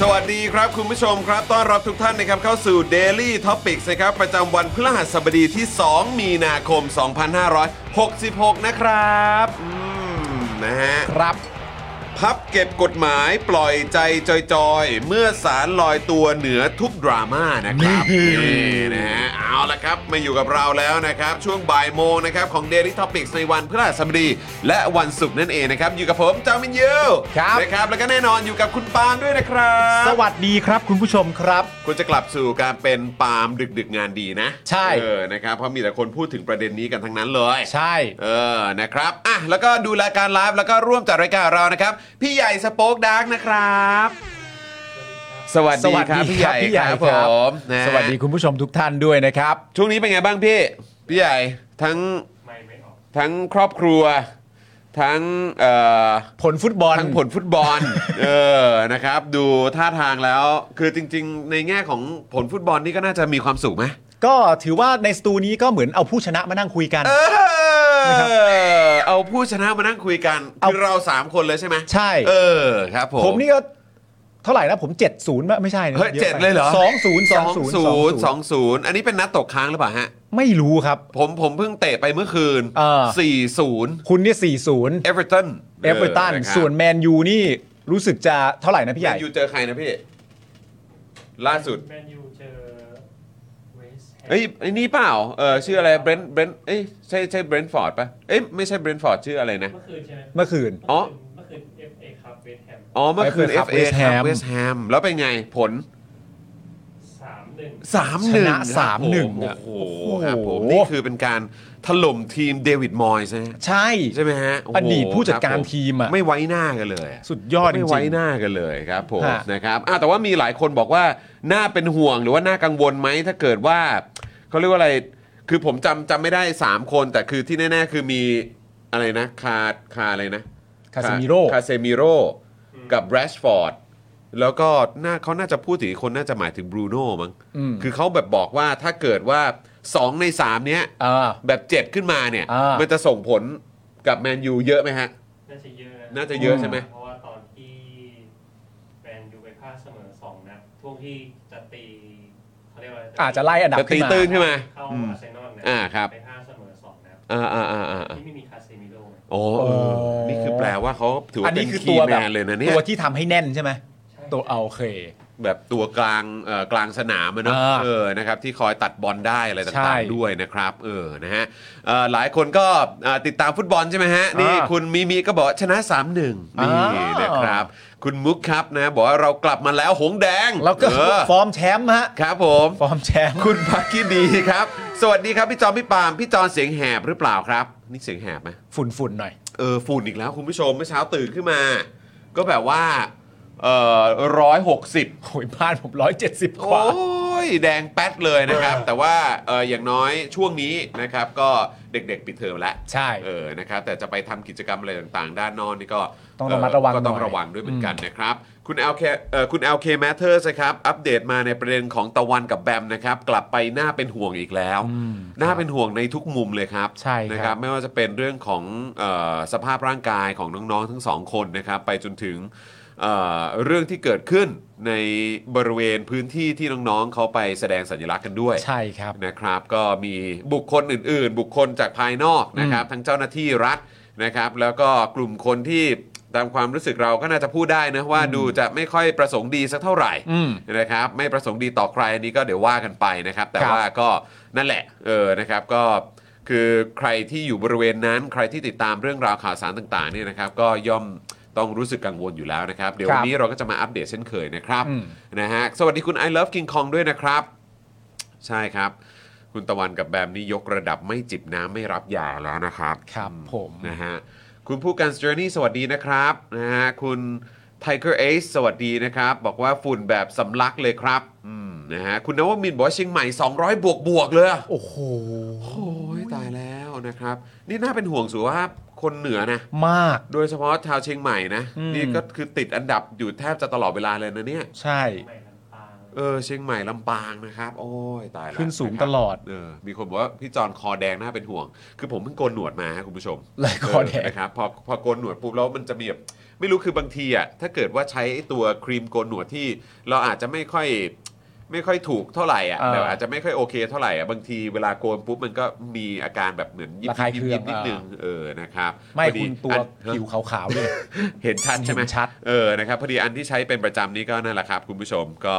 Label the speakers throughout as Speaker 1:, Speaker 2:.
Speaker 1: สวัสดีครับคุณผู้ชมครับ ต้อนรับทุกท่านนะครับเข้าสู่ Daily Topics นะครับ ประจำวันพฤหัสบดีที่ 2 มีนาคม 2566 นะครับอืมนะฮะ
Speaker 2: ครับ
Speaker 1: พับเก็บกฎหมายปล่อยใจจอยๆ เมื่อสารลอยตัวเหนือทุกดราม่านะครับนี่นะฮะเอาละครับ มาอยู่กับเราแล้วนะครับ ช่วงบ่ายโมงนะครับ ของ Daily Topics ในวันพฤหัสบดี และวันศุกร์นั่นเองนะครับ อยู่กับผมจามินยู
Speaker 3: ครับ
Speaker 1: นะครับ แล้วก็แน่นอนอยู่กับคุณปาล์มด้วยนะครับ
Speaker 3: สวัสดีครับคุณผู้ชมครับ
Speaker 1: คุณจะกลับสู่การเป็นปาล์มดึกดึกๆงานดีนะ
Speaker 3: ใช่
Speaker 1: เออนะครับเพราะมีแต่คนพูดถึงประเด็นนี้กันทั้งนั้นเลย
Speaker 3: ใช่
Speaker 1: เออ นะครับ อ่ะ แล้วก็ดูรายการไลฟ์แล้วก็ร่วมจัดรายการเรานะครับ พี่ใหญ่สป็อคดาร์กนะครับ สวัสดีครับพี่ใหญ่ครับผมนะ
Speaker 3: สวัสดีคุณผู้ชมทุกท่านด้วยนะครับ
Speaker 1: ช่วงนี้เป็นไงบ้างพี่ พี่ใหญ่ทั้งทั้งครอบครัว ทั้งเอ่อ
Speaker 3: ผลฟุตบอล
Speaker 1: ทั้งผลฟุตบอล เออ นะครับ ดูท่าทางแล้ว คือจริง ๆ ในแง่ของผลฟุตบอลนี่ก็น่าจะมีความสุขไหม
Speaker 3: ก็ถือว่าในสตูนี้ก็เหมือนเอาผู้ชนะมานั่งคุยกัน
Speaker 1: เออ เอาผู้ชนะมานั่งคุยกัน
Speaker 3: เอา
Speaker 1: คือเราสามคนเลยใช่ไหม
Speaker 3: ใช่
Speaker 1: เออ ครับผม
Speaker 3: ผมนี่ก็เท่าไหร่นะผม 70ไม่ไม่ใช่นะ
Speaker 1: เฮ้ย
Speaker 3: อะ
Speaker 1: เจ็ด
Speaker 3: ไป
Speaker 1: เลยเหรอ
Speaker 3: สองศูนย์สองศูนย์
Speaker 1: ส
Speaker 3: ส
Speaker 1: อ
Speaker 3: องง
Speaker 1: ศูนย์ส
Speaker 3: ศู
Speaker 1: อน
Speaker 3: ย์
Speaker 1: งศูนย์อันนี้เป็นนัดตกค้างหรือเปล่าฮะ
Speaker 3: ไม่รู้ครับ
Speaker 1: ผมผมเพิ่งเตะไปเมื่อคืน
Speaker 3: เออ
Speaker 1: สี่ศูนย์
Speaker 3: คุณนี่40
Speaker 1: เอเวอร์ตัน
Speaker 3: เอเวอร์ตันส่วนแมนยูนี่รู้สึกจะเท่าไหร่นะพี่
Speaker 1: ให
Speaker 3: ให
Speaker 1: ญ่
Speaker 3: ญ่
Speaker 1: ยูเจอใครนะพี่ ล่าสุด
Speaker 4: แมนยูเจอเวสต์แฮม
Speaker 1: เอ้ยไอ้นี่เปล่า เออชื่ออะไรเบรนเบรนเอ้ยใช่ใช่เบรนฟอร์ดปะเอ้ยไม่ใช่เบรนฟอร์ดชื่ออะไรนะ
Speaker 4: เมื่อคืนใช่ไหม
Speaker 3: เมื่อคืน
Speaker 1: อ๋อ
Speaker 4: เมื่อคืนเอฟเอครับเวสต์แฮม
Speaker 1: อ๋อเมื่อคืน
Speaker 3: ไปเปิดครับ
Speaker 1: FA ค
Speaker 3: West
Speaker 1: รับ
Speaker 3: Ham
Speaker 1: เวสแฮมแล้วเป็นไงผล
Speaker 4: สามหนึ่ง
Speaker 1: สามหนึ่ง
Speaker 3: ช
Speaker 1: ค
Speaker 3: นะ
Speaker 1: รับ
Speaker 3: สามหนึ่ง
Speaker 1: ผม
Speaker 3: อะ
Speaker 1: โอ้โหครับผม
Speaker 3: โอ้โห
Speaker 1: นี่คือเป็นการถล่มทีมเดวิดมอยส์นะฮะ
Speaker 3: ใช่
Speaker 1: ใช่ไหมฮะโโห
Speaker 3: อดีตผู้จัดการ
Speaker 1: คบผ
Speaker 3: ทีมอะ
Speaker 1: ไม่ไว้หน้ากันเลยอะ
Speaker 3: สุดยอดจริ
Speaker 1: ไม่
Speaker 3: ง
Speaker 1: ไว้หน้ากันเลยครับผม
Speaker 3: ฮะ
Speaker 1: นะครับอ่ะแต่ว่ามีหลายคนบอกว่าน่าเป็นห่วงหรือว่าน่ากังวลไหมถ้าเกิดว่าเขาเรียกว่าอะไร คือผมจำจำไม่ได้ 3 คน แต่คือที่แน่ ๆ คือมีอะไรนะคาคาอะไรนะ
Speaker 3: คาเซมิโร่
Speaker 1: คาเซมิโร่กับแรชฟอร์ดแล้วก็น่าเขาน่าจะพูดถึงอีกคนน่าจะหมายถึงบรูโน่มั้ง
Speaker 3: อืม
Speaker 1: คือเขาแบบบอกว่าถ้าเกิดว่า 2 ใน 3 เนี้ย
Speaker 3: เออ
Speaker 1: แบบเจ็บขึ้นมาเนี่ย
Speaker 3: อ่ามั
Speaker 1: มันจะส่งผลกับแมนยูเยอะไหมฮะ
Speaker 4: น่าจะเยอะ
Speaker 1: น่าจะเยอะใช่ไหม
Speaker 4: เพราะว่าตอนที่แมนยูไปพลาดเสมอสองนัดช่วงที่จะตีเขาเรียกว่าไร
Speaker 3: อาจจะไล่อันดับ
Speaker 1: จะ
Speaker 3: ขึ้
Speaker 1: ตี
Speaker 3: นมา
Speaker 1: ตื้นขึ้นมา
Speaker 4: เข้า
Speaker 1: อืม
Speaker 4: อาร์เซนอลนะ
Speaker 1: อ่าครับ
Speaker 4: ไปพลาดเสมอสองนัด
Speaker 1: อ่าอ่าอ่าอ่า
Speaker 4: ที่ไม่มีคาเซมิโร่ไง
Speaker 1: โอ้เออนี่คือแปลว่าเขาถือ
Speaker 3: อั
Speaker 1: ว่านเป็
Speaker 3: นี้
Speaker 1: น
Speaker 3: คือ
Speaker 1: คี
Speaker 3: ตัว
Speaker 1: ย์แม
Speaker 3: แบบ
Speaker 1: นเลยนะเนี่ย
Speaker 3: ตัวที่ทำให้แน่นใช่ไหม
Speaker 4: ใช่
Speaker 3: ตัวเอาโอเค
Speaker 1: แบบตัวกลางเอ่อกลางสนามอะเนอะ
Speaker 3: อ่า
Speaker 1: เออนะครับที่คอยตัดบอลได้อะไร
Speaker 3: ใช่
Speaker 1: ต่างๆด้วยนะครับเออนะฮะเอ่อหลายคนก็เอ่อติดตามฟุตบอลใช่ไหมฮะนี่
Speaker 3: อ่า
Speaker 1: คุณมิมิก็บอกชนะ 3-1 นี่
Speaker 3: อ่าน
Speaker 1: นะครับ คุณมุกครับนะบอกว่าเรากลับมาแล้วหงแดง
Speaker 3: แล้วก็
Speaker 1: เออ
Speaker 3: ฟอร์มแชมป์ฮะ
Speaker 1: ครับผม
Speaker 3: ฟอร์มแชมป์
Speaker 1: คุณพักกี้ดีครับ สวัสดีครับพี่จอมพี่ปาล์มพี่จอนเสียงแหบหรือเปล่าครับ นี่เสียงแหบไหม
Speaker 3: ฝุ่นฝุ่นๆหน่อย
Speaker 1: เออฝุ่นอีกแล้วคุณผู้ชมเมื่อเช้าตื่นขึ้นมา ก็แบบว่าเอ่อร้อยหกสิบ
Speaker 3: โอ้ยบ้านผมร้อยเจ็ดสิบก
Speaker 1: โอ้
Speaker 3: ว
Speaker 1: ย
Speaker 3: ่า
Speaker 1: ยแดงแป๊ดเลยนะครับ แต่ว่าเอออย่างน้อยช่วงนี้นะครับก็เด็กๆปิดเทอมแล้ว
Speaker 3: ใช่
Speaker 1: เออ นะครับ แต่จะไปทำกิจกรรมอะไรต่างๆ ด้านนอกนี่ก็
Speaker 3: ต้องระมัดระวัง
Speaker 1: เอ่อก็ต้อง
Speaker 3: หน่อย
Speaker 1: ระวังด้วยเหมือนกันนะครับ คุณ LK เอ่อคุณ LK Matters นะครับ อัปเดตมาในประเด็นของตะวันกับแบมนะครับ กลับไปหน้าเป็นห่วงอีกแล้ว น่าเป็นห่วงในทุกมุมเลยครับ
Speaker 3: ใช่ครับ
Speaker 1: นะครับ ไม่ว่าจะเป็นเรื่องของเออสภาพร่างกายของน้องๆ ทั้งสองคนนะครับ ไปจนถึงเอ่อเรื่องที่เกิดขึ้นในบริเวณพื้นที่ที่น้องๆ เขาไปแสดงสัญลักษณ์กันด้วย
Speaker 3: ใช่ครับ
Speaker 1: นะครับก็มีบุคคลอื่น ๆ บุคคลจากภายนอกนะครับทั้งเจ้าหน้าที่รัฐนะครับ แล้วก็กลุ่มคนที่ตามความรู้สึกเราก็น่าจะพูดได้นะว่าดูจะไม่ค่อยประสงค์ดีสักเท่าไหร่
Speaker 3: อืม
Speaker 1: นะครับไม่ประสงค์ดีต่อใครอันนี้ก็เดี๋ยวว่ากันไปนะครับ แต่
Speaker 3: ครับ
Speaker 1: ว่าก็นั่นแหละเออนะครับก็คือใครที่อยู่บริเวณนั้น ใครที่ติดตามเรื่องราวข่าวสารต่างๆเนี่ยนะครับ ก็ย่อมต้องรู้สึกกังวลอยู่แล้วนะครับ เดี๋ยววันนี้เราก็จะมาอัปเดตเช่นเคยนะครับนะฮะสวัสดีคุณ I love King Kong ด้วยนะครับ ใช่ครับ คุณตะวันกับแบมนี่ยกระดับไม่จิบน้ำไม่รับยาแล้วนะครับ
Speaker 3: ครับผม
Speaker 1: นะฮะคุณผู้การ Journey สวัสดีนะครับนะฮะคุณ Tiger Ace สวัสดีนะครับ บอกว่าฝุ่นแบบสำลักเลยครับอืมนะฮะคุณนวมินทร์บอกว่าเชียงใหม่ 200 บวกบวกๆเลยโอ้โหตายแล้วนะครับ นี่น่าเป็นห่วงสุขภาพคนเหนือนะ
Speaker 3: มาก
Speaker 1: โดยเฉพาะชาวเชียงใหม่นะ
Speaker 3: อืม
Speaker 1: นี่ก็คือติดอันดับอยู่แทบจะตลอดเวลาเลยนะเนี่ย
Speaker 3: ใช่
Speaker 4: ใหม่ลำปาง
Speaker 1: เออเชียงใหม่ลำปางนะครับ โอ้ยตายแล้ว
Speaker 3: ขึ้นสู
Speaker 1: ะ
Speaker 3: ง
Speaker 1: ครับ
Speaker 3: ตลอด
Speaker 1: เออมีคนบอกว่าพี่จอนคอแดงน่าเป็นห่วง คือผมเพิ่งโกนหนวดมาครับคุณผู้ชม
Speaker 3: เลยคอแดง
Speaker 1: เนะครับพอพอโกนหนวดปุ๊บแล้วมันจะมีแบบไม่รู้คือบางทีอ่ะถ้าเกิดว่าใช้ไอ้ตัวครีมโกนหนวดที่เราอาจจะไม่ค่อยไม่ค่อยถูกเท่าไหร่อ่ะ
Speaker 3: เออ
Speaker 1: แบบอาจจะไม่ค่อยโอเคเท่าไหร่อ่ะบางทีเวลาโกนปุ๊บมันก็มีอาการแบบเหมือนยิบ
Speaker 3: ระคาย
Speaker 1: ยิ
Speaker 3: เคื
Speaker 1: บ
Speaker 3: อ
Speaker 1: ยิ
Speaker 3: ง
Speaker 1: บนิดนึงเออนะครับ
Speaker 3: ไม่
Speaker 1: พอดี
Speaker 3: คุณตัว
Speaker 1: อัน
Speaker 3: ผิวขาวๆเลย
Speaker 1: เห็นชัดใช่ไหม
Speaker 3: เห็นชัด
Speaker 1: เออนะครับพอดีอันที่ใช้เป็นประจำนี้ก็นั่นแหละครับ คุณผู้ชมก็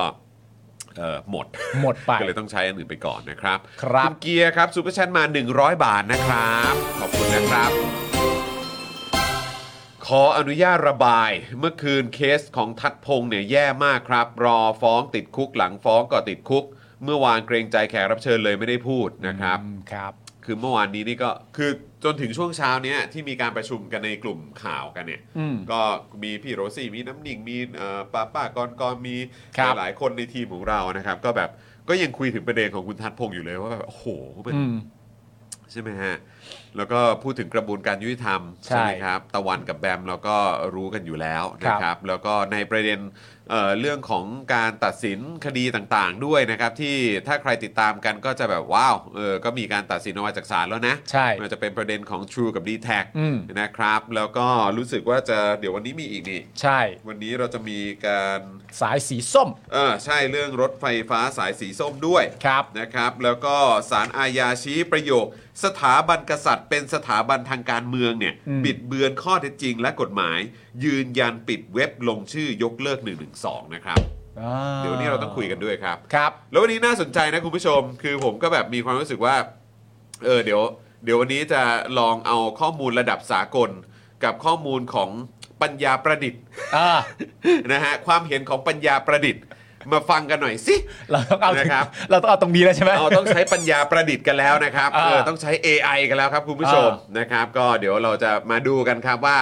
Speaker 1: เออหมด
Speaker 3: หมดไป
Speaker 1: ก็เลยต้องใช้อันอื่นไปก่อนนะครับ
Speaker 3: ครับ
Speaker 1: ณเกียร์ครับซูเปอร์แชทมา 100 บาทนะครับ ขอบคุณนะครับ ขออนุญาตระบายเมื่อคืนเคสของทัดพงษ์เนี่ยแย่มากครับ รอฟ้องติดคุกหลังฟ้องก็ติดคุก เมื่อวานเกรงใจแขกรับเชิญเลยไม่ได้พูดนะครับ
Speaker 3: อืมครับ
Speaker 1: คือเมื่อวานนี้นี่ก็คือจนถึงช่วงเช้าเนี้ยที่มีการประชุมกันในกลุ่มข่าวกันเนี่ย
Speaker 3: อืม
Speaker 1: ก็มีพี่โรซี่มีน้ำหนิ่งมีเอ่อป้าป้ากรกรมี
Speaker 3: ครับ
Speaker 1: หลายๆคนในทีมของเรานะครับ ก็แบบก็ยังคุยถึงประเด็นของคุณทัดพงศ์อยู่เลยว่าแบบโอ้โหมัน
Speaker 3: อืม
Speaker 1: ใช่ไหมฮะ แล้วก็พูดถึงกระบวนการยุติธรรม
Speaker 3: ใช่
Speaker 1: ไหมครับ ตะวันกับแบมเราก็รู้กันอยู่แล้วนะค
Speaker 3: ครั
Speaker 1: รับ
Speaker 3: บ
Speaker 1: แล้วก็ในประเด็นเอ่อเรื่องของการตัดสินคดีต่างๆด้วยนะครับ ที่ถ้าใครติดตามกันก็จะแบบว้าวเออก็มีการตัดสินออกมาจากศาลแล้วนะ
Speaker 3: ใช่
Speaker 1: มันจะเป็นประเด็นของ True กับ d t แท
Speaker 3: อืม
Speaker 1: นะครับ แล้วก็รู้สึกว่าจะเดี๋ยววันนี้มีอีกนี่
Speaker 3: ใช่
Speaker 1: วันนี้เราจะมีการ
Speaker 3: สายสีส้ม
Speaker 1: เออใช่เรื่องรถไฟฟ้าสายสีส้มด้วย
Speaker 3: ครับ
Speaker 1: นะครับ แล้วก็สารอาญาชี้ประโยค สถาบันกษัตริย์ เป็นสถาบันทางการเมืองเนี่ย
Speaker 3: อืม
Speaker 1: บิดเบือนข้อเท็จจริงและกฎหมาย ยืนยันปิดเว็บลงชื่อยกเลิก 112 นะครับ
Speaker 3: อ่า
Speaker 1: เดี๋ยววนนี้เราต้องคุยกันด้วยครับ
Speaker 3: ครับ
Speaker 1: แล้ววันนี้น่าสนใจนะคุณผู้ชม คือผมก็แบบมีความรู้สึกว่า เออเดี๋ยว เดี๋ยววันนี้จะลองเอาข้อมูลระดับสากล กับข้อมูลของปัญญาประดิษฐ์
Speaker 3: อ่า
Speaker 1: นะฮะความเห็นของปัญญาประดิษฐ์ มาฟังกันหน่อยสิ
Speaker 3: เราต้องเอาถึง
Speaker 1: นะครับ
Speaker 3: เราต้องเอาตรงนี้แล้วใช่ไหม
Speaker 1: เราต้องใช้ปัญญาประดิษฐ์กันแล้วนะครับ
Speaker 3: อ่า
Speaker 1: เออต้องใช้ AI กันแล้วครับคุณผู้ชม
Speaker 3: อ่
Speaker 1: นะครับ ก็เดี๋ยวเราจะมาดูกันครับว่า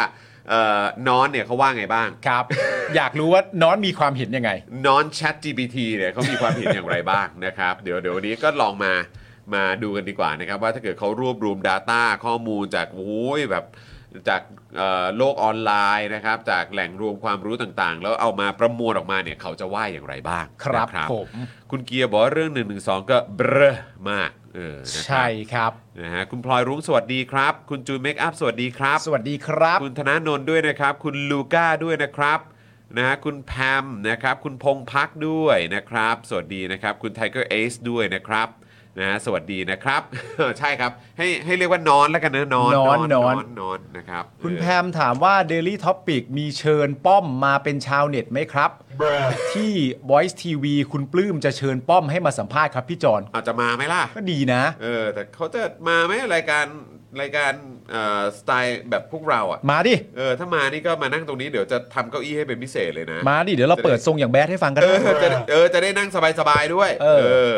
Speaker 1: เอ่อน้อนเนี่ยเขาว่าไงบ้าง
Speaker 3: ครับ อยากรู้ว่าน้อนมีความเห็นยังไง
Speaker 1: น้อน Chat GPT เนี่ยเขามีความเห็นอย่างไรบ้างนะครับ เดี๋ยวเดี๋ยววันนี้ก็ลองมามาดูกันดีกว่านะครับ ว่าถ้าเกิดเขารวบรวม Data ข้อมูลจากโอ้ยแบบจากเอ่อโลกออนไลน์นะครับ จากแหล่งรวมความรู้ต่างๆ แล้วเอามาประมวลออกมาเนี่ยเขาจะว่าอย่างไรบ้าง
Speaker 3: ครับ
Speaker 1: นะ
Speaker 3: ผม
Speaker 1: คุณเกียร์บอกว่าเรื่อง1นึก็เบรอมากเออนะครับ
Speaker 3: ใช่ครับ
Speaker 1: นะฮะคุณพลอยรุ้งสวัสดีครับ คุณจูนเมคอัพสวัสดีครับ
Speaker 3: สวัสดีครับ
Speaker 1: คุณธนาโนนด้วยนะครับ คุณลูก้าด้วยนะครับนะฮะคุณแพมนะครับ คุณพงพักด้วยนะครับ สวัสดีนะครับ คุณไทเกอร์เอซด้วยนะครับนะฮะสวัสดีนะครับ ใช่ครับ ให้ให้เรียกว่านอนแล้วกันนะนอน
Speaker 3: นอน
Speaker 1: น
Speaker 3: น
Speaker 1: อ
Speaker 3: อน น
Speaker 1: นอนนะครับ
Speaker 3: คุณ
Speaker 1: เออ
Speaker 3: แพมถามว่า Daily Topic มีเชิญป้อมมาเป็นชาวเน็ตไหมครับ ที่ Voice TV คุณปลื้มจะเชิญป้อมให้มาสัมภาษณ์ครับพี่จอน
Speaker 1: อาจจะมาไหมล่ะ
Speaker 3: ก็ดีนะ
Speaker 1: เออแต่เขาจะมาไหมรายการรายการเอ่อสไตล์แบบพวกเราอ่ะ
Speaker 3: มาดิ
Speaker 1: เออถ้ามานี่ก็มานั่งตรงนี้เดี๋ยวจะทำเก้าอี้ให้เป็นพิเศษเลยนะ
Speaker 3: มาดิ เดี๋ยวเราเปิดทรงอย่างแบดให้ฟังกัน
Speaker 1: เออ
Speaker 3: นะ
Speaker 1: จะเออจะได้นั่งสบายๆด้วย
Speaker 3: เอ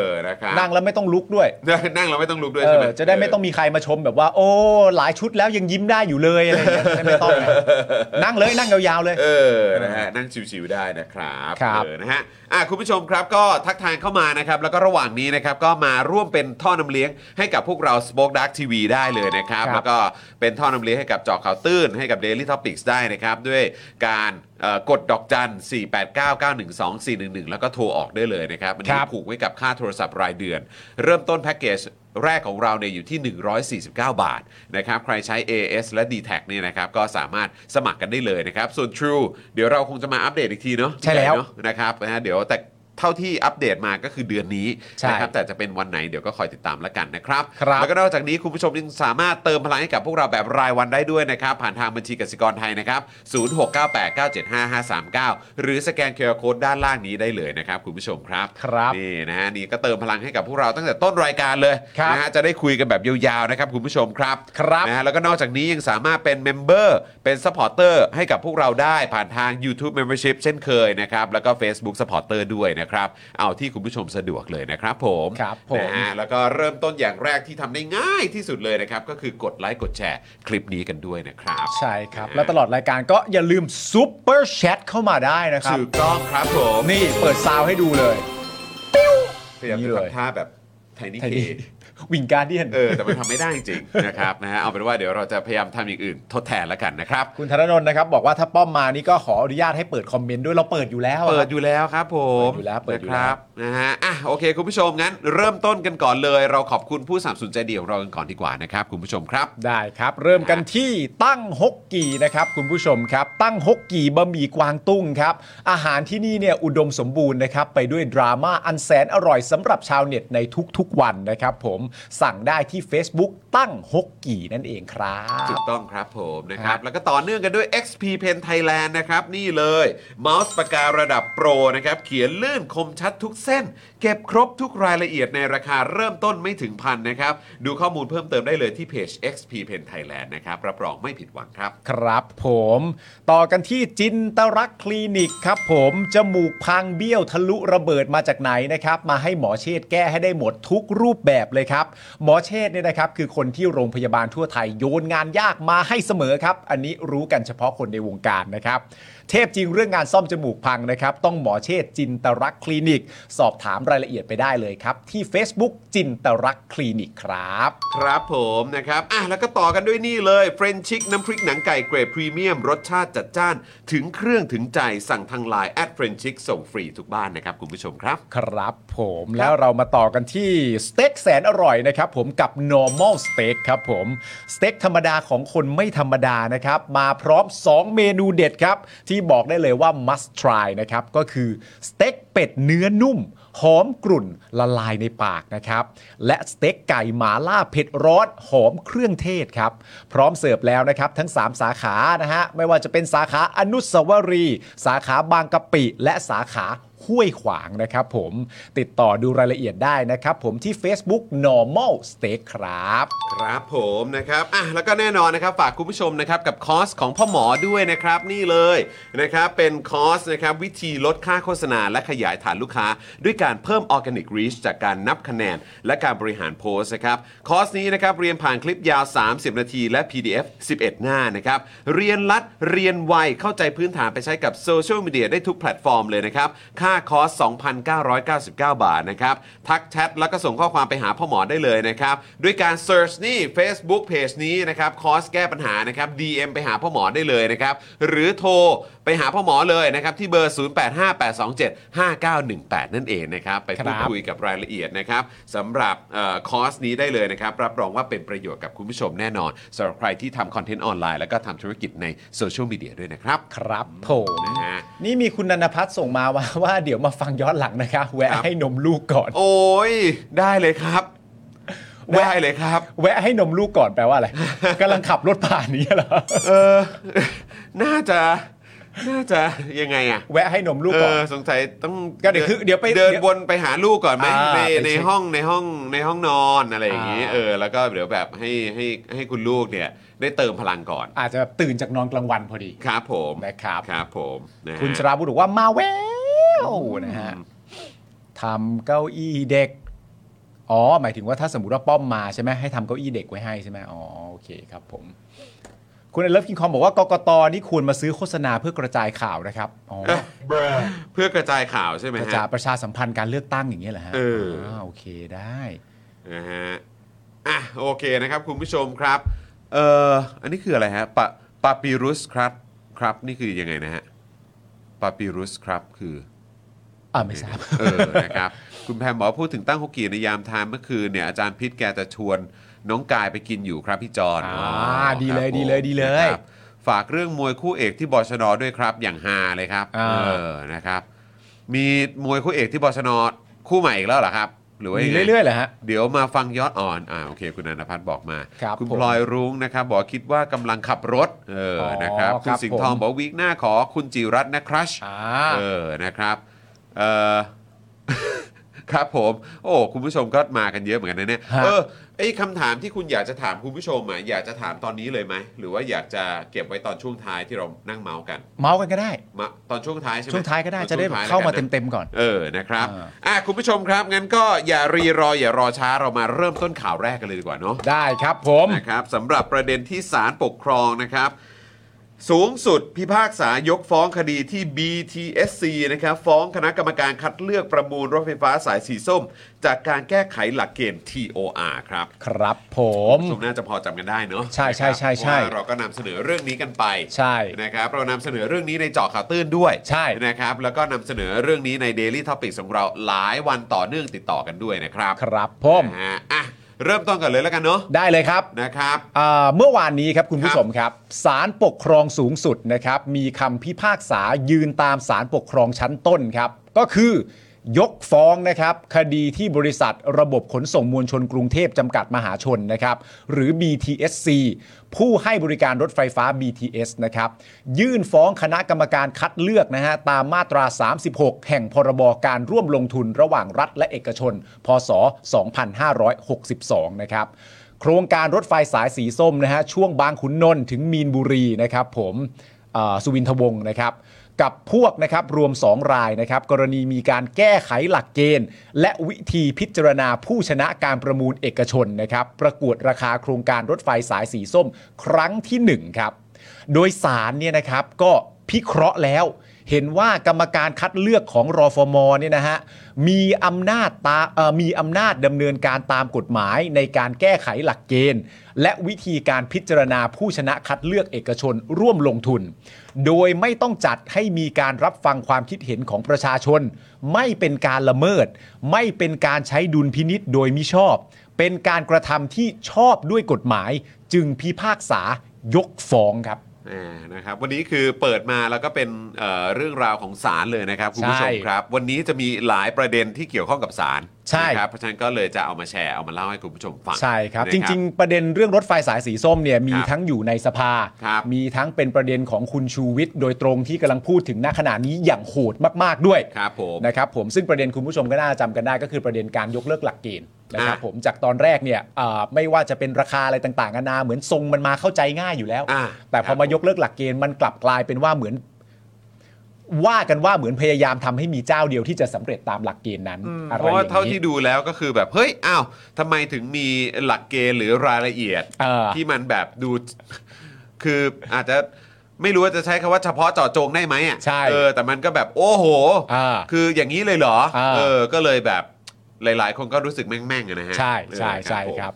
Speaker 1: อ
Speaker 3: อ
Speaker 1: นะครับ
Speaker 3: นั่งแล้วไม่ต้องลุกด้วย
Speaker 1: นั่งเราไม่ต้องลุกด้วย
Speaker 3: เอ
Speaker 1: ใช่ไหม
Speaker 3: อจะได้ไม่ต้องมีใครมาชมแบบว่า โอ้ หลายชุดแล้วยังยิ้มได้อยู่เลยอะไรอย่างเงี้ยจะได้ไม่ต้องไงนั่งเลยนั่งยาวๆเลย
Speaker 1: เออ นะฮะ นั่งชิวๆได้นะครับ ครับ
Speaker 3: ครับ
Speaker 1: เออนะฮะอ่ะคุณผู้ชมครับก็ทักทายเข้ามานะครับ แล้วก็ระหว่างนี้นะครับก็มาร่วมเป็นท่อน้ำเลี้ยงให้กับพวกเรา Spoke Dark TV ได้เลยนะครับ
Speaker 3: ครับ
Speaker 1: แล้วก็เป็นท่อน้ำเลี้ยงให้กับเจอข่าวตื้นให้กับ Daily Topics ได้นะครับ ด้วยการเอ่อกดดอกจัน 489912411 แล้วก็โทรออกได้เลยนะครับอัน
Speaker 3: ค
Speaker 1: นี้
Speaker 3: รับ
Speaker 1: ผูกไว้กับค่าโทรศัพท์รายเดือน เริ่มต้นแพ็กเกจ แรกของเราเนี่ยอยู่ที่ 149 บาทนะครับ ใครใช้ AS และ d t แทเนี่ยนะครับ ก็สามารถสมัครกันได้เลยนะครับ ส่วน True เดี๋ยวเราคงจะมาอัปเดตอีกทีเนาะ
Speaker 3: ใช่แล้ว
Speaker 1: เนอะนะครับนะฮะเดี๋ยวแต่เท่าที่อัปเดตมาก็คือเดือนนี้
Speaker 3: ใช่
Speaker 1: นะครับ แต่จะเป็นวันไหนเดี๋ยวก็คอยติดตามแล้วกันนะครับ
Speaker 3: ครับ
Speaker 1: แล้วก็นอกจากนี้คุณผู้ชมยังสามารถเติมพลังให้กับพวกเราแบบรายวันได้ด้วยนะครับ ผ่านทางบัญชีกสิกรไทยนะครับ 0698975539 หรือสแกนเคอร์โคดด้านล่างนี้ได้เลยนะครับคุณผู้ชมครับ
Speaker 3: ครับ
Speaker 1: นี่นะฮะนี่ก็เติมพลังให้กับพวกเราตั้งแต่ต้นรายการเลย
Speaker 3: ครับ
Speaker 1: นะฮะจะได้คุยกันแบบยาวๆนะครับคุณผู้ชมครับ
Speaker 3: ครับ
Speaker 1: นะฮะแล้วก็นอกจากนี้ยังสามารถเป็นเมมเบอร์เป็นซัพพอร์เตอร์ให้กับพวกเราได้ผ่านทาง YouTube Membership เช่นเคยนะครับแล้วก็ Facebook Supporter ด้วยนะครับเอาที่คุณผู้ชมสะดวกเลยนะครับผม
Speaker 3: ครับผม
Speaker 1: นะฮะแล้วก็เริ่มต้นอย่างแรกที่ทำได้ง่ายที่สุดเลยนะครับก็คือกดไลค์กดแชร์คลิปนี้กันด้วยนะครับ
Speaker 3: ใช่ครับ
Speaker 1: นะฮะ
Speaker 3: แล้วตลอดรายการก็อย่าลืมซูเปอร์แชทเข้ามาได้นะครับ
Speaker 1: ถูกต้องครับผม
Speaker 3: นี่เปิดซาวให้ดูเลย
Speaker 1: พยายามจะทำท่าแบบไทนี่เค
Speaker 3: วิงการเดียน
Speaker 1: เออแต่มันทำไม่ได้จริงๆ นะครับนะฮะเอาเป็นว่าเดี๋ยวเราจะพยายามทำอย่างอื่นทดแทนแล้วกันนะครับ
Speaker 3: คุณธนนท์นะครับ บอกว่าถ้าป้อมมานี่ก็ขออนุญาตให้เปิดคอมเมนต์ด้วยเราเปิดอยู่แล้วอะ
Speaker 1: เปิดอยู่แล้วครับผม
Speaker 3: เปิดอยู่แล้วเปิดอยู่
Speaker 1: นะค
Speaker 3: แล้ว
Speaker 1: รับนะฮะอ่ะโอเค คุณผู้ชมงั้นเริ่มต้นกันก่อนเลย เราขอบคุณผู้สนับสนุนใจเดียวเรากันก่อนดีกว่านะครับ คุณผู้ชมครับ
Speaker 3: ได้ครับ เริ่มกันที่ตั้งฮกกีนะครับคุณผู้ชมครับ ตั้งฮกกีบะหมี่กวางตุ้งครับ อาหารที่นี่เนี่ยอุดมสมบูรณ์นะครับ ไปด้วยดราม่าอันแสนอร่อยสำหรับชาวเน็ตในทุกๆวันนะครับผมสั่งได้ที่ Facebook ตั้งฮกกีนั่นเองครับ
Speaker 1: ถูกต้องครับผมนะครั
Speaker 3: ครับ บ
Speaker 1: แล้วก็ต่อเนื่องกันด้วย XP Pen Thailand นะครับ นี่เลยเมาส์ปากการะดับโปรนะครับ เขียนลื่นคมชัดทุกเส้น เก็บครบทุกรายละเอียดในราคาเริ่มต้นไม่ถึงพันนะครับ ดูข้อมูลเพิ่มเติมได้เลยที่เพจ XP Pen Thailand นะครับ รับรองไม่ผิดหวังครับ
Speaker 3: ครับผมต่อกันที่จินตรักษณ์คลินิกครับผมจมูกพังเบี้ยวทะลุระเบิดมาจากไหนนะครับ มาให้หมอเชษฐ์แก้ให้ได้หมดทุกรูปแบบเลยครับ หมอเชษฐ์เนี่ยนะครับ คือคนที่โรงพยาบาลทั่วไทยโยนงานยากมาให้เสมอครับ อันนี้รู้กันเฉพาะคนในวงการนะครับ เทพจริงเรื่องงานซ่อมจมูกพังนะครับ ต้องหมอเชษฐ์จินตรักษณ์คลินิก สอบถามรายละเอียดไปได้เลยครับ ที่ Facebook จินตรักษณ์คลินิกครับ
Speaker 1: ครับผมนะครับอ่ะแล้วก็ต่อกันด้วยนี่เลยเฟรนชิกน้ำพริกหนังไก่เกรดพรีเมียม รสชาติจัดจ้าน ถึงเครื่องถึงใจสั่งทางไลน์แอดเฟรนชิกส่งฟรีทุกบ้านนะครับ คุณผู้ชมครับ
Speaker 3: ครับผมแล้วเรามาต่อกันที่สเต็กแสนอร่อยนะครับผมกับ normal steak ครับผมสเต็กธรรมดาของคนไม่ธรรมดานะครับมาพร้อม 2 เมนูเด็ดครับ ที่บอกได้เลยว่า must try นะครับก็คือสเต็กเป็ดเนื้อนุ่ม หอมกรุ่นละลายในปากนะครับ และสเต็กไก่หมาล่าเผ็ดร้อนหอมเครื่องเทศครับ พร้อมเสิร์ฟแล้วนะครับ ทั้ง 3 สาขานะฮะไม่ว่าจะเป็นสาขาอนุสาวรีย์สาขาบางกะปิ และสาขา ห้วยขวางนะครับผมติดต่อดูรายละเอียดได้นะครับผมที่ Facebook normal steak ครับ
Speaker 1: ครับผมนะครับอ่ะแล้วก็แน่นอนนะครับฝากคุณผู้ชมนะครับกับคอร์สของพ่อหมอด้วยนะครับนี่เลยนะครับเป็นคอร์สนะครับวิธีลดค่าโฆษณาและขยายฐานลูกค้า ด้วยการเพิ่มออร์แกนิกรีชจากการนับคะแนน และการบริหารโพสต์นะครับคอร์สนี้นะครับเรียนผ่านคลิปยาว 30 นาทีและ PDF 11 หน้านะครับเรียนรัดเรียนไวเข้าใจพื้นฐานไปใช้กับโซเชียลมีเดียได้ทุกแพลตฟอร์มเลยนะครับค่าคอร์ส 2,999 บาทนะครับทักแชทแล้วก็ส่งข้อความไปหาพ่อหมอได้เลยนะครับด้วยการ Search นี่ Facebook Page นี้นะครับคอร์สแก้ปัญหานะครับ DM ไปหาพ่อหมอได้เลยนะครับ หรือโทรไปหาพ่อหมอเลยนะครับ ที่เบอร์ 0858275918 นั่นเองนะครับ ไปพูด
Speaker 3: ครับ
Speaker 1: คุยกับรายละเอียดนะครับสำหรับเออคอร์สนี้ได้เลยนะครับ รับรองว่าเป็นประโยชน์กับคุณผู้ชมแน่นอนสำหรับใครที่ทำคอนเทนต์ออนไลน์แล้วก็ทำธุรกิจในโซเชียลมีเดียด้วยนะครับ
Speaker 3: ครับผม
Speaker 1: นะฮะ
Speaker 3: นี่มีคุณนันพัฒน์ส่งมา ว่าว่าเดี๋ยวมาฟังย้อนหลังนะครับ แวะให้นมลูกก่อน
Speaker 1: โอ้ยได้เลยครับ ได้เลยครับ
Speaker 3: แวะให้นมลูกก่อนแปล ว่าอะไร กำลังขับรถผ่านนี้เหรอ
Speaker 1: เออ น่าจะ น่าจะยังไงอะ
Speaker 3: แวะให้นมลูก
Speaker 1: เอ
Speaker 3: ก่อน
Speaker 1: อสงสัยต้อง
Speaker 3: ก็เดี๋ยวคือเดี๋ยวไป
Speaker 1: เดิน
Speaker 3: เดี๋ยว
Speaker 1: วนไปหาลูกก่อนไหม
Speaker 3: อ่า
Speaker 1: ใน
Speaker 3: ไป
Speaker 1: ใน
Speaker 3: เช็ค
Speaker 1: ห้องในห้องในห้องนอนอะไรอย่างนี้
Speaker 3: อ่า
Speaker 1: เออ แล้วก็เดี๋ยวแบบให้ให้ให้คุณลูกเนี่ย ได้เติมพลังก่อน
Speaker 3: อาจจะตื่นจากนอนกลางวันพอดี
Speaker 1: ครับผม
Speaker 3: นะครับ
Speaker 1: ครับผมนะฮะ
Speaker 3: คุณชราบุตรบอกว่ามาแววนะฮะทำเก้าอี้เด็ก อ๋อ หมายถึงว่าถ้าสมมติว่าป้อมมาใช่ไหมให้ทำเก้าอี้เด็กไว้ให้ใช่ไหมอ๋อโอเคครับผม คุณเลิฟคิงคอมบอกว่ากกตนี่ควรมาซื้อโฆษณาเพื่อกระจายข่าวนะครับอ๋อ
Speaker 1: เอ้ยเพื่อกระจายข่าวใช่ไหม
Speaker 3: กระ
Speaker 1: ฮะ
Speaker 3: จายประชาสัมพันธ์การเลือกตั้งอย่างเงี้ยเหรอฮะ
Speaker 1: เอออ่
Speaker 3: าโอเคได้
Speaker 1: นะฮะอ่ะโอเคนะครับคุณผู้ชมครับเอ่ออันนี้คืออะไรฮะปะปาปิรุสครับครับนี่คือยังไงนะฮะปาปิรุสครับคือ
Speaker 3: อ่าไม่ทราบ
Speaker 1: เออ นะครับ คุณแพมบอกว่าพูดถึงตั้งฮกกี้ในยามทานเมื่อคืนเนี่ยอาจารย์พิษแกจะชวนน้องกายไปกินอยู่ครับพี่จอน
Speaker 3: อ่า
Speaker 1: ครับ
Speaker 3: ดีเลย
Speaker 1: ผม
Speaker 3: ดีเลยดีเลย
Speaker 1: นะครับฝากเรื่องมวยคู่เอกที่บชนด้วยครับ อย่างฮาเลยครับ
Speaker 3: อ่า
Speaker 1: เออ นะครับ มีมวยคู่เอกที่บชนคู่ใหม่อีกแล้วเหรอครับ หรือว่า
Speaker 3: มี
Speaker 1: ยังไง
Speaker 3: เรื่อยๆเหรอฮะ
Speaker 1: เดี๋ยวมาฟังย้อนอ่อน อ่าโอเค คุณอนันทพัฒน์บอกมา
Speaker 3: ครับ
Speaker 1: ณ
Speaker 3: ผม
Speaker 1: พลอยรุ้งนะครับ บอกว่าคิดว่ากำลังขับรถ เออ
Speaker 3: อ๋อ
Speaker 1: นะครับ คุ
Speaker 3: ครั
Speaker 1: ณ
Speaker 3: บ
Speaker 1: สิงห์ทอง
Speaker 3: ผม
Speaker 1: บอกว่าวีคหน้าขอคุณจิรัตน์นะครัช
Speaker 3: อ่า
Speaker 1: เออ นะครับ เออ ครับผม โอ้ คุณผู้ชมก็มากันเยอะเหมือนกันนะเนี่ย
Speaker 3: ฮะ
Speaker 1: เออ ไอ้คำถามที่คุณอยากจะถามคุณผู้ชมอ่ะ อยากจะถามตอนนี้เลยไหม หรือว่าอยากจะเก็บไว้ตอนช่วงท้ายที่เรานั่งเมาส์กัน
Speaker 3: เมาส์กันก็ได้
Speaker 1: มาตอนช่วงท้ายใช่ไหม
Speaker 3: ช่วงท้ายก็ได้
Speaker 1: ตอน
Speaker 3: จะได้
Speaker 1: ช่วง
Speaker 3: แบบ
Speaker 1: ท้ย
Speaker 3: เข้ามา
Speaker 1: แล้วกันนะ
Speaker 3: เต็มๆก่อน
Speaker 1: เออ นะครับ
Speaker 3: อ่า
Speaker 1: อ่ะคุณผู้ชมครับ งั้นก็อย่ารีรอ อย่ารอช้า เรามาเริ่มต้นข่าวแรกกันเลยดีกว่าเนาะ
Speaker 3: ได้ครับผม
Speaker 1: นะครับสำหรับประเด็นที่ศาลปกครองนะครับ สูงสุดพิพากษายกฟ้องคดีที่ BTSC นะครับฟ้องคณะกรรมการคัดเลือกประมูลรถไฟฟ้าสายสีส้ม จากการแก้ไขหลักเกณฑ์ TOR ครับ
Speaker 3: ครับผม
Speaker 1: คุณผู้ชมน่าจะพอจำกันได้เนอะ
Speaker 3: ใช่ใช่ใช่ใช่
Speaker 1: นะครับเพราะว่าเราก็นำเสนอเรื่องนี้กันไป
Speaker 3: ใช่
Speaker 1: นะครับเรานำเสนอเรื่องนี้ในเจาะข่าวตื้นด้วย
Speaker 3: ใช่
Speaker 1: นะครับแล้วก็นำเสนอเรื่องนี้ใน Daily t o p i c ของเราหลายวันต่อเนื่องติดต่อกันด้วยนะครับ
Speaker 3: ครับผม
Speaker 1: นะฮะอ่ะเริ่มต้นกันเลยแล้วกันเนาะ
Speaker 3: ได้เลยครับ
Speaker 1: นะครับ
Speaker 3: อ่าเมื่อวานนี้ครับคุณ
Speaker 1: ค
Speaker 3: ผู้
Speaker 1: รับ
Speaker 3: ชมครับศาลปกครองสูงสุดนะครับมีคำพิพากษายืนตามศาลปกครองชั้นต้นครับ ก็คือยกฟ้องนะครับคดีที่บริษัทระบบขนส่งมวลชนกรุงเทพจำกัดมหาชนนะครับหรือ BTSC ผู้ให้บริการรถไฟฟ้า BTS นะครับยื่นฟ้องคณะกรรมการคัดเลือกนะฮะตามมาตรา 36 แห่งพรบการร่วมลงทุนระหว่างรัฐและเอกชน พศ 2562 นะครับ โครงการรถไฟสายสีส้มนะฮะช่วงบางขุนนนท์ถึงมีนบุรีนะครับผมเอ่อสุวินทวงศ์นะครับ กับพวกนะครับรวม 2 รายนะครับ กรณีมีการแก้ไขหลักเกณฑ์ และวิธีพิจารณาผู้ชนะการประมูลเอกชนนะครับ ประกวดราคาโครงการรถไฟสายสีส้ม ครั้งทีหนึ่1 ครับ โดยสารเนี่ยนะครับก็พิเคราะห์แล้ว เห็นว่ากรรมการคัดเลือกของรอฟมเนี่ยนะฮะมีอำนาจตาเอ่อมีอำนาจดำเนินการตามกฎหมายในการแก้ไขหลักเกณฑ์ และวิธีการพิจารณาผู้ชนะคัดเลือกเอกชนร่วมลงทุน โดยไม่ต้องจัดให้มีการรับฟังความคิดเห็นของประชาชน ไม่เป็นการละเมิด ไม่เป็นการใช้ดุลพินิษโดยมิชอบ เป็นการกระทำที่ชอบด้วยกฎหมาย จึงพิพากษายกฟ้องครับ
Speaker 1: อ่านะครับวันนี้คือเปิดมาแล้วก็เป็นเอ่อเรื่องราวของศาลเลยนะครับคุณผู้ชม
Speaker 3: ใช่
Speaker 1: ครับ วันนี้จะมีหลายประเด็นที่เกี่ยวข้องกับศาล
Speaker 3: ใช่
Speaker 1: นะครับเพราะฉะนั้นก็เลยจะเอามาแชร์เอามาเล่าให้คุณผู้ชมฟัง
Speaker 3: ใช่ครับ
Speaker 1: นะ
Speaker 3: จริง ๆ ประเด็นเรื่องรถไฟสายสีส้มเนี่ยมี
Speaker 1: ครับ
Speaker 3: ทั้งอยู่ในสภา
Speaker 1: ครับ
Speaker 3: มีทั้งเป็นประเด็นของคุณชูวิทย์โดยตรงที่กำลังพูดถึงณขณะนี้อย่างโหดมาก ๆ ด้วย
Speaker 1: ครับผม
Speaker 3: นะครับผมซึ่งประเด็นคุณผู้ชมก็น่าจำกันได้ก็คือประเด็นการยกเลิกหลักเกณฑ์นะครับ
Speaker 1: อ่ะ
Speaker 3: ผมจากตอนแรกเนี่ยเอ่อไม่ว่าจะเป็นราคาอะไรต่างๆกันานาเหมือนทรงมันมาเข้าใจง่ายอยู่แล้ว
Speaker 1: อ่า
Speaker 3: แต่พอมายกเลิกหลักเกณฑ์มันกลับกลายเป็นว่าเหมือน ว่ากันว่าเหมือนพยายามทำให้มีเจ้าเดียวที่จะสำเร็จตามหลักเกณฑ์นั้นอะไร
Speaker 1: เพ
Speaker 3: อย่า
Speaker 1: ราะ
Speaker 3: ง
Speaker 1: ว่าเท่า
Speaker 3: นี้
Speaker 1: ที่ดูแล้วก็คือแบบเฮ้ยอ้าวทำไมถึงมีหลักเกณฑ์หรือรายละเอียด
Speaker 3: เออ
Speaker 1: ที่มันแบบดู คืออาจจะไม่รู้ว่าจะใช้คำว่าเฉพาะเจาะจงได้ไหมอ่ะ
Speaker 3: ใช่
Speaker 1: เออ แต่มันก็แบบโอ้โห
Speaker 3: อ่า
Speaker 1: คืออย่างนี้เลยเหรอ
Speaker 3: อ่า
Speaker 1: เออ ก็เลยแบบหลาย ๆ คนก็รู้สึกแม่งๆอะนะฮะ
Speaker 3: ใช่ใช่
Speaker 1: เออ
Speaker 3: ใช่
Speaker 1: ผม
Speaker 3: ครับ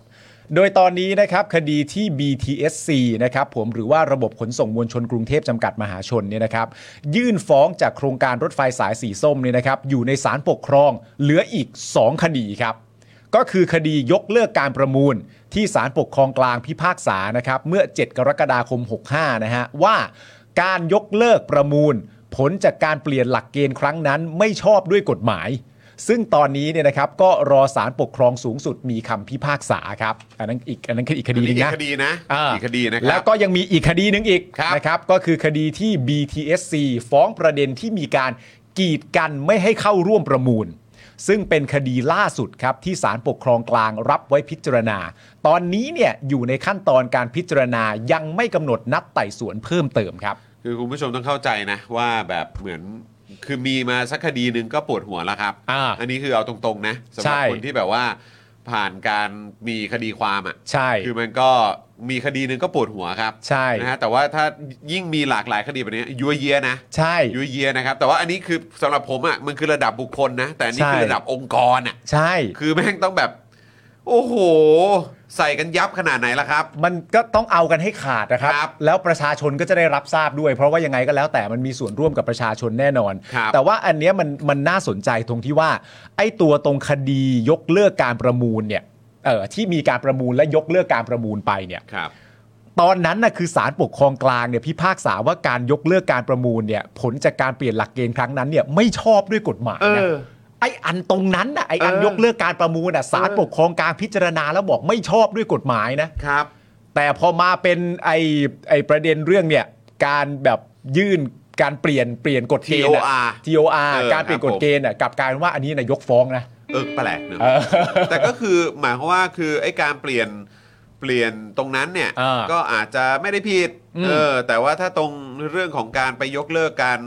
Speaker 3: โดยตอนนี้นะครับคดีที่ BTSC นะครับผมหรือว่าระบบขนส่งมวลชนกรุงเทพจำกัดมหาชนเนี่ยนะครับยื่นฟ้องจากโครงการรถไฟสายสีส้มเนี่ยนะครับอยู่ในศาลปกครองเหลืออีก 2 คดีครับ ก็คือคดียกเลิกการประมูล ที่ศาลปกครองกลางพิพากษานะครับเมื่อ 7 กรกฎาคม 65 นะฮะว่าการยกเลิกประมูล ผลจากการเปลี่ยนหลักเกณฑ์ครั้งนั้นไม่ชอบด้วยกฎหมาย ซึ่งตอนนี้เนี่ยนะครับก็รอศาลปกครองสูงสุดมีคำพิพากษาครับ อันนั้นอีกอันนั้นคืออีกคดีหนึง
Speaker 1: อีก
Speaker 3: นะ
Speaker 1: คดีนะ
Speaker 3: อ่า
Speaker 1: อีกคดีนะครับ
Speaker 3: แล้วก็ยังมีอีกคดีหนึ่งอีก
Speaker 1: ครับ
Speaker 3: นะครับก็คือคดีที่ BTSC ฟ้องประเด็นที่มีการกีดกันไม่ให้เข้าร่วมประมูล ซึ่งเป็นคดีล่าสุดครับที่ศาลปกครองกลางรับไว้พิจารณา ตอนนี้เนี่ยอยู่ในขั้นตอนการพิจารณายังไม่กำหนดนัดไต่สวนเพิ่มเติมครับ
Speaker 1: คือคุณผู้ชมต้องเข้าใจนะ ว่าแบบเหมือนคือมีมาสักคดีหนึ่งก็ปวดหัวแล้วครับ
Speaker 3: อ่าน
Speaker 1: นี้คือเอาตรงๆนะสำห
Speaker 3: ใช่
Speaker 1: รับคนที่แบบว่า ผ่านการมีคดีความอ่ะ
Speaker 3: ใช่
Speaker 1: คือมันก็มีคดีหนึ่งก็ปวดหัวครับ
Speaker 3: ใช่
Speaker 1: นะฮะแต่ว่าถ้ายิ่งมีหลากหลายคดีแบบนี้ยัวเยียนะ
Speaker 3: ใช่
Speaker 1: ยัวเยียนะครับ แต่ว่าอันนี้คือสำหรับผมอ่ะมันคือระดับบุคคลนะ แต่อันนี่
Speaker 3: ใช่
Speaker 1: คือระดับองค์กรอ่ะ
Speaker 3: ใช่
Speaker 1: คือแม่งต้องแบบ โอ้โห ใส่กันยับขนาดไหนล่ะครับ
Speaker 3: มันก็ต้องเอากันให้ขาดนะครับ
Speaker 1: ครับ
Speaker 3: แล้วประชาชนก็จะได้รับทราบด้วย เพราะว่ายังไงก็แล้วแต่มันมีส่วนร่วมกับประชาชนแน่นอน
Speaker 1: ครับ
Speaker 3: แต่ว่าอันเนี้ยมันมันน่าสนใจตรงที่ว่า ไอ้ตัวตรงคดียกเลิกการประมูลเนี่ยเออที่มีการประมูลและยกเลิกการประมูลไปเนี่ย
Speaker 1: ครับ
Speaker 3: ตอนนั้นน่ะคือศาลปกครองกลางเนี่ยพิพากษาว่าการยกเลิกการประมูลเนี่ยผลจากการเปลี่ยนหลักเกณฑ์ครั้งนั้นเนี่ยไม่ชอบด้วยกฎหมายนะ
Speaker 1: เออ
Speaker 3: ไอ้อันตรงนั้นน่ะไอ้อัน
Speaker 1: เออ
Speaker 3: ยกเลิกการประมูลน่ะศาลปกครองกลางพิจารณาแล้วบอกไม่ชอบด้วยกฎหมายนะ
Speaker 1: ครับ
Speaker 3: แต่พอมาเป็นไอไอประเด็นเรื่องเนี่ยการแบบยื่นการเปลี่ยนเปลี่ยนกฎเกณฑ์อะ
Speaker 1: TOR
Speaker 3: TOR
Speaker 1: เออ
Speaker 3: การเปลี่ยน
Speaker 1: ครับ
Speaker 3: กฎเกณฑ์อะกลับกลารว่าอันนี้นายกฟ้องนะ
Speaker 1: เออแปลกเนอะ
Speaker 3: เออ
Speaker 1: แต่ก็คือหมายความว่าคือไอ้การเปลี่ยนเปลี่ยนตรงนั้นเนี่ย
Speaker 3: เออ
Speaker 1: ก็อาจจะไม่ได้ผิด
Speaker 3: อืม
Speaker 1: เออแต่ว่าถ้าตรงเรื่องของการไปยกเลิกการ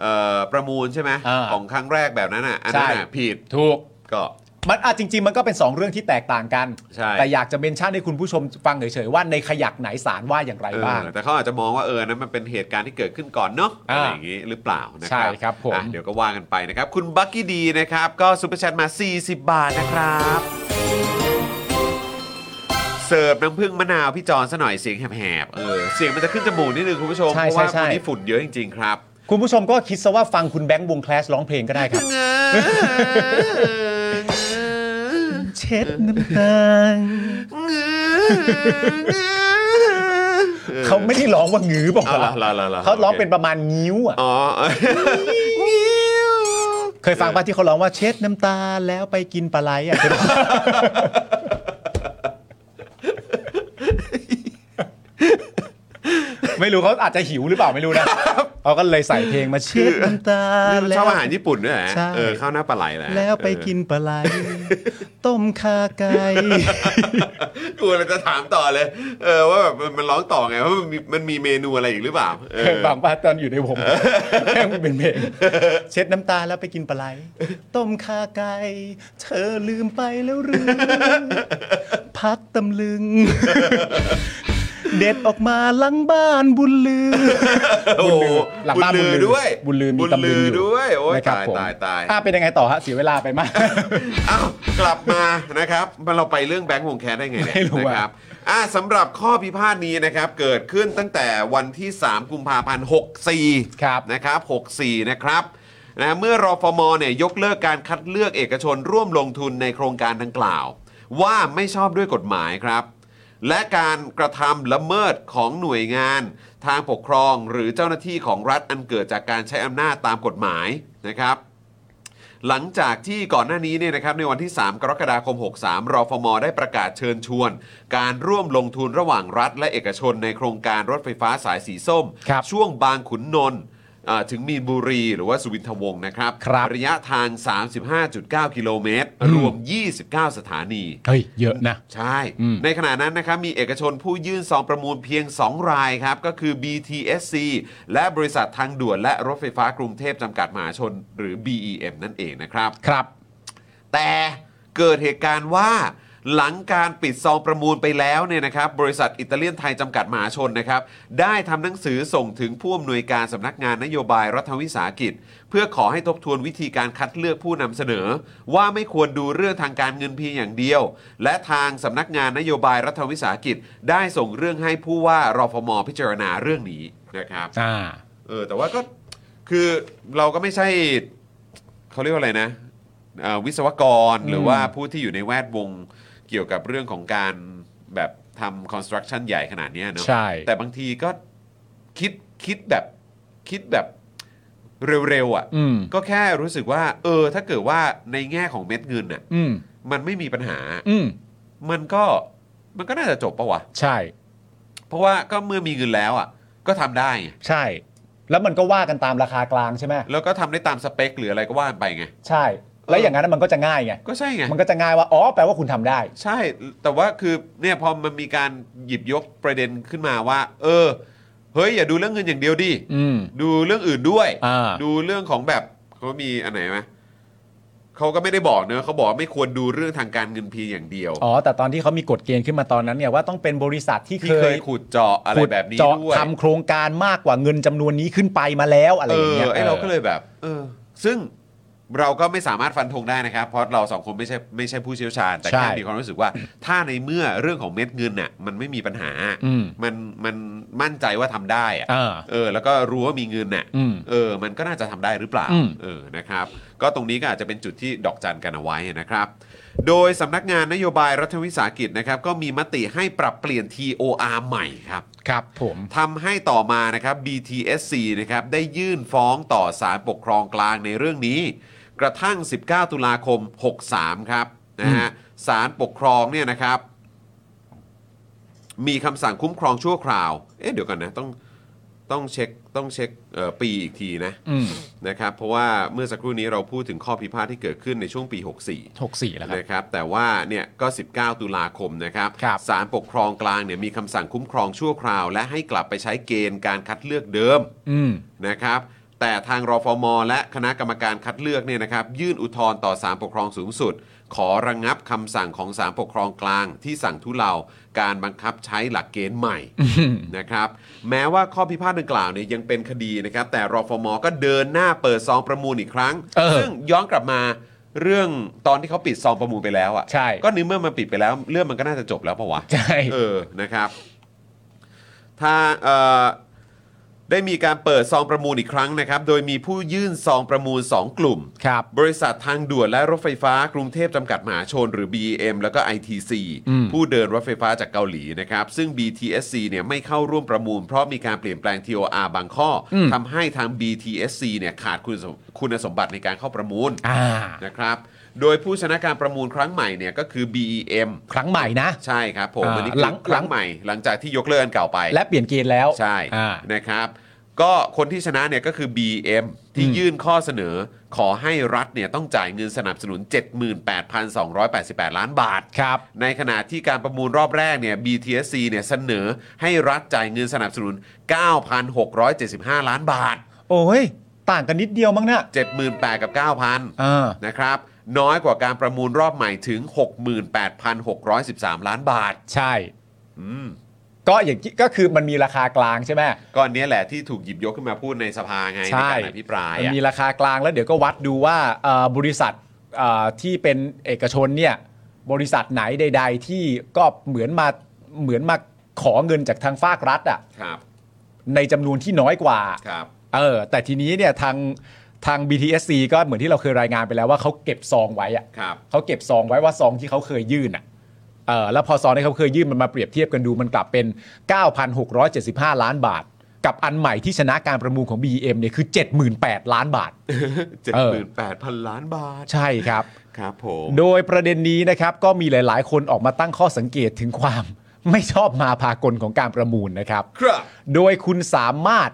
Speaker 1: เอ่อประมูลใช่ไหม
Speaker 3: เออ
Speaker 1: ของครั้งแรกแบบนั้นอ่ะอันนั้นอ่ะ
Speaker 3: ใช่
Speaker 1: ผิด
Speaker 3: ถูก
Speaker 1: ก็
Speaker 3: มันอาจริง ๆ มันก็เป็น 2 เรื่องที่แตกต่างกัน
Speaker 1: ใช่
Speaker 3: แต่อยากจะเมนชั่นให้คุณผู้ชมฟังเฉยๆว่าในขยักไหนสารว่าอย่างไร
Speaker 1: เออ
Speaker 3: บ้าง
Speaker 1: แต่เขาอาจจะมองว่าเออนั้นมันเป็นเหตุการณ์ที่เกิดขึ้นก่อนเนาะ
Speaker 3: อ่า
Speaker 1: อะไรอย่างนี้หรือเปล่านะครั
Speaker 3: ใช่ครับผม
Speaker 1: อ่ะเดี๋ยวก็ว่ากันไปนะครับ คุณบักกี้ดีนะครับ ก็ซุปเปอร์แชทมา 40 บาทนะครับ เสิร์ฟน้ำผึ้งมะนาวพี่จอนซะหน่อยเสียงแหบๆเออเสียงมันจะขึ้นจมูกนิดนึงคุณผู้ชม
Speaker 3: ใช่
Speaker 1: เพราะว่า
Speaker 3: ใช่ใช่
Speaker 1: วันนี้ฝุ่นเยอะจริง ๆ ครับ
Speaker 3: คุณผู้ชมก็คิดซะว่าฟังคุณแบงค์วงแคลสร้องเพลงก็ได้ครับ เช็ดน้ำตาเขาไม่ได้ร้องว่า งื้อบอก
Speaker 1: เอาละละละละ
Speaker 3: เขาร้องเป็นประมาณงิ้วอ่ะ
Speaker 1: อ๋อ
Speaker 3: เคยฟังป่ะที่เขาร้องว่าเช็ดน้ำตาแล้วไปกินปลาไหลอ่ะ ไม่รู้เขาอาจจะหิวหรือเปล่าไม่รู้นะเขาก็เลยใส่เพลงมาเช็ด น้ำตา
Speaker 1: นี่มันชอบอาหารญี่ปุ่นด้วยเหรอฮะ
Speaker 3: ใช่
Speaker 1: เออข้าวหน้าปลาไหลแหละ
Speaker 3: แล้วไปกินปลาไหล ต้มขาไก่
Speaker 1: กูเลยจะถามต่อเลย เออว่าแบบมันมันร้องต่อไงว่ามันมีมันมีเมนูอะไรอีกหรือเปล่าเออ
Speaker 3: บางป้าตอนอยู่ในวงแม่งเป็นเพลงเช็ดน้ำตาแล้วไปกินปลาไหล ต้มขาไก่เธอลืมไปแล้วหรือพัดตำลึง เด็ดออกมาหลังบ้านบุญลือ
Speaker 1: โอ้โห
Speaker 3: หลังบ้าน
Speaker 1: บุ
Speaker 3: บุ
Speaker 1: ญ
Speaker 3: ญ
Speaker 1: ลื
Speaker 3: ลื
Speaker 1: อ
Speaker 3: อ
Speaker 1: ด้วย
Speaker 3: บุญลือมีตำลึ
Speaker 1: บุญลื
Speaker 3: งอ
Speaker 1: อยู่ ด้วยโอ้ย
Speaker 3: นะครับ
Speaker 1: ตาย
Speaker 3: ผม
Speaker 1: ตายตาย
Speaker 3: อ่ะเป็นยังไงต่อฮะเสียเวลาไปมาก
Speaker 1: อ้าวกลับมานะครับมันเราไปเรื่องแบงค์วงแคสได้ไงเนี่ย
Speaker 3: ไม่รู้อะ
Speaker 1: นะครับอ่ะสำหรับข้อพิพาทนี้นะครับ เกิดขึ้นตั้งแต่วันที่ 3 กุมภาพันธ์ 64
Speaker 3: ครับ
Speaker 1: นะครับ 64 นะครับนะเมื่อรอฟมเนี่ยยกเลิกการคัดเลือกเอกชนร่วมลงทุนในโครงการดังกล่าว ว่าไม่ชอบด้วยกฎหมายครับ และการกระทำละเมิดของหน่วยงาน ทางปกครองหรือเจ้าหน้าที่ของรัฐอันเกิดจากการใช้อำนาจตามกฎหมายนะครับ หลังจากที่ก่อนหน้านี้เนี่ยนะครับในวันที่ 3 กรกฎาคม 63 รฟม ได้ประกาศเชิญชวน การร่วมลงทุนระหว่างรัฐและเอกชนในโครงการรถไฟฟ้าสายสีส้ม
Speaker 3: ครับ
Speaker 1: ช่วงบางขุนนนท์อ่าถึงมีนบุรีหรือว่าสุวินทวงศ์นะครับ
Speaker 3: ครับ
Speaker 1: ยะทาง 35.9 กิโลเมตร รวม 29 สถานี
Speaker 3: เฮ้ยเยอะนะ
Speaker 1: ใช่ ในขณะนั้นนะครับมีเอกชนผู้ยื่นซองประมูลเพียง 2 รายครับ ก็คือ BTSC และบริษัททางด่วนและรถไฟฟ้ากรุงเทพจำกัดมหาชน หรือ BEM นั่นเองนะครับ
Speaker 3: ครับ
Speaker 1: แต่เกิดเหตุการณ์ว่าหลังการปิดซองประมูลไปแล้วเนี่ยนะครับบริษัทอิตาเลียนไทยจำกัดมหาชนนะครับได้ทำหนังสือส่งถึงผู้อำนวยการสำนักงานนโยบายรัฐวิสาหกิจ เพื่อขอให้ทบทวนวิธีการคัดเลือกผู้นำเสนอ ว่าไม่ควรดูเรื่องทางการเงินเพียงอย่างเดียว และทางสำนักงานนโยบายรัฐวิสาหกิจ ได้ส่งเรื่องให้ผู้ว่ารฟม พิจารณาเรื่องนี้นะครับ
Speaker 3: อ่า
Speaker 1: เออแต่ว่าก็คือเราก็ไม่ใช่เขาเรียกว่าอะไรนะเอ่อวิศวกรหรือว่าผู้ที่อยู่ในแวดวงเกี่ยวกับเรื่องของการแบบทำคอนสตรักชั่นใหญ่ขนาดเนี้ยเนอะ
Speaker 3: ใช่
Speaker 1: แต่บางทีก็คิดคิดแบบคิดแบบเร็วๆอ่ะ
Speaker 3: อืม
Speaker 1: ก็แค่รู้สึกว่า เออ ถ้าเกิดว่าในแง่ของเม็ดเงินอ่ะ
Speaker 3: อืม
Speaker 1: มันไม่มีปัญหา
Speaker 3: อืม
Speaker 1: มันก็มันก็น่าจะจบปะวะ
Speaker 3: ใช่
Speaker 1: เพราะว่าก็เมื่อมีเงินแล้วอ่ะ ก็ทำได้ไง
Speaker 3: ใช่ แล้วมันก็ว่ากันตามราคากลางใช่ไหม
Speaker 1: แล้วก็ทำได้ตามสเปคหรืออะไรก็ว่าไปไง
Speaker 3: ใช่ แล้วอย่างนั้นมันก็จะง่ายไง
Speaker 1: ก็ใช่ไง
Speaker 3: มันก็จะง่ายว่า อ๋อ แปลว่าคุณทำได้
Speaker 1: ใช่แต่ว่าคือเนี่ยพอมันมีการหยิบยกประเด็นขึ้นมาว่า เออ เฮ้ย อย่าดูเรื่องเงินอย่างเดียวดิ
Speaker 3: อืม
Speaker 1: ดูเรื่องอื่นด้วย
Speaker 3: อ่า
Speaker 1: ดูเรื่องของแบบเขามีอันไหนไหม เขาก็ไม่ได้บอกเนอะเขาบอกว่าไม่ควรดูเรื่องทางการเงินเพียงอย่างเดียว
Speaker 3: อ๋อ แต่ตอนที่เขามีกฎเกณฑ์ขึ้นมาตอนนั้นเนี่ยว่าต้องเป็นบริษัทที่
Speaker 1: ที่เคยขุดเจาะอะไร
Speaker 3: ขุด
Speaker 1: แบบนี้
Speaker 3: เจาะ
Speaker 1: ด้วย
Speaker 3: ทำโครงการมากกว่าเงินจำนวนนี้ขึ้นไปมาแล้วอะไร
Speaker 1: เอ
Speaker 3: อย่าง
Speaker 1: อ
Speaker 3: เงี้ย
Speaker 1: ไอเราก็เลยแบบ เออ ซึ่งเราก็ไม่สามารถฟันธงได้นะครับ เพราะเราสองคนไม่ใช่ไม่ใช่ผู้เชี่ยวชาญ แต่แค่มีความรู้สึกว่า ถ้าในเมื่อเรื่องของเม็ดเงินน่ะมันไม่มีปัญหา
Speaker 3: อืม
Speaker 1: มันมันมั่นใจว่าทำได้อะ
Speaker 3: อ่า
Speaker 1: เออ แล้วก็รู้ว่ามีเงินน่ะ
Speaker 3: อืม
Speaker 1: เออ มันก็น่าจะทำได้หรือเปล่า
Speaker 3: อืม
Speaker 1: เออ นะครับ ก็ตรงนี้ก็อาจจะเป็นจุดที่ดอกจันกันเอาไว้นะครับ โดยสำนักงานนโยบายรัฐวิสาหกิจนะครับ ก็มีมติให้ปรับเปลี่ยน TOR ใหม่ครับ
Speaker 3: ครับผม
Speaker 1: ทำให้ต่อมานะครับ BTSC นะครับได้ยื่นฟ้องต่อศาลปกครองกลางในเรื่องนี้ กระทั่ง 19 ตุลาคม 63 ครับนะฮะศาลปกครองเนี่ยนะครับ มีคำสั่งคุ้มครองชั่วคราว เอ๊ะเดี๋ยวก่อนนะต้องต้องเช็คต้องเช็คเอ่อปีอีกทีนะ
Speaker 3: อืม
Speaker 1: นะครับเพราะว่าเมื่อสักครู่นี้เราพูดถึงข้อพิพาทที่เกิดขึ้นในช่วงปี 64
Speaker 3: หกสี่แล้วครับ
Speaker 1: นะครับแต่ว่าเนี่ยก็ 19 ตุลาคมนะครับ
Speaker 3: ครับ
Speaker 1: ศาลปกครองกลางเนี่ยมีคำสั่งคุ้มครองชั่วคราว และให้กลับไปใช้เกณฑ์การคัดเลือกเดิม
Speaker 3: อืม
Speaker 1: นะครับ แต่ทางรฟม และคณะกรรมการคัดเลือกเนี่ยนะครับ ยื่นอุทธรณ์ต่อศาลปกครองสูงสุด ขอระงงับคำสั่งของศาลปกครองกลาง ที่สั่งทุเลาการบังคับใช้หลักเกณฑ์ ใหม่ นะครับแม้ว่าข้อพิพาทดังกล่าวเนี่ยยังเป็นคดีนะครับ แต่รฟม ก็เดินหน้าเปิดซองประมูลอีกครั้ง
Speaker 3: เออ
Speaker 1: ซึ่งย้อนกลับมาเรื่องตอนที่เขาปิดซองประมูลไปแล้ว
Speaker 3: ใช่
Speaker 1: อะ่ะก็ในึกเมื่อมันปิดไปแล้ว เรื่องมันก็น่าจะจบแล้วปะวะ
Speaker 3: ใช่
Speaker 1: เออ นะครับ ถ้าเอ่อได้มีการเปิดซองประมูลอีกครั้งนะครับ โดยมีผู้ยื่นซองประมูล 2 กลุ่ม
Speaker 3: ครับ
Speaker 1: บริษัททางด่วนและรถไฟฟ้ากรุงเทพจำกัดมหาชนหรือ BEM แล้วก็ ITC
Speaker 3: อืม
Speaker 1: ผู้เดินรถไฟฟ้าจากเกาหลีนะครับ ซึ่ง BTSC เนี่ยไม่เข้าร่วมประมูล เพราะมีการเปลี่ยนแปลง TOR บางข้ออทำให้ทาง BTSC เนี่ยขาดคุณสมคุณสมบัติในการเข้าประมูล
Speaker 3: อ่า
Speaker 1: นะครับ โดยผู้ชนะการประมูลครั้งใหม่เนี่ยก็คือ BEM
Speaker 3: ครั้งใหม่นะ
Speaker 1: ใช่ครับผม
Speaker 3: อ่า
Speaker 1: อันนี้คือ
Speaker 3: หลัง
Speaker 1: ครั้
Speaker 3: หลั
Speaker 1: ง
Speaker 3: ง
Speaker 1: ใหม่หลังจากที่ยกเลิกอันเก่าไป
Speaker 3: และเปลี่ยนเกณฑ์แล้ว
Speaker 1: ใช่
Speaker 3: อ่า
Speaker 1: นะครับ ก็คนที่ชนะเนี่ยก็คือ BM ที่
Speaker 3: อืม
Speaker 1: ยื่นข้อเสนอขอให้รัฐเนี่ยต้องจ่ายเงินสนับสนุน 78,288 ล้านบาท
Speaker 3: ครับ
Speaker 1: ในขณะที่การประมูลรอบแรกเนี่ย BTSC เนี่ยเสนอให้รัฐจ่ายเงินสนับสนุน 9,675 ล้านบาท
Speaker 3: โอ้ย ต่างกันนิดเดียวมั้งเนี่ย
Speaker 1: 78,000 กับ 9,000
Speaker 3: อ่า
Speaker 1: นะครับ น้อยกว่าการประมูลรอบใหม่ถึง 68,613 ล้านบาท
Speaker 3: ใช่ ก็อย่างที่ก็คือมันมีราคากลางใช่ไหม
Speaker 1: ก้อนเนี้ยแหละที่ถูกหยิบยกขึ้นมาพูดในสภาไงใน
Speaker 3: ใช่
Speaker 1: การอภิปราย
Speaker 3: มัน
Speaker 1: อะ
Speaker 3: มีราคากลางแล้วเดี๋ยวก็วัดดูว่าเอ่อบริษัทเอ่อที่เป็นเอกชนเนี่ย บริษัทไหนใด ๆ ที่ก็เหมือนมาเหมือนมาขอเงินจากทางภาครัฐอ่ะ
Speaker 1: ครับ
Speaker 3: ในจำนวนที่น้อยกว่า
Speaker 1: ครับ
Speaker 3: เออ แต่ทีนี้เนี่ยทางทาง BTSC ก็เหมือนที่เราเคยรายงานไปแล้วว่าเขาเก็บซองไว้อะ
Speaker 1: ครับ
Speaker 3: เขาเก็บซองไว้ว่าซองที่เขาเคยยื่นอ่ะเออแล้วพอซองที่เขาเคยยื่นมันมาเปรียบเทียบกันดูมันกลับเป็น 9,675 ล้านบาท กับอันใหม่ที่ชนะการประมูลของ BEM เนี่ยคือ 78,000 ล้านบาท
Speaker 1: 7
Speaker 3: เออ
Speaker 1: 8 0 0 ล้านบาท
Speaker 3: ใช่ครับ
Speaker 1: ครับผม
Speaker 3: โดยประเด็นนี้นะครับก็มีหลาย ๆ คนออกมาตั้งข้อสังเกตถึงความ ไม่ชอบมาพากลของการประมูลนะครับ
Speaker 1: ครับ
Speaker 3: โดยคุณสามารถ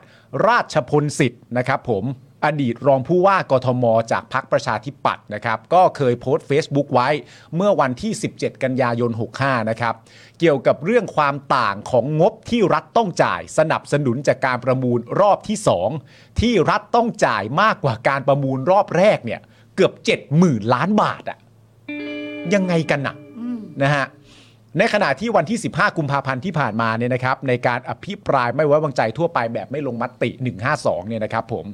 Speaker 3: ราชพลสิทธิ์นะครับผมอดีตรองผู้ว่ากทม จากพักประชาธิปัตย์นะครับก็เคยโพสต์ Facebook ไว้เมื่อวันที่ 17 กันยายน 65 นะครับ เกี่ยวกับเรื่องความต่างของงบที่รัฐต้องจ่าย สนับสนุนจากการประมูลรอบที่ 2 ที่รัฐต้องจ่ายมากกว่าการประมูลรอบแรกเนี่ยเกือบ 70,000 ล้านบาทอะยังไงกันน่ะนะฮะ ในขณะที่วันที่ 15 กุมภาพันธ์ที่ผ่านมาเนี่ยนะครับในการอภิปรายไม่ไว้วางใจทั่วไปแบบไม่ลงมติ 152 เนี่ยนะครับผม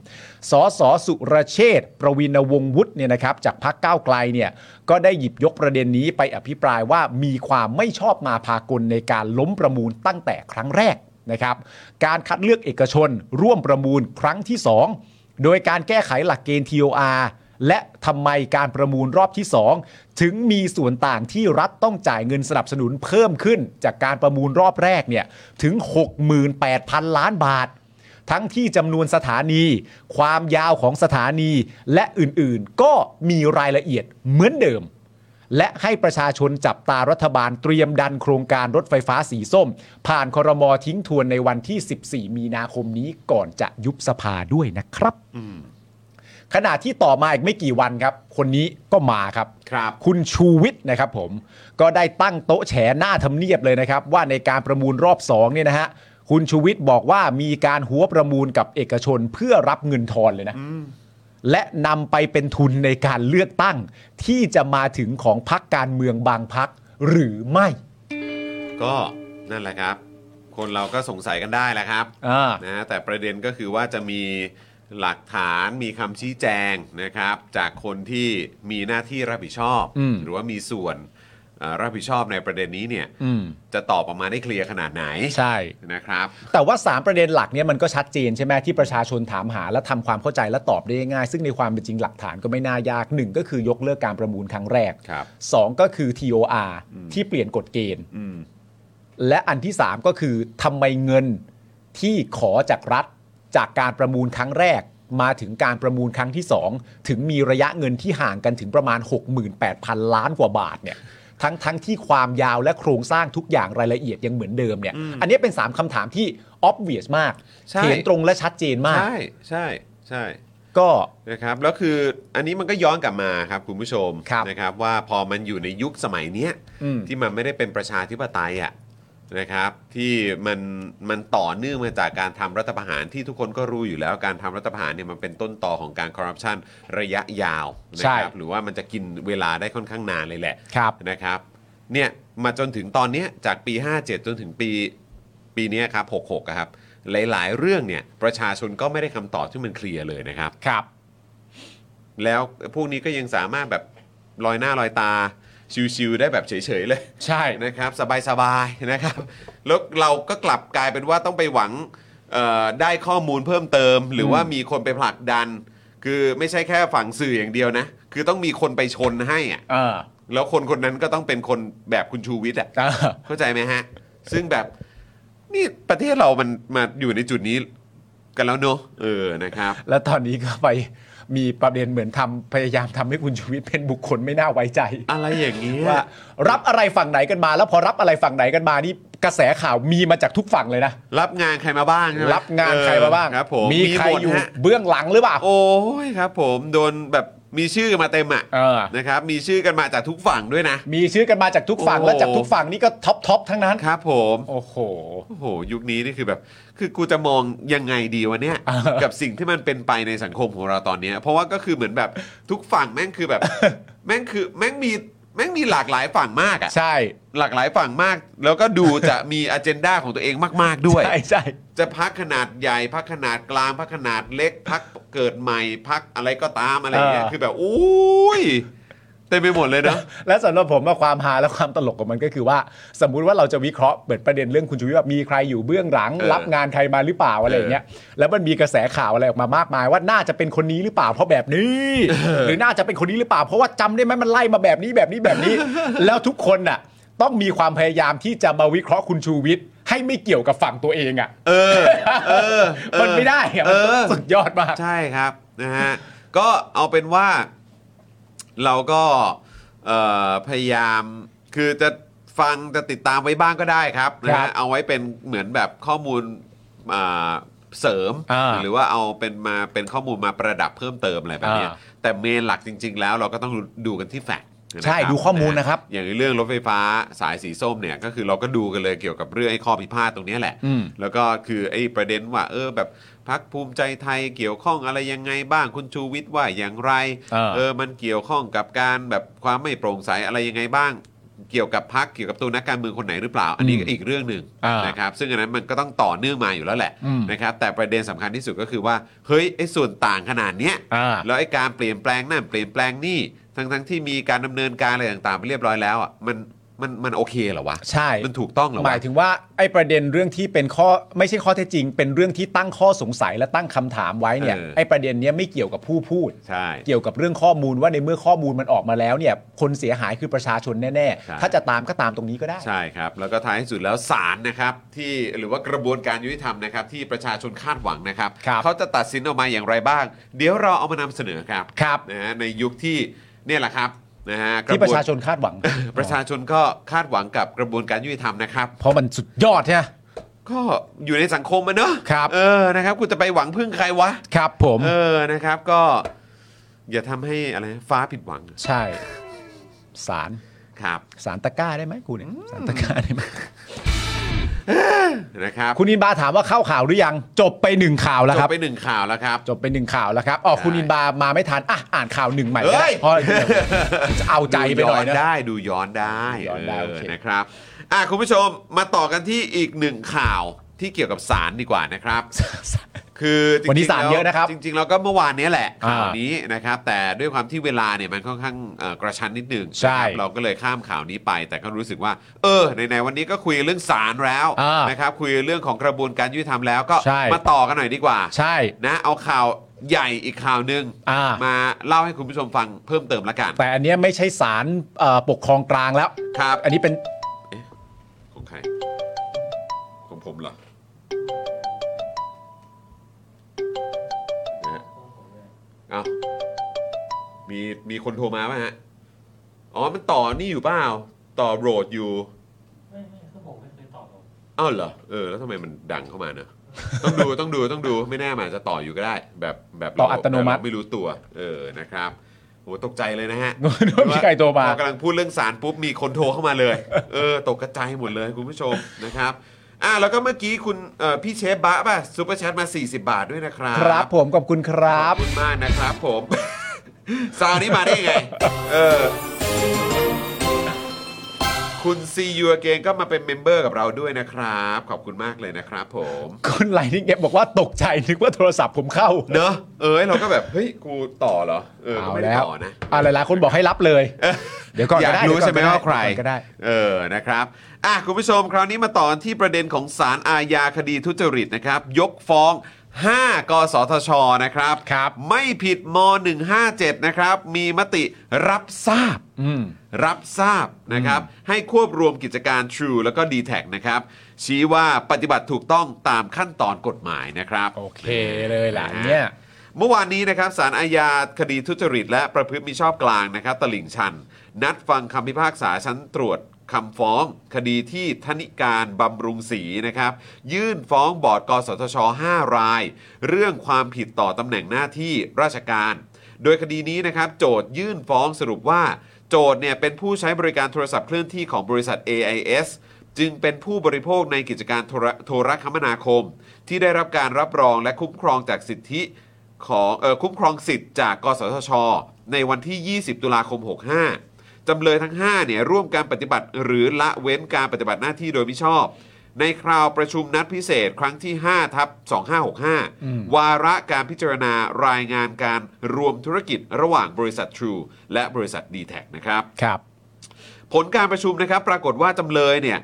Speaker 3: สสสุรเชษฐ์ประวินวงศ์วุฒิเนี่ยนะครับจากพรรคก้าวไกลเนี่ยก็ได้หยิบยกประเด็นนี้ไปอภิปรายว่ามีความไม่ชอบมาพากลในการล้มประมูลตั้งแต่ครั้งแรกนะครับการคัดเลือกเอกชนร่วมประมูลครั้งที่ 2 โดยการแก้ไขหลักเกณฑ์ TOR และทำไมการประมูลรอบที่ 2 ถึงมีส่วนต่างที่รัฐต้องจ่ายเงินสนับสนุนเพิ่มขึ้น จากการประมูลรอบแรกเนี่ยถึง 68,000 ล้านบาท ทั้งที่จำนวนสถานี ความยาวของสถานีและอื่นๆ ก็มีรายละเอียดเหมือนเดิม และให้ประชาชนจับตารัฐบาลเตรียมดันโครงการรถไฟฟ้าสีส้ม ผ่านครมทิ้งทวนในวันที่ 14 มีนาคมนี้ก่อนจะยุบสภาด้วยนะครับ ขณะที่ต่อมาอีกไม่กี่วันครับ คนนี้ก็มาครับ
Speaker 1: ครับ
Speaker 3: คุณชูวิทย์นะครับผมก็ได้ตั้งโต๊ะแฉหน้าทำเนียบเลยนะครับ ว่าในการประมูลรอบ2เนี่ยนะฮะคุณชูวิทย์บอกว่ามีการหัวประมูลกับเอกชนเพื่อรับเงินทอนเลยนะ และนำไปเป็นทุนในการเลือกตั้ง ที่จะมาถึงของพักการเมืองบางพักหรือไม่
Speaker 1: ก็นั่นแหละครับ คนเราก็สงสัยกันได้แหละครับ
Speaker 3: อ่า
Speaker 1: นะแต่ประเด็นก็คือว่าจะมีหลักฐานมีคำชี้แจงนะครับ จากคนที่มีหน้าที่รับผิดชอบ
Speaker 3: อืม
Speaker 1: หรือว่ามีส่วนเอ่อรับผิดชอบในประเด็นนี้เนี่ย
Speaker 3: อืม
Speaker 1: จะตอบออกมาได้เคลียร์ขนาดไหน
Speaker 3: ใช่
Speaker 1: นะครับ
Speaker 3: แต่ว่า 3 ประเด็นหลักเนี่ยมันก็ชัดเจนใช่ไหมที่ประชาชนถามหาและทำความเข้าใจและตอบได้ง่าย ซึ่งในความเป็นจริงหลักฐานก็ไม่น่ายาก 1 ก็คือยกเลิกการประมูลครั้งแรก
Speaker 1: ครับ
Speaker 3: 2 ก็คือ TOR ที่เปลี่ยนกฎเกณฑ์
Speaker 1: อืม
Speaker 3: และอันที่ 3 ก็คือทำไมเงินที่ขอจากรัฐจากการประมูลครั้งแรก มาถึงการประมูลครั้งที่ 2 ถึงมีระยะเงินที่ห่างกันถึงประมาณ 68,000 ล้านกว่าบาทเนี่ยทั้งทั้งที่ความยาวและโครงสร้างทุกอย่างรายละเอียดยังเหมือนเดิมเนี่ยอันนี้เป็น 3คำถามที่ obvious มาก
Speaker 1: ใช่
Speaker 3: เห็นตรงและชัดเจนมาก
Speaker 1: ใช่ใช่ใช่
Speaker 3: ก็
Speaker 1: นะครับแล้วคืออันนี้มันก็ย้อนกลับมาครับคุณผู้ชม
Speaker 3: ครับ
Speaker 1: นะครับว่าพอมันอยู่ในยุคสมัยเนี้ย
Speaker 3: อืม
Speaker 1: ที่มันไม่ได้เป็นประชาธิปไตยอ่ะนะครับ ที่มันมันต่อเนื่องมาจากการทำรัฐประหารที่ทุกคนก็รู้อยู่แล้วการทำรัฐประหารเนี่ยมันเป็นต้นต่อของการคอร์รัปชันระยะยาวนะ
Speaker 3: ใช่
Speaker 1: ครับหรือว่ามันจะกินเวลาได้ค่อนข้างนานเลยแหละ
Speaker 3: ครับ
Speaker 1: นะครับเนี่ยมาจนถึงตอนเนี้ยจากปี 57 จนถึงปีปีเนี้ยครับ66อะครับ หลาย ๆ เรื่องเนี่ยประชาชนก็ไม่ได้คำตอบที่มันเคลียร์เลยนะครับ
Speaker 3: ครับ
Speaker 1: แล้วพวกนี้ก็ยังสามารถแบบลอยหน้าลอยตา ชิวๆได้แบบเฉย ๆ เลย
Speaker 3: ใช่
Speaker 1: นะครับสบายๆนะครับ แล้วเราก็กลับกลายเป็นว่าต้องไปหวังเอ่อได้ข้อมูลเพิ่มเติม หรือว่ามีคนไปผลักดัน คือไม่ใช่แค่ฝั่งสื่ออย่างเดียวนะ คือต้องมีคนไปชนให้อะ
Speaker 3: เออ
Speaker 1: แล้วคนคนนั้นก็ต้องเป็นคนแบบคุณชูวิทย์อ่ะ
Speaker 3: เออ
Speaker 1: เข้าใจไหมฮะ ซึ่งแบบนี่ประเทศเรามันมาอยู่ในจุดนี้กันแล้วเนอะเออนะครับ
Speaker 3: แล้วตอนนี้ก็ไปมีประเด็นเหมือนทำพยายามทำให้คุณชูวิทย์เป็นบุคคลไม่น่าไว้ใจ
Speaker 1: อะไรอย่างนี้ย
Speaker 3: ว่ารับอะไรฝั่งไหนกันมา แล้วพอรับอะไรฝั่งไหนกันมานี่กระแสข่าวมีมาจากทุกฝั่งเลยนะ
Speaker 1: รับงานใครมาบ้างใช่ไหม
Speaker 3: รับงานใครมาบ้าง
Speaker 1: เออครับผม
Speaker 3: มีใคร
Speaker 1: หด
Speaker 3: อยู่
Speaker 1: ฮะ
Speaker 3: เบื้องหลังหรือเปล่า
Speaker 1: โอ้ยครับ ผมโดนแบบมีชื่อกันมาเต็มอ่ะ
Speaker 3: เออ
Speaker 1: นะครับ มีชื่อกันมาจากทุกฝั่งด้วยนะ
Speaker 3: มีชื่อกันมาจากทุกฝั่ง
Speaker 1: โอ้
Speaker 3: และจากทุกฝั่งนี่ก็ท็อปท็อปทั้งนั้น
Speaker 1: ครับ ผม
Speaker 3: โอ้โห
Speaker 1: โอ้โหยุคนี้นี่คือแบบ คือกูจะมองยังไงดีวะเนี่ย
Speaker 3: เออ
Speaker 1: กับสิ่งที่มันเป็นไปในสังคมของเราตอนเนี้ยเพราะว่าก็คือเหมือนแบบทุกฝั่งแม่งคือ แบบ แม่งคือแม่งมีแม่งมีหลากหลายฝั่งมากอ่ะ
Speaker 3: ใช่
Speaker 1: หลากหลายฝั่งมาก แล้วก็ดูจะมีอ g e n d a ของตัวเองมาก ๆ ด้วย
Speaker 3: ใช่ใช่
Speaker 1: จะพักขนาดใหญ่พักขนาดกลางพักขนาดเล็กพักเกิดใหม่พักอะไรก็ตามอะไรเงี้ย
Speaker 3: เออ
Speaker 1: คือแบบอุ้ยเต็มไปหมดเลยเนาะ
Speaker 3: และสำหรับผมว่าความฮาและความตลกของมันก็คือว่า สมมุติว่าเราจะวิเคราะห์เปิดประเด็นเรื่องคุณชูวิทย์ว่ามีใครอยู่เบื้องหลัง
Speaker 1: เออ
Speaker 3: รับงานใครมาหรือเปล่าอะไรอย่างเงี้ยแล้วมันมีกระแสข่าวอะไรออกมามากมาย ว่าน่าจะเป็นคนนี้หรือเปล่าเพราะแบบนี้ หรือน่าจะเป็นคนนี้หรือเปล่า เพราะว่าจำได้ไหมมันไล่มาแบบนี้แบบนี้แบบนี้ แล้วทุกคนน่ะ ต้องมีความพยายามที่จะมาวิเคราะห์คุณชูวิทย์ให้ไม่เกี่ยวกับฝั่งตัวเองอ่ะ
Speaker 1: เออเออเออ
Speaker 3: มันไม่ได้อ่ะมัน
Speaker 1: เออ
Speaker 3: สุดยอดมาก
Speaker 1: ใช่ครับนะฮะก็เอาเป็นว่าเราก็เอ่อพยายามคือจะฟังจะติดตามไว้บ้างก็ได้ครับนะฮะเอาไว้เป็นเหมือนแบบข้อมูลอ่าเสริม
Speaker 3: า
Speaker 1: หรือว่าเอาเป็นมาเป็นข้อมูลมาประดับเพิ่มเติมอะไรแบบเนี้ย
Speaker 3: อ่า
Speaker 1: แต่เมนหลักจริง ๆ แล้วเราก็ต้องดูกันที่แฟกต์นะ
Speaker 3: ใช่
Speaker 1: รับ
Speaker 3: ดูข้อมูลนะครับ
Speaker 1: อย่างเรื่องรถไฟฟ้าสายสีส้มเนี่ยก็คือเราก็ดูกันเลยเกี่ยวกับเรื่องไอ้ข้อพิพาทตรงเนี้ยแหละ
Speaker 3: อืม
Speaker 1: แล้วก็คือไอ้ประเด็นว่า เออแบบพักภูมิใจไทยเกี่ยวข้องอะไรยังไงบ้างคุณชูวิทย์ว่าอย่างไร
Speaker 3: เออ
Speaker 1: มันเกี่ยวข้องกับการแบบความไม่โปร่งใสอะไรยังไงบ้าง เกี่ยวกับพักเกี่ยวกับตัวนักการเมืองคนไหนหรือเปล่า อันนี้ก็อีกเรื่องหนึ่ง
Speaker 3: อ่าน
Speaker 1: นะครับซึ่งอันนั้นมันก็ต้องต่อเนื่องมาอยู่แล้วแหละ
Speaker 3: อืม
Speaker 1: นะครับแต่ประเด็นสำคัญที่สุดก็คือว่าเฮ้ยไอ้ส่วนต่างขนาดเนี้ย
Speaker 3: อ่า
Speaker 1: แล้วไอ้การเปลี่ยนแปลงนั่นเปลี่ยนแปลงนี่ทั้งทั้งๆที่มีการดำเนินการอะไรต่างๆไปเรียบร้อยแล้วอ่ะมันมันมันโอเคเหรอวะ
Speaker 3: ใช่
Speaker 1: มันถูกต้องเหรอ
Speaker 3: ห
Speaker 1: วะ
Speaker 3: มายถึงว่าไอ้ประเด็นเรื่องที่เป็นข้อไม่ใช่ข้อเท็จจริง เป็นเรื่องที่ตั้งข้อสงสัยและตั้งคำถามไว้เนี่ย
Speaker 1: เออ
Speaker 3: ไอ้ประเด็นเนี้ยไม่เกี่ยวกับผู้พูด
Speaker 1: ใช่
Speaker 3: เกี่ยวกับเรื่องข้อมูลว่าในเมื่อข้อมูลมันออกมาแล้วเนี่ยคนเสียหายคือประชาชนแน่
Speaker 1: ใช่
Speaker 3: ๆ ถ้าจะตามก็ตามตรงนี้ก็ได้
Speaker 1: ใช่ครับ แล้วก็ท้ายที่สุดแล้วศาลนะครับที่หรือว่ากระบวนการยุติธรรมนะครับ ที่ประชาชนคาดหวังนะครับ
Speaker 3: ครับ
Speaker 1: เขาจะตัดสินออกมาอย่างไรบ้าง เดี๋ยวเราเอามานำเสนอครับ
Speaker 3: ครับ
Speaker 1: นะฮะในยุคที่เนี่ยแหละครับนะฮะก
Speaker 3: ที่
Speaker 1: บ
Speaker 3: ป
Speaker 1: วน
Speaker 3: ระชาชนคาดหวัง
Speaker 1: ประชาชนก็คาดหวังกับกระบวนการยุติธรรมนะครับ
Speaker 3: เพราะมันสุดยอดใช่ไหม
Speaker 1: ก็อยู่ในสังคมมันเนอะ
Speaker 3: ครับ
Speaker 1: เออนะครับคุณจะไปหวังพึ่งใครวะ
Speaker 3: ครับผม
Speaker 1: เออนะครับก็ อย่าทำให้อะไรฟ้าผิดหวัง
Speaker 3: ใช่สาร
Speaker 1: ครับ
Speaker 3: สารตะกร้าได้ไหมกูเนี่ยสารตะกร้าได้ไหม
Speaker 1: นะครับ
Speaker 3: คุณอินบาถามว่าเข้าข่าวหรือยัง จบไปหนึ่งข่าวแล้ว
Speaker 1: จ
Speaker 3: ครับ บ
Speaker 1: ไปหนึ่งข่าวแล้วครับ
Speaker 3: จบไปหนึ่งข่าวแล้วครับอ๋อคุณอินบามาไม่ทันอ่ะอ่านข่าวหนึ่งใหม่ก็
Speaker 1: เอ้
Speaker 3: ได้
Speaker 1: ย
Speaker 3: เพราะเดี๋ยวจะเอาใจไปหน่อย
Speaker 1: ดูย้อน
Speaker 3: นะ
Speaker 1: ได้ดูย้อนได้
Speaker 3: ดูย้อนได้
Speaker 1: เ
Speaker 3: โอเค
Speaker 1: นะครับอ่ะคุณผู้ชมมาต่อกันที่อีกหนึ่งข่าวที่เกี่ยวกับสารดีกว่านะครับ คือจงๆ
Speaker 3: วันนี้สารเยอะนะครับ
Speaker 1: จริงๆแล้วก็เมื่อวานเนี้ยแหละ
Speaker 3: อ่า
Speaker 1: ข่าวนี้นะครับ แต่ด้วยความที่เวลาเนี่ยมันค่อนข้างเอ่อกระชั้นนิดหนึ่ง
Speaker 3: ใช่
Speaker 1: นะครับเราก็เลยข้ามข่าวนี้ไป แต่ก็รู้สึกว่า เออไหนๆวันนี้ก็คุยเรื่องสารแล้ว
Speaker 3: อ่าน
Speaker 1: นะครับคุยเรื่องของกระบวนการยุติธรรมแล้วก็
Speaker 3: ใช่
Speaker 1: มาต่อกันหน่อยดีกว่า
Speaker 3: ใช่
Speaker 1: นะเอาข่าวใหญ่อีกข่าวหนึ่ง
Speaker 3: อ่าม
Speaker 1: มาเล่าให้คุณผู้ชมฟังเพิ่มเติมละกัน
Speaker 3: แต่อันเนี้ยไม่ใช่สารเอ่อปกครองกลางแล้ว
Speaker 1: ครับ
Speaker 3: อันนี้เป็น
Speaker 1: ของใครของผมเหรอนะฮะเอามีมีคนโทรมาไหมฮะ อ๋อ มันต่อนี่อยู่เปล่า ต่อโรดอยู่
Speaker 4: ไม่ไม่คือผมไม่เคยตอบหรอก
Speaker 1: อ้าวเหรอ เออ แล้วทำไมมันดังเข้ามาเนอะ ต้องดู ต้องดูต้องดูไม่แน่มันอาจจะต่ออยู่ก็ได้ แบบแบบ
Speaker 3: ต่อ
Speaker 1: เรา
Speaker 3: อัตโนมั
Speaker 1: แบบ
Speaker 3: ติ
Speaker 1: เราไม่รู้ตัว เออนะครับโหตกใจเลยนะฮะ
Speaker 3: ไม่ใช่โทรมา
Speaker 1: พอกำลังพูดเรื่องสารปุ๊บมีคนโทรเข้ามาเลย เออ ตกกระจายหมดเลยคุณผู้ชมนะครับ อ่ะแล้วก็เมื่อกี้คุณเอ่อพี่เชฟบะป่ะซูเปอร์แชทมา 40 บาทด้วยนะครับ
Speaker 3: ครับผมขอบคุณครั
Speaker 1: ขอบ บคุณมากนะครับผม ซาวนี้มาได้ยังไง เออ คุณซียูเกนก็มาเป็นเมมเบอร์กับเราด้วยนะครับ ขอบคุณมากเลยนะครับผม
Speaker 3: คุณไลนิ่งเก็บบอกว่าตกใจนึกว่าโทรศัพท์ผมเข้า
Speaker 1: เนอะเอ้ยเราก็แบบ เฮ้ย กูต่อเหรอ เออก็ไม่ได้ต่อนะ
Speaker 3: อ่าหลายๆคนบอกให้รับเลย เดี๋ยวก่อน
Speaker 1: อยา
Speaker 3: ก็
Speaker 1: ก
Speaker 3: ได้
Speaker 1: รู้ใช่ไหม
Speaker 3: เดี๋ย
Speaker 1: ว่า
Speaker 3: ก่อน
Speaker 1: ใคร
Speaker 3: ก็ได้
Speaker 1: เออนะครับอ่ะคุณผู้ชมคราวนี้มาต่อที่ประเด็นของสารอาญาคดีทุจริตนะครับ ยกฟ้อง 5 กสทชนะครับ
Speaker 3: ครับ
Speaker 1: ไม่ผิดม 157 นะครับ มีมติรับทราบ
Speaker 3: อืม
Speaker 1: รับทราบนะครับ ให้ควบรวมกิจการ True แล้วก็ d t แทนะครับ ชี้ว่าปฏิบัติถูกต้องตามขั้นตอนกฎหมายนะครับ
Speaker 3: โอเคเลยล่ะเนี่ย
Speaker 1: เมื่อวานนี้นะครับสารอาญาคดีทุจริต และประพฤติมิชอบกลางนะครับตลิ่งชัน นัดฟังคำพิพากษาชั้นตรวจคำฟ้อง คดีที่ธนิการบำรุงศรีนะครับ ยื่นฟ้องบอร์ดกสทช 5 ราย เรื่องความผิดต่อตำแหน่งหน้าที่ราชการ โดยคดีนี้นะครับ โจทยื่นฟ้องสรุปว่า โจทเนี่ยเป็นผู้ใช้บริการโทรศัพท์เคลื่อนที่ของบริษัท AIS จึงเป็นผู้บริโภคในกิจการโทรโทรคมนาคม ที่ได้รับการรับรองและคุ้มครองจากสิทธิ ของเออคุ้มครองสิทธิ์จากกสทช ในวันที่ 20 ตุลาคม 65 จำเลยทั้ง 5 เนี่ยร่วมการปฏิบัติหรือละเว้นการปฏิบัติหน้าที่โดยมิชอบ ในคราวประชุมนัดพิเศษครั้งที่ 5 ทับ 2565 วาระการพิจารณารายงานการรวมธุรกิจระหว่างบริษัท True และบริษัท d t แทนะครับ
Speaker 3: ครับ
Speaker 1: ผลการประชุมนะครับปรากฏว่าจำเลยเนี่ย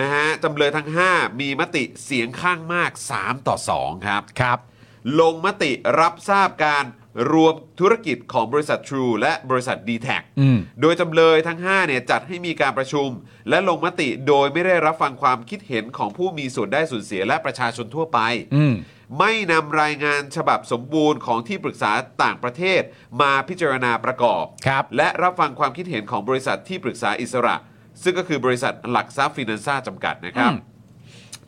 Speaker 1: นะฮะจำเลยทั้ง 5 มีมติเสียงข้างมาก 3 ต่อ 2 ครับ
Speaker 3: ครับ
Speaker 1: ลงมติรับทราบการรวมธุรกิจของบริษัท True และบริษัท d t แท
Speaker 3: อืม
Speaker 1: โดยจำเลยทั้ง 5 เนี่ยจัดให้มีการประชุม และลงมติโดยไม่ได้รับฟังความคิดเห็นของผู้มีส่วนได้ส่วนเสียและประชาชนทั่วไป
Speaker 3: อืม
Speaker 1: ไม่นำรายงานฉบับสมบูรณ์ของที่ปรึกษาต่างประเทศมาพิจารณาประกอบ
Speaker 3: ครับ
Speaker 1: และรับฟังความคิดเห็นของบริษัทที่ปรึกษาอิสระ ซึ่งก็คือบริษัทหลักทรัพย์ฟินแลนซ่าจำกัดนะครับ
Speaker 3: อืม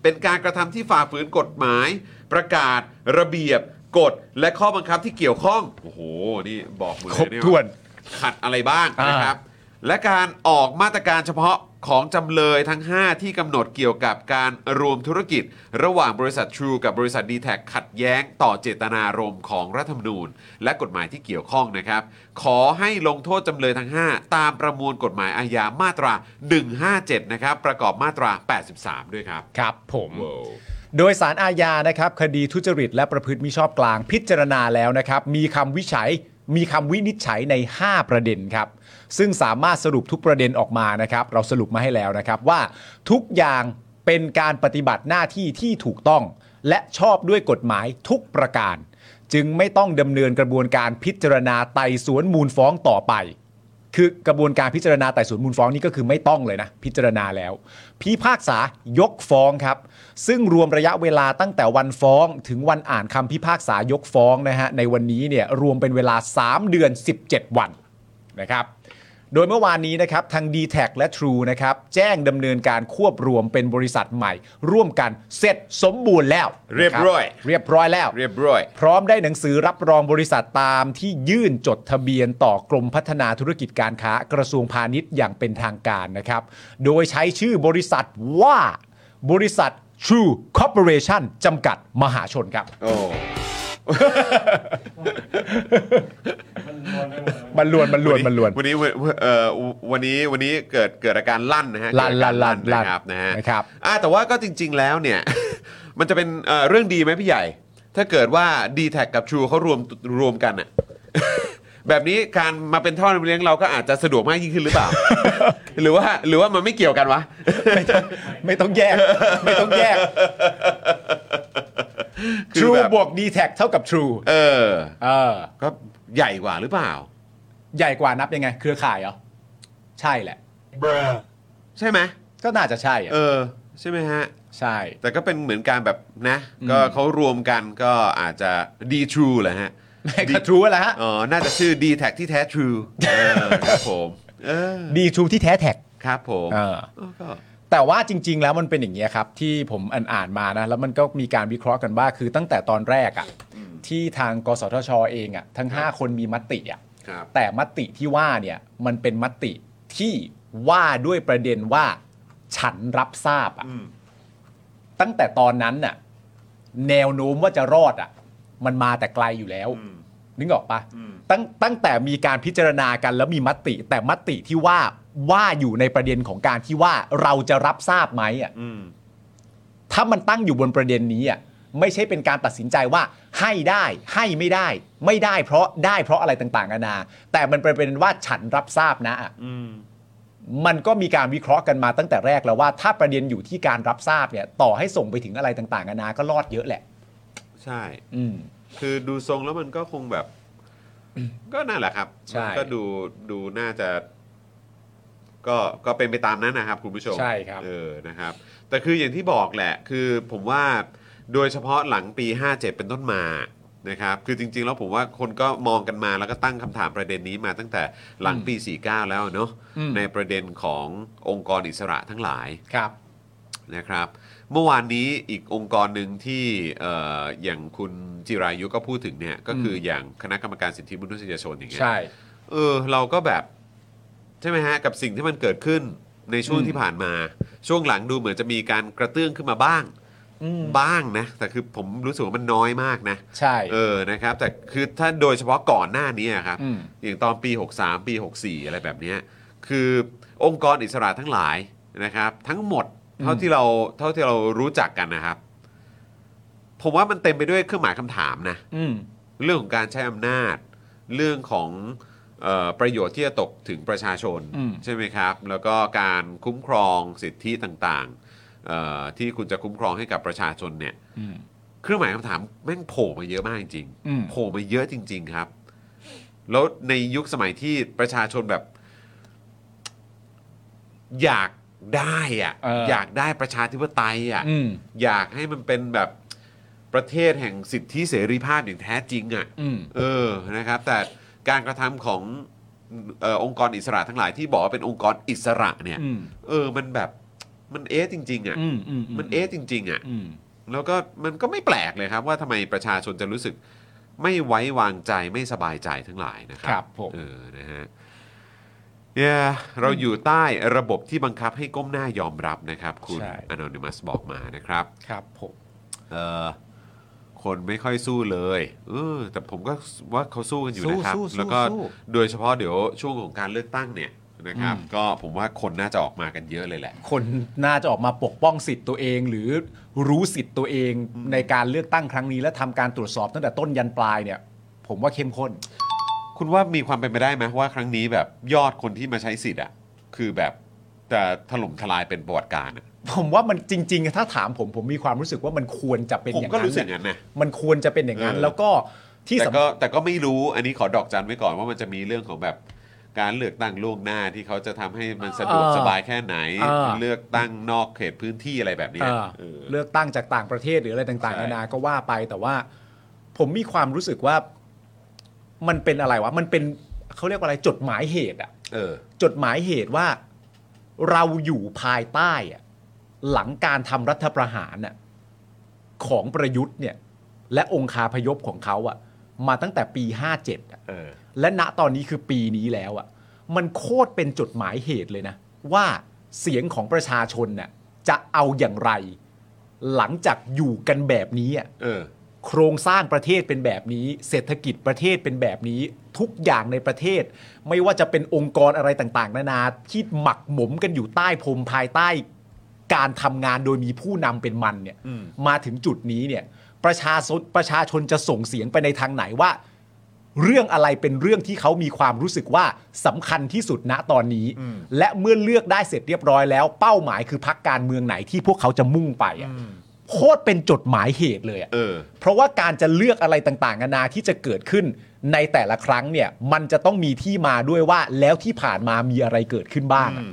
Speaker 1: เป็นการกระทำที่ฝ่าฝืนกฎหมาย ประกาศ ระเบียบ กฎ และข้อบังคับที่เกี่ยวข้อง โอ้โห นี่บอกหมือ
Speaker 3: ครบ
Speaker 1: เนี่ย
Speaker 3: ถ้วน
Speaker 1: ขัดอะไรบ้าง
Speaker 3: อ่าน
Speaker 1: นะครับ และการออกมาตรการเฉพาะของจำเลยทั้ง 5 ที่กำหนดเกี่ยวกับการรวมธุรกิจ ระหว่างบริษัท True กับบริษัท d t แทขัดแย้งต่อเจตนารมณ์ของรัฐธรรมนูญ และกฎหมายที่เกี่ยวข้องนะครับ ขอให้ลงโทษจำเลยทั้ง 5 ตามประมวลกฎหมายอาญามาตรา 157 นะครับ ประกอบมาตรา 83 ด้วยครับ
Speaker 3: ครับผม
Speaker 1: ว้าว
Speaker 3: โดยสารอาญานะครับคดีทุจริตและประพฤติมิชอบกลางพิจารณาแล้วนะครับมีคำวิจัยมีคำวินิจฉัยใน 5 ประเด็นครับซึ่งสามารถสรุปทุกประเด็นออกมานะครับ เราสรุปมาให้แล้วนะครับว่าทุกอย่างเป็นการปฏิบัติหน้าที่ที่ถูกต้อง และชอบด้วยกฎหมายทุกประการ จึงไม่ต้องดำเนินกระบวนการพิจารณาไต่สวนมูลฟ้องต่อไป คือกระบวนการพิจารณาไต่สวนมูลฟ้องนี่ก็คือไม่ต้องเลยนะ พิจารณาแล้ว พิพากษายกฟ้องครับ ซึ่งรวมระยะเวลาตั้งแต่วันฟ้องถึงวันอ่านคำพิพากษายกฟ้องนะฮะในวันนี้เนี่ยรวมเป็นเวลา 3 เดือน 17 วันนะครับ โดยเมื่อวานนี้นะครับทาง d t แทและ True นะครับแจ้งดำเนินการควบรวมเป็นบริษัทใหม่ ร่วมกันเสร็จสมบูรณ์แล้วนะคเรียบร้อยแล้ว
Speaker 1: เรียบร้อย
Speaker 3: พร้อมได้หนังสือรับรองบริษัทตามที่ยื่นจดทะเบียนต่อกรมพัฒนาธุรกิจการค้ากระทรวงพาณิชย์อย่างเป็นทางการนะครับ โดยใช้ชื่อบริษัทว่า บริษัท True Corporation จำกัดมหาชนครับ
Speaker 1: โอ้
Speaker 4: มันรวนไปหมด
Speaker 3: มันลวนมัน
Speaker 4: เลย
Speaker 3: ลวนมันลวน
Speaker 1: วันนี้วันนี้เอ่อวันนี้วันนี้เกิดเกิดอาการลั่นนะฮะ
Speaker 3: ลั่น
Speaker 1: เกิดอาการ
Speaker 3: ลั่นลั่น
Speaker 1: นะครับนะฮะ
Speaker 3: นะครับ
Speaker 1: อ่ะแต่ว่าก็จริง ๆแล้วเนี่ย มันจะเป็นเอ่อเรื่องดีไหมพี่ใหญ่ ถ้าเกิดว่า d t แทกับ True เขารวมรวมกันอะ แบบนี้การมาเป็นท่อนำเลี้ยงเราก็อาจจะสะดวกมากยิ่งขึ้นห รือเปล่า หรือว่าหรือว่ามันไม่เกี่ยวกันวะ
Speaker 3: ไม่ต้องไม่ต้องแยก ไม่ต้องแยก
Speaker 1: คือ
Speaker 3: True
Speaker 1: แบบ
Speaker 3: บวก d t แทเท่ากับ True
Speaker 1: เออ
Speaker 3: เออ
Speaker 1: ก็ใหญ่กว่าหรือเปล่า
Speaker 3: ใหญ่กว่านับยังไง เครือข่ายเหรอ ใช่แหละ
Speaker 1: ใช่ไหม
Speaker 3: ก็น่าจะใช่อะ
Speaker 1: เออ ใช่ไหมฮะ
Speaker 3: ใช่
Speaker 1: แต่ก็เป็นเหมือนการแบบนะ ก็เขารวมกันก็อาจจะดีทรูแหละฮะ
Speaker 3: ไม่
Speaker 1: ดี
Speaker 3: กระทู้แล้วฮะ
Speaker 1: อ๋อ น่าจะชื่อ d t แทที่แท้ทรูเออครับผม เออ
Speaker 3: ดีทูที่แท้แท็ก
Speaker 1: ครับผม
Speaker 3: เออ
Speaker 1: เออก็
Speaker 3: แต่ว่าจริง ๆ แล้วมันเป็นอย่างนี้ยครับ ที่ผมอ่านอ่านๆมานะ แล้วมันก็มีการวิเคราะห์กันว่า คือตั้งแต่ตอนแรกอะ่ะที่ทางกสทชเองอะ่ะทั้ง
Speaker 1: ครับ
Speaker 3: 5 คนมีมติอะ่ะ
Speaker 1: ครับ
Speaker 3: แต่มติที่ว่าเนี่ยมันเป็นมติที่ว่าด้วยประเด็นว่า ฉันรับทราบอะ่ะ
Speaker 1: อืม
Speaker 3: ตั้งแต่ตอนนั้นน่ะแนวโน้มว่าจะรอดอะ่ะมันมาแต่ไกลอยู่แล้ว
Speaker 1: อืม
Speaker 3: นึกออกปะ
Speaker 1: อืม
Speaker 3: ตั้งตั้งแต่มีการพิจารณากันแล้วมีมติ แต่มติที่ว่าว่าอยู่ในประเด็นของการที่ว่าเราจะรับทราบไหมอ่ะ
Speaker 1: อืม
Speaker 3: ถ้ามันตั้งอยู่บนประเด็นนี้อ่ะไม่ใช่เป็นการตัดสินใจว่าให้ได้ให้ไม่ได้ ไม่ได้เพราะได้เพราะอะไรต่างๆนานาแต่มันเป็นประเด็นว่าฉันรับทราบนะอ่ะ
Speaker 1: อืม
Speaker 3: มันก็มีการวิเคราะห์กันมาตั้งแต่แรกแล้วว่าถ้าประเด็นอยู่ที่การรับทราบเนี่ย ต่อให้ส่งไปถึงอะไรต่างๆนานาก็รอดเยอะแหละ
Speaker 1: ใช่
Speaker 3: อืม
Speaker 1: คือดูทรงแล้วมันก็คงแบบ ก็นั่นแหละครับ
Speaker 3: ใช่
Speaker 1: มันก็ดูดูน่าจะ ก็ก็เป็นไปตามนั้นนะครับ คุณผู้ชม
Speaker 3: ใช่ครับ
Speaker 1: เออ นะครับ แต่คืออย่างที่บอกแหละ คือผมว่าโดยเฉพาะหลังปี 57 เป็นต้นมา นะครับ คือจริง ๆ แล้วผมว่าคนก็มองกันมาแล้วก็ตั้งคำถามประเด็นนี้มาตั้งแต่หลังปี 49 แล้วเนอะ
Speaker 3: อืม
Speaker 1: ในประเด็นขององค์กรอิสระทั้งหลาย
Speaker 3: ครับ
Speaker 1: นะครับเมื่อวานนี้อีกองค์กรหนึ่งที่เอ่ออย่างคุณจิรายุก็พูดถึงเนี่ยก็คืออย่างคณะกรรมการสิทธิมนุษยชนอย่างเงี้ย
Speaker 3: ใช่
Speaker 1: เออเราก็แบบ ใช่ไหมฮะ กับสิ่งที่มันเกิดขึ้นในช่วง
Speaker 3: อืม
Speaker 1: ที่ผ่านมา ช่วงหลังดูเหมือนจะมีการกระเตื้องขึ้นมาบ้าง
Speaker 3: อืม
Speaker 1: บ้างนะ แต่คือผมรู้สึกว่ามันน้อยมากนะ
Speaker 3: ใช่
Speaker 1: เออนะครับ แต่คือถ้าโดยเฉพาะก่อนหน้านี้อะครับ
Speaker 3: ม
Speaker 1: อย่างตอนปี 63 ปี 64 อะไรแบบเนี้ยคือองค์กรอิสระทั้งหลายนะครับ ทั้งหมดเท่าที่เราเท่าที่เรารู้จักกันนะครับ ผมว่ามันเต็มไปด้วยเครื่องหมายคำถามนะ
Speaker 3: อืม
Speaker 1: เรื่องของการใช้อำนาจ เรื่องของเออประโยชน์ที่จะตกถึงประชาชน
Speaker 3: อืม
Speaker 1: ใช่ไหมครับ แล้วก็การคุ้มครองสิทธิต่างๆเอ่อที่คุณจะคุ้มครองให้กับประชาชนเนี่ย
Speaker 3: อืม
Speaker 1: เครื่องหมายคำถามแม่งโผล่มาเยอะมากจริงๆ
Speaker 3: อืม
Speaker 1: โผล่มาเยอะจริง ๆ ครับ แล้วในยุคสมัยที่ประชาชนแบบ อยากได้อะ
Speaker 3: เอออ
Speaker 1: ยากได้ประชาธิปไตยอะ
Speaker 3: อืม
Speaker 1: อยากให้มันเป็นแบบประเทศแห่งสิทธิเสรีภาพอย่างแท้จริงอะ
Speaker 3: อืม
Speaker 1: เออ นะครับ แต่การกระทำของเออองค์กรอิสระทั้งหลายที่บอกว่าเป็นองค์กรอิสระเนี่ย
Speaker 3: อืม
Speaker 1: เออ มันแบบ มันเอ๊ะจริง ๆอะ่ะ
Speaker 3: อืมอืม
Speaker 1: มันเอ๊ะจริง ๆอะ่ะ
Speaker 3: อืม
Speaker 1: แล้วก็มันก็ไม่แปลกเลยครับ ว่าทำไมประชาชนจะรู้สึกไม่ไว้วางใจไม่สบายใจทั้งหลายนะค
Speaker 3: ค
Speaker 1: รั
Speaker 3: รับผม
Speaker 1: เออ นะฮะ yeah, เราอยู่ใต้ระบบที่บังคับให้ก้มหน้ายอมรับนะครับ คุณ
Speaker 3: ใช่
Speaker 1: Anonymous บอกมานะครับ
Speaker 3: ครับผม
Speaker 1: เออคนไม่ค่อยสู้เลยเออแต่ผมก็ว่าเขาสู้กันอยู่
Speaker 3: สู้
Speaker 1: นะครับ
Speaker 3: สู้
Speaker 1: แล้ว
Speaker 3: สู้
Speaker 1: ก็
Speaker 3: สู้
Speaker 1: โดยเฉพาะเดี๋ยวช่วงของการเลือกตั้งเนี่ยนะครับ
Speaker 3: อืม
Speaker 1: ก็ผมว่าคนน่าจะออกมากันเยอะเลยแหละ
Speaker 3: คนน่าจะออกมาปกป้องสิทธิ์ตัวเอง หรือรู้สิทธิ์ตัวเองในการเลือกตั้งครั้งนี้ และทำการตรวจสอบตั้งแต่ต้นยันปลายเนี่ย ผมว่าเข้มข้น
Speaker 1: คุณว่ามีความเป็นไปได้ไหมว่าครั้งนี้แบบยอดคนที่มาใช้สิทธิ์อ่ะคือแบบจะถล่มทลายเป็นประวัติการณ์อะ
Speaker 3: ผมว่ามันจริง ๆ ถ้าถามผมผมมีความรู้สึกว่ามันควรจะเป็น
Speaker 1: ผม
Speaker 3: อย่าง
Speaker 1: ก็
Speaker 3: นั้
Speaker 1: รู้
Speaker 3: น
Speaker 1: สึก
Speaker 3: น่ะ
Speaker 1: งั้นนะ
Speaker 3: มันควรจะเป็นอย่างนั้น
Speaker 1: เออ
Speaker 3: แล้วก็ที่
Speaker 1: แต่
Speaker 3: สำคัญ
Speaker 1: ก็แต่ก็ไม่รู้อันนี้ขอดอกจันไว้ก่อนว่ามันจะมีเรื่องของแบบการเลือกตั้งล่วงหน้าที่เขาจะทำให้มันสะดวกสบายแค่ไหน เลือกตั้งนอกเขตพื้นที่อะไรแบบเนี้ย
Speaker 3: เออ
Speaker 1: เออ
Speaker 3: เลือกตั้งจากต่างประเทศหรืออะไรต่าง
Speaker 1: ใช่
Speaker 3: ๆนานาก็ว่าไปแต่ว่า ผมมีความรู้สึกว่า มันเป็นอะไรวะมันเป็นเขาเรียกว่าอะไรจดหมายเหตุอะ
Speaker 1: เออ
Speaker 3: จดหมายเหตุว่าเราอยู่ภายใต้อะหลังการทำรัฐประหารน่ะของประยุทธ์เนี่ยและองคาพยพของเขาอะมาตั้งแต่ปี 57อะ
Speaker 1: เออ
Speaker 3: และณตอนนี้คือปีนี้แล้วอะมันโคตรเป็นจดหมายเหตุเลยนะ ว่าเสียงของประชาชนน่ะ จะเอาอย่างไร หลังจากอยู่กันแบบนี้อะ
Speaker 1: เออ
Speaker 3: โครงสร้างประเทศเป็นแบบนี้ เศรษฐกิจประเทศเป็นแบบนี้ ทุกอย่างในประเทศ ไม่ว่าจะเป็นองค์กรอะไรต่างๆ นานาที่หมักหมมกันอยู่ใต้พรมภายใต้ การทำงานโดยมีผู้นำเป็นมันเนี่ย
Speaker 1: อืม
Speaker 3: มาถึงจุดนี้เนี่ยประชาชนประชาชนจะส่งเสียงไปในทางไหนว่า เรื่องอะไรเป็นเรื่องที่เขามีความรู้สึกว่าสำคัญที่สุดณตอนนี้ และเมื่อเลือกได้เสร็จเรียบร้อยแล้ว เป้าหมายคือพักการเมืองไหนที่พวกเขาจะมุ่งไปอะโคตรเป็นจดหมายเหตุเลยอะ
Speaker 1: เออ
Speaker 3: เพราะว่าการจะเลือกอะไรต่างๆนานาที่จะเกิดขึ้นในแต่ละครั้งเนี่ย มันจะต้องมีที่มาด้วยว่าแล้วที่ผ่านมามีอะไรเกิดขึ้นบ้างอะ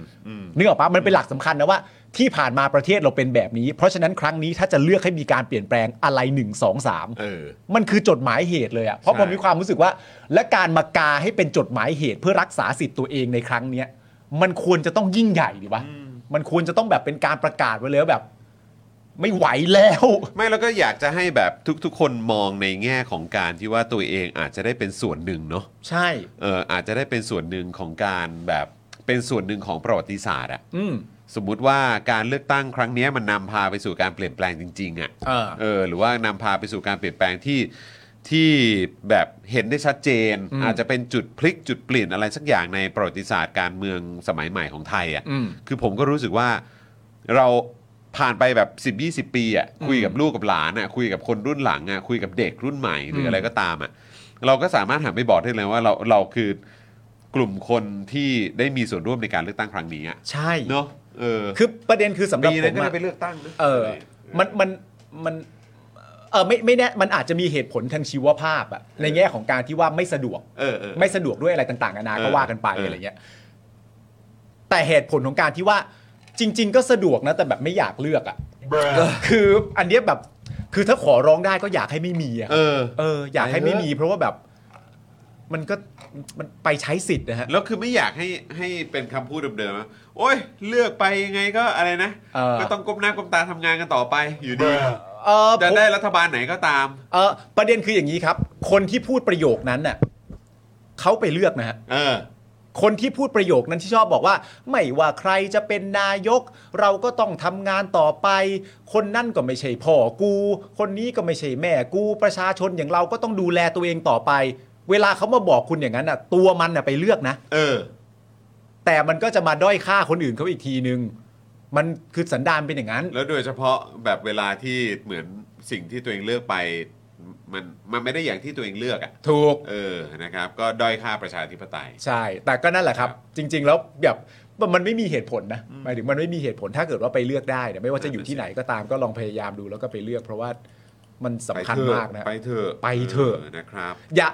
Speaker 3: นึกออกปะมันเป็นหลักสำคัญนะว่า ที่ผ่านมาประเทศเราเป็นแบบนี้ เพราะฉะนั้นครั้งนี้ถ้าจะเลือกให้มีการเปลี่ยนแปลงอะไร 1 2 3
Speaker 1: เออ
Speaker 3: มันคือจดหมายเหตุเลยอะเพราะ
Speaker 1: ใช่
Speaker 3: ผมมีความรู้สึกว่า และการมากาให้เป็นจดหมายเหตุเพื่อรักษาสิทธิ์ตัวเองในครั้งเนี้ยมันควรจะต้องยิ่งใหญ่ดีวะมันควรจะต้องแบบเป็นการประกาศไว้เลยว่าแบบ ไม่ไหวแล้ว
Speaker 1: ไม่แล้วก็อยากจะให้แบบทุกๆ คนมองในแง่ของการที่ว่าตัวเองอาจจะได้เป็นส่วนหนึ่งเนาะ
Speaker 3: ใช่
Speaker 1: เอออาจจะได้เป็นส่วนหนึ่งของการแบบเป็นส่วนหนึ่งของประวัติศาสตร์อะ
Speaker 3: อืม
Speaker 1: สมมุติว่าการเลือกตั้งครั้งเนี้ยมันนำพาไปสู่การเปลี่ยนแปลงจริงๆอะ
Speaker 3: เออ
Speaker 1: เออหรือว่านำพาไปสู่การเปลี่ยนแปลงที่ที่แบบเห็นได้ชัดเจน
Speaker 3: อืม
Speaker 1: อาจจะเป็นจุดพลิกจุดเปลี่ยนอะไรสักอย่างในประวัติศาสตร์การเมืองสมัยใหม่ของไทย
Speaker 3: อืม
Speaker 1: อะ่ะคือผมก็รู้สึกว่าเราผ่านไปแบบ 10-20 ปีอะ่ะคุยกับลูกกับหลานอะ่ะคุยกับคนรุ่นหลังอะ่ะคุยกับเด็กรุ่นใหม่หรือ
Speaker 3: ม
Speaker 1: อะไรก็ตามอ่ะ เราก็สามารถหันไปบอกได้เลยว่าเราเราคือกลุ่มคนที่ได้มีส่วนร่วมในการเลือกตั้งครั้งนี้อะ
Speaker 3: ใช่
Speaker 1: เนาะเออ
Speaker 3: คือประเด็นคือสำหรับ
Speaker 1: ปี
Speaker 3: ผ
Speaker 1: นั้น
Speaker 3: ม
Speaker 1: ก็ได้
Speaker 3: อะ
Speaker 1: ไปเลือกตั้งนะ
Speaker 3: เออ มันมันมันเออไม่ไม่แน่มันอาจจะมีเหตุผลทางชีวภาพอะในแง่ของการที่ว่าไม่สะดวก
Speaker 1: เออเออ
Speaker 3: ไม่สะดวกด้วยอะไรต่างๆนานา
Speaker 1: เออ
Speaker 3: ก็ว่ากันไป
Speaker 1: เอออ
Speaker 3: อะไรเงี้ย แต่เหตุผลของการที่ว่า จริง ๆ ก็สะดวกนะ แต่แบบไม่อยากเลือกอะคืออันเนี้ยแบบ คือถ้าขอร้องได้ก็อยากให้ไม่มีอะ
Speaker 1: เออ
Speaker 3: เออ อยากให้ไม่มี เพราะว่าแบบ มันก็มันไปใช้สิทธิ์นะฮะ
Speaker 1: แล้วคือไม่อยากให้ให้เป็นคำพูดเดิมๆว่าโอ้ยเลือกไปยังไงก็อะไรนะ
Speaker 3: เออ
Speaker 1: ก็ต้องก้มหน้าก้มตาทำงานกันต่อไปอยู่ดี
Speaker 3: เออ
Speaker 1: จะ
Speaker 3: ผม
Speaker 1: ได้รัฐบาลไหนก็ตาม
Speaker 3: เออประเด็นคืออย่างนี้ครับ คนที่พูดประโยคนั้นน่ะเขาไปเลือกนะฮะ
Speaker 1: เออ
Speaker 3: คนที่พูดประโยคนั้นที่ชอบบอกว่า ไม่ว่าใครจะเป็นนายก เราก็ต้องทำงานต่อไป คนนั่นก็ไม่ใช่พ่อกู คนนี้ก็ไม่ใช่แม่กูประชาชนอย่างเราก็ต้องดูแลตัวเองต่อไป เวลาเขามาบอกคุณอย่างนั้นน่ะ ตัวมันน่ะไปเลือกนะ
Speaker 1: เออ
Speaker 3: แต่มันก็จะมาด้อยค่าคนอื่นเขาอีกทีนึง มันคือสันดานเป็นอย่างนั้น
Speaker 1: แล้วโดยเฉพาะแบบเวลาที่เหมือนสิ่งที่ตัวเองเลือกไป มันมันไม่ได้อย่างที่ตัวเองเลือกอ่ะ
Speaker 3: ถูก
Speaker 1: เออ นะครับ ก็ด้อยค่าประชาธิปไตย
Speaker 3: ใช่ แต่ก็นั่นแหละครับ จริง ๆ แล้วแบบมันไม่มีเหตุผลนะหมายถึงมันไม่มีเหตุผลถ้าเกิดว่าไปเลือกได้เนี่ยไม่ว่าจะอยู่ที่ไหนก็ตามก็ลองพยายามดูแล้วก็ไปเลือก เพราะว่ามันสำคัญมากนะ
Speaker 1: ไปเถอะ
Speaker 3: ไปเถอะ
Speaker 1: นะครับ
Speaker 3: อย่า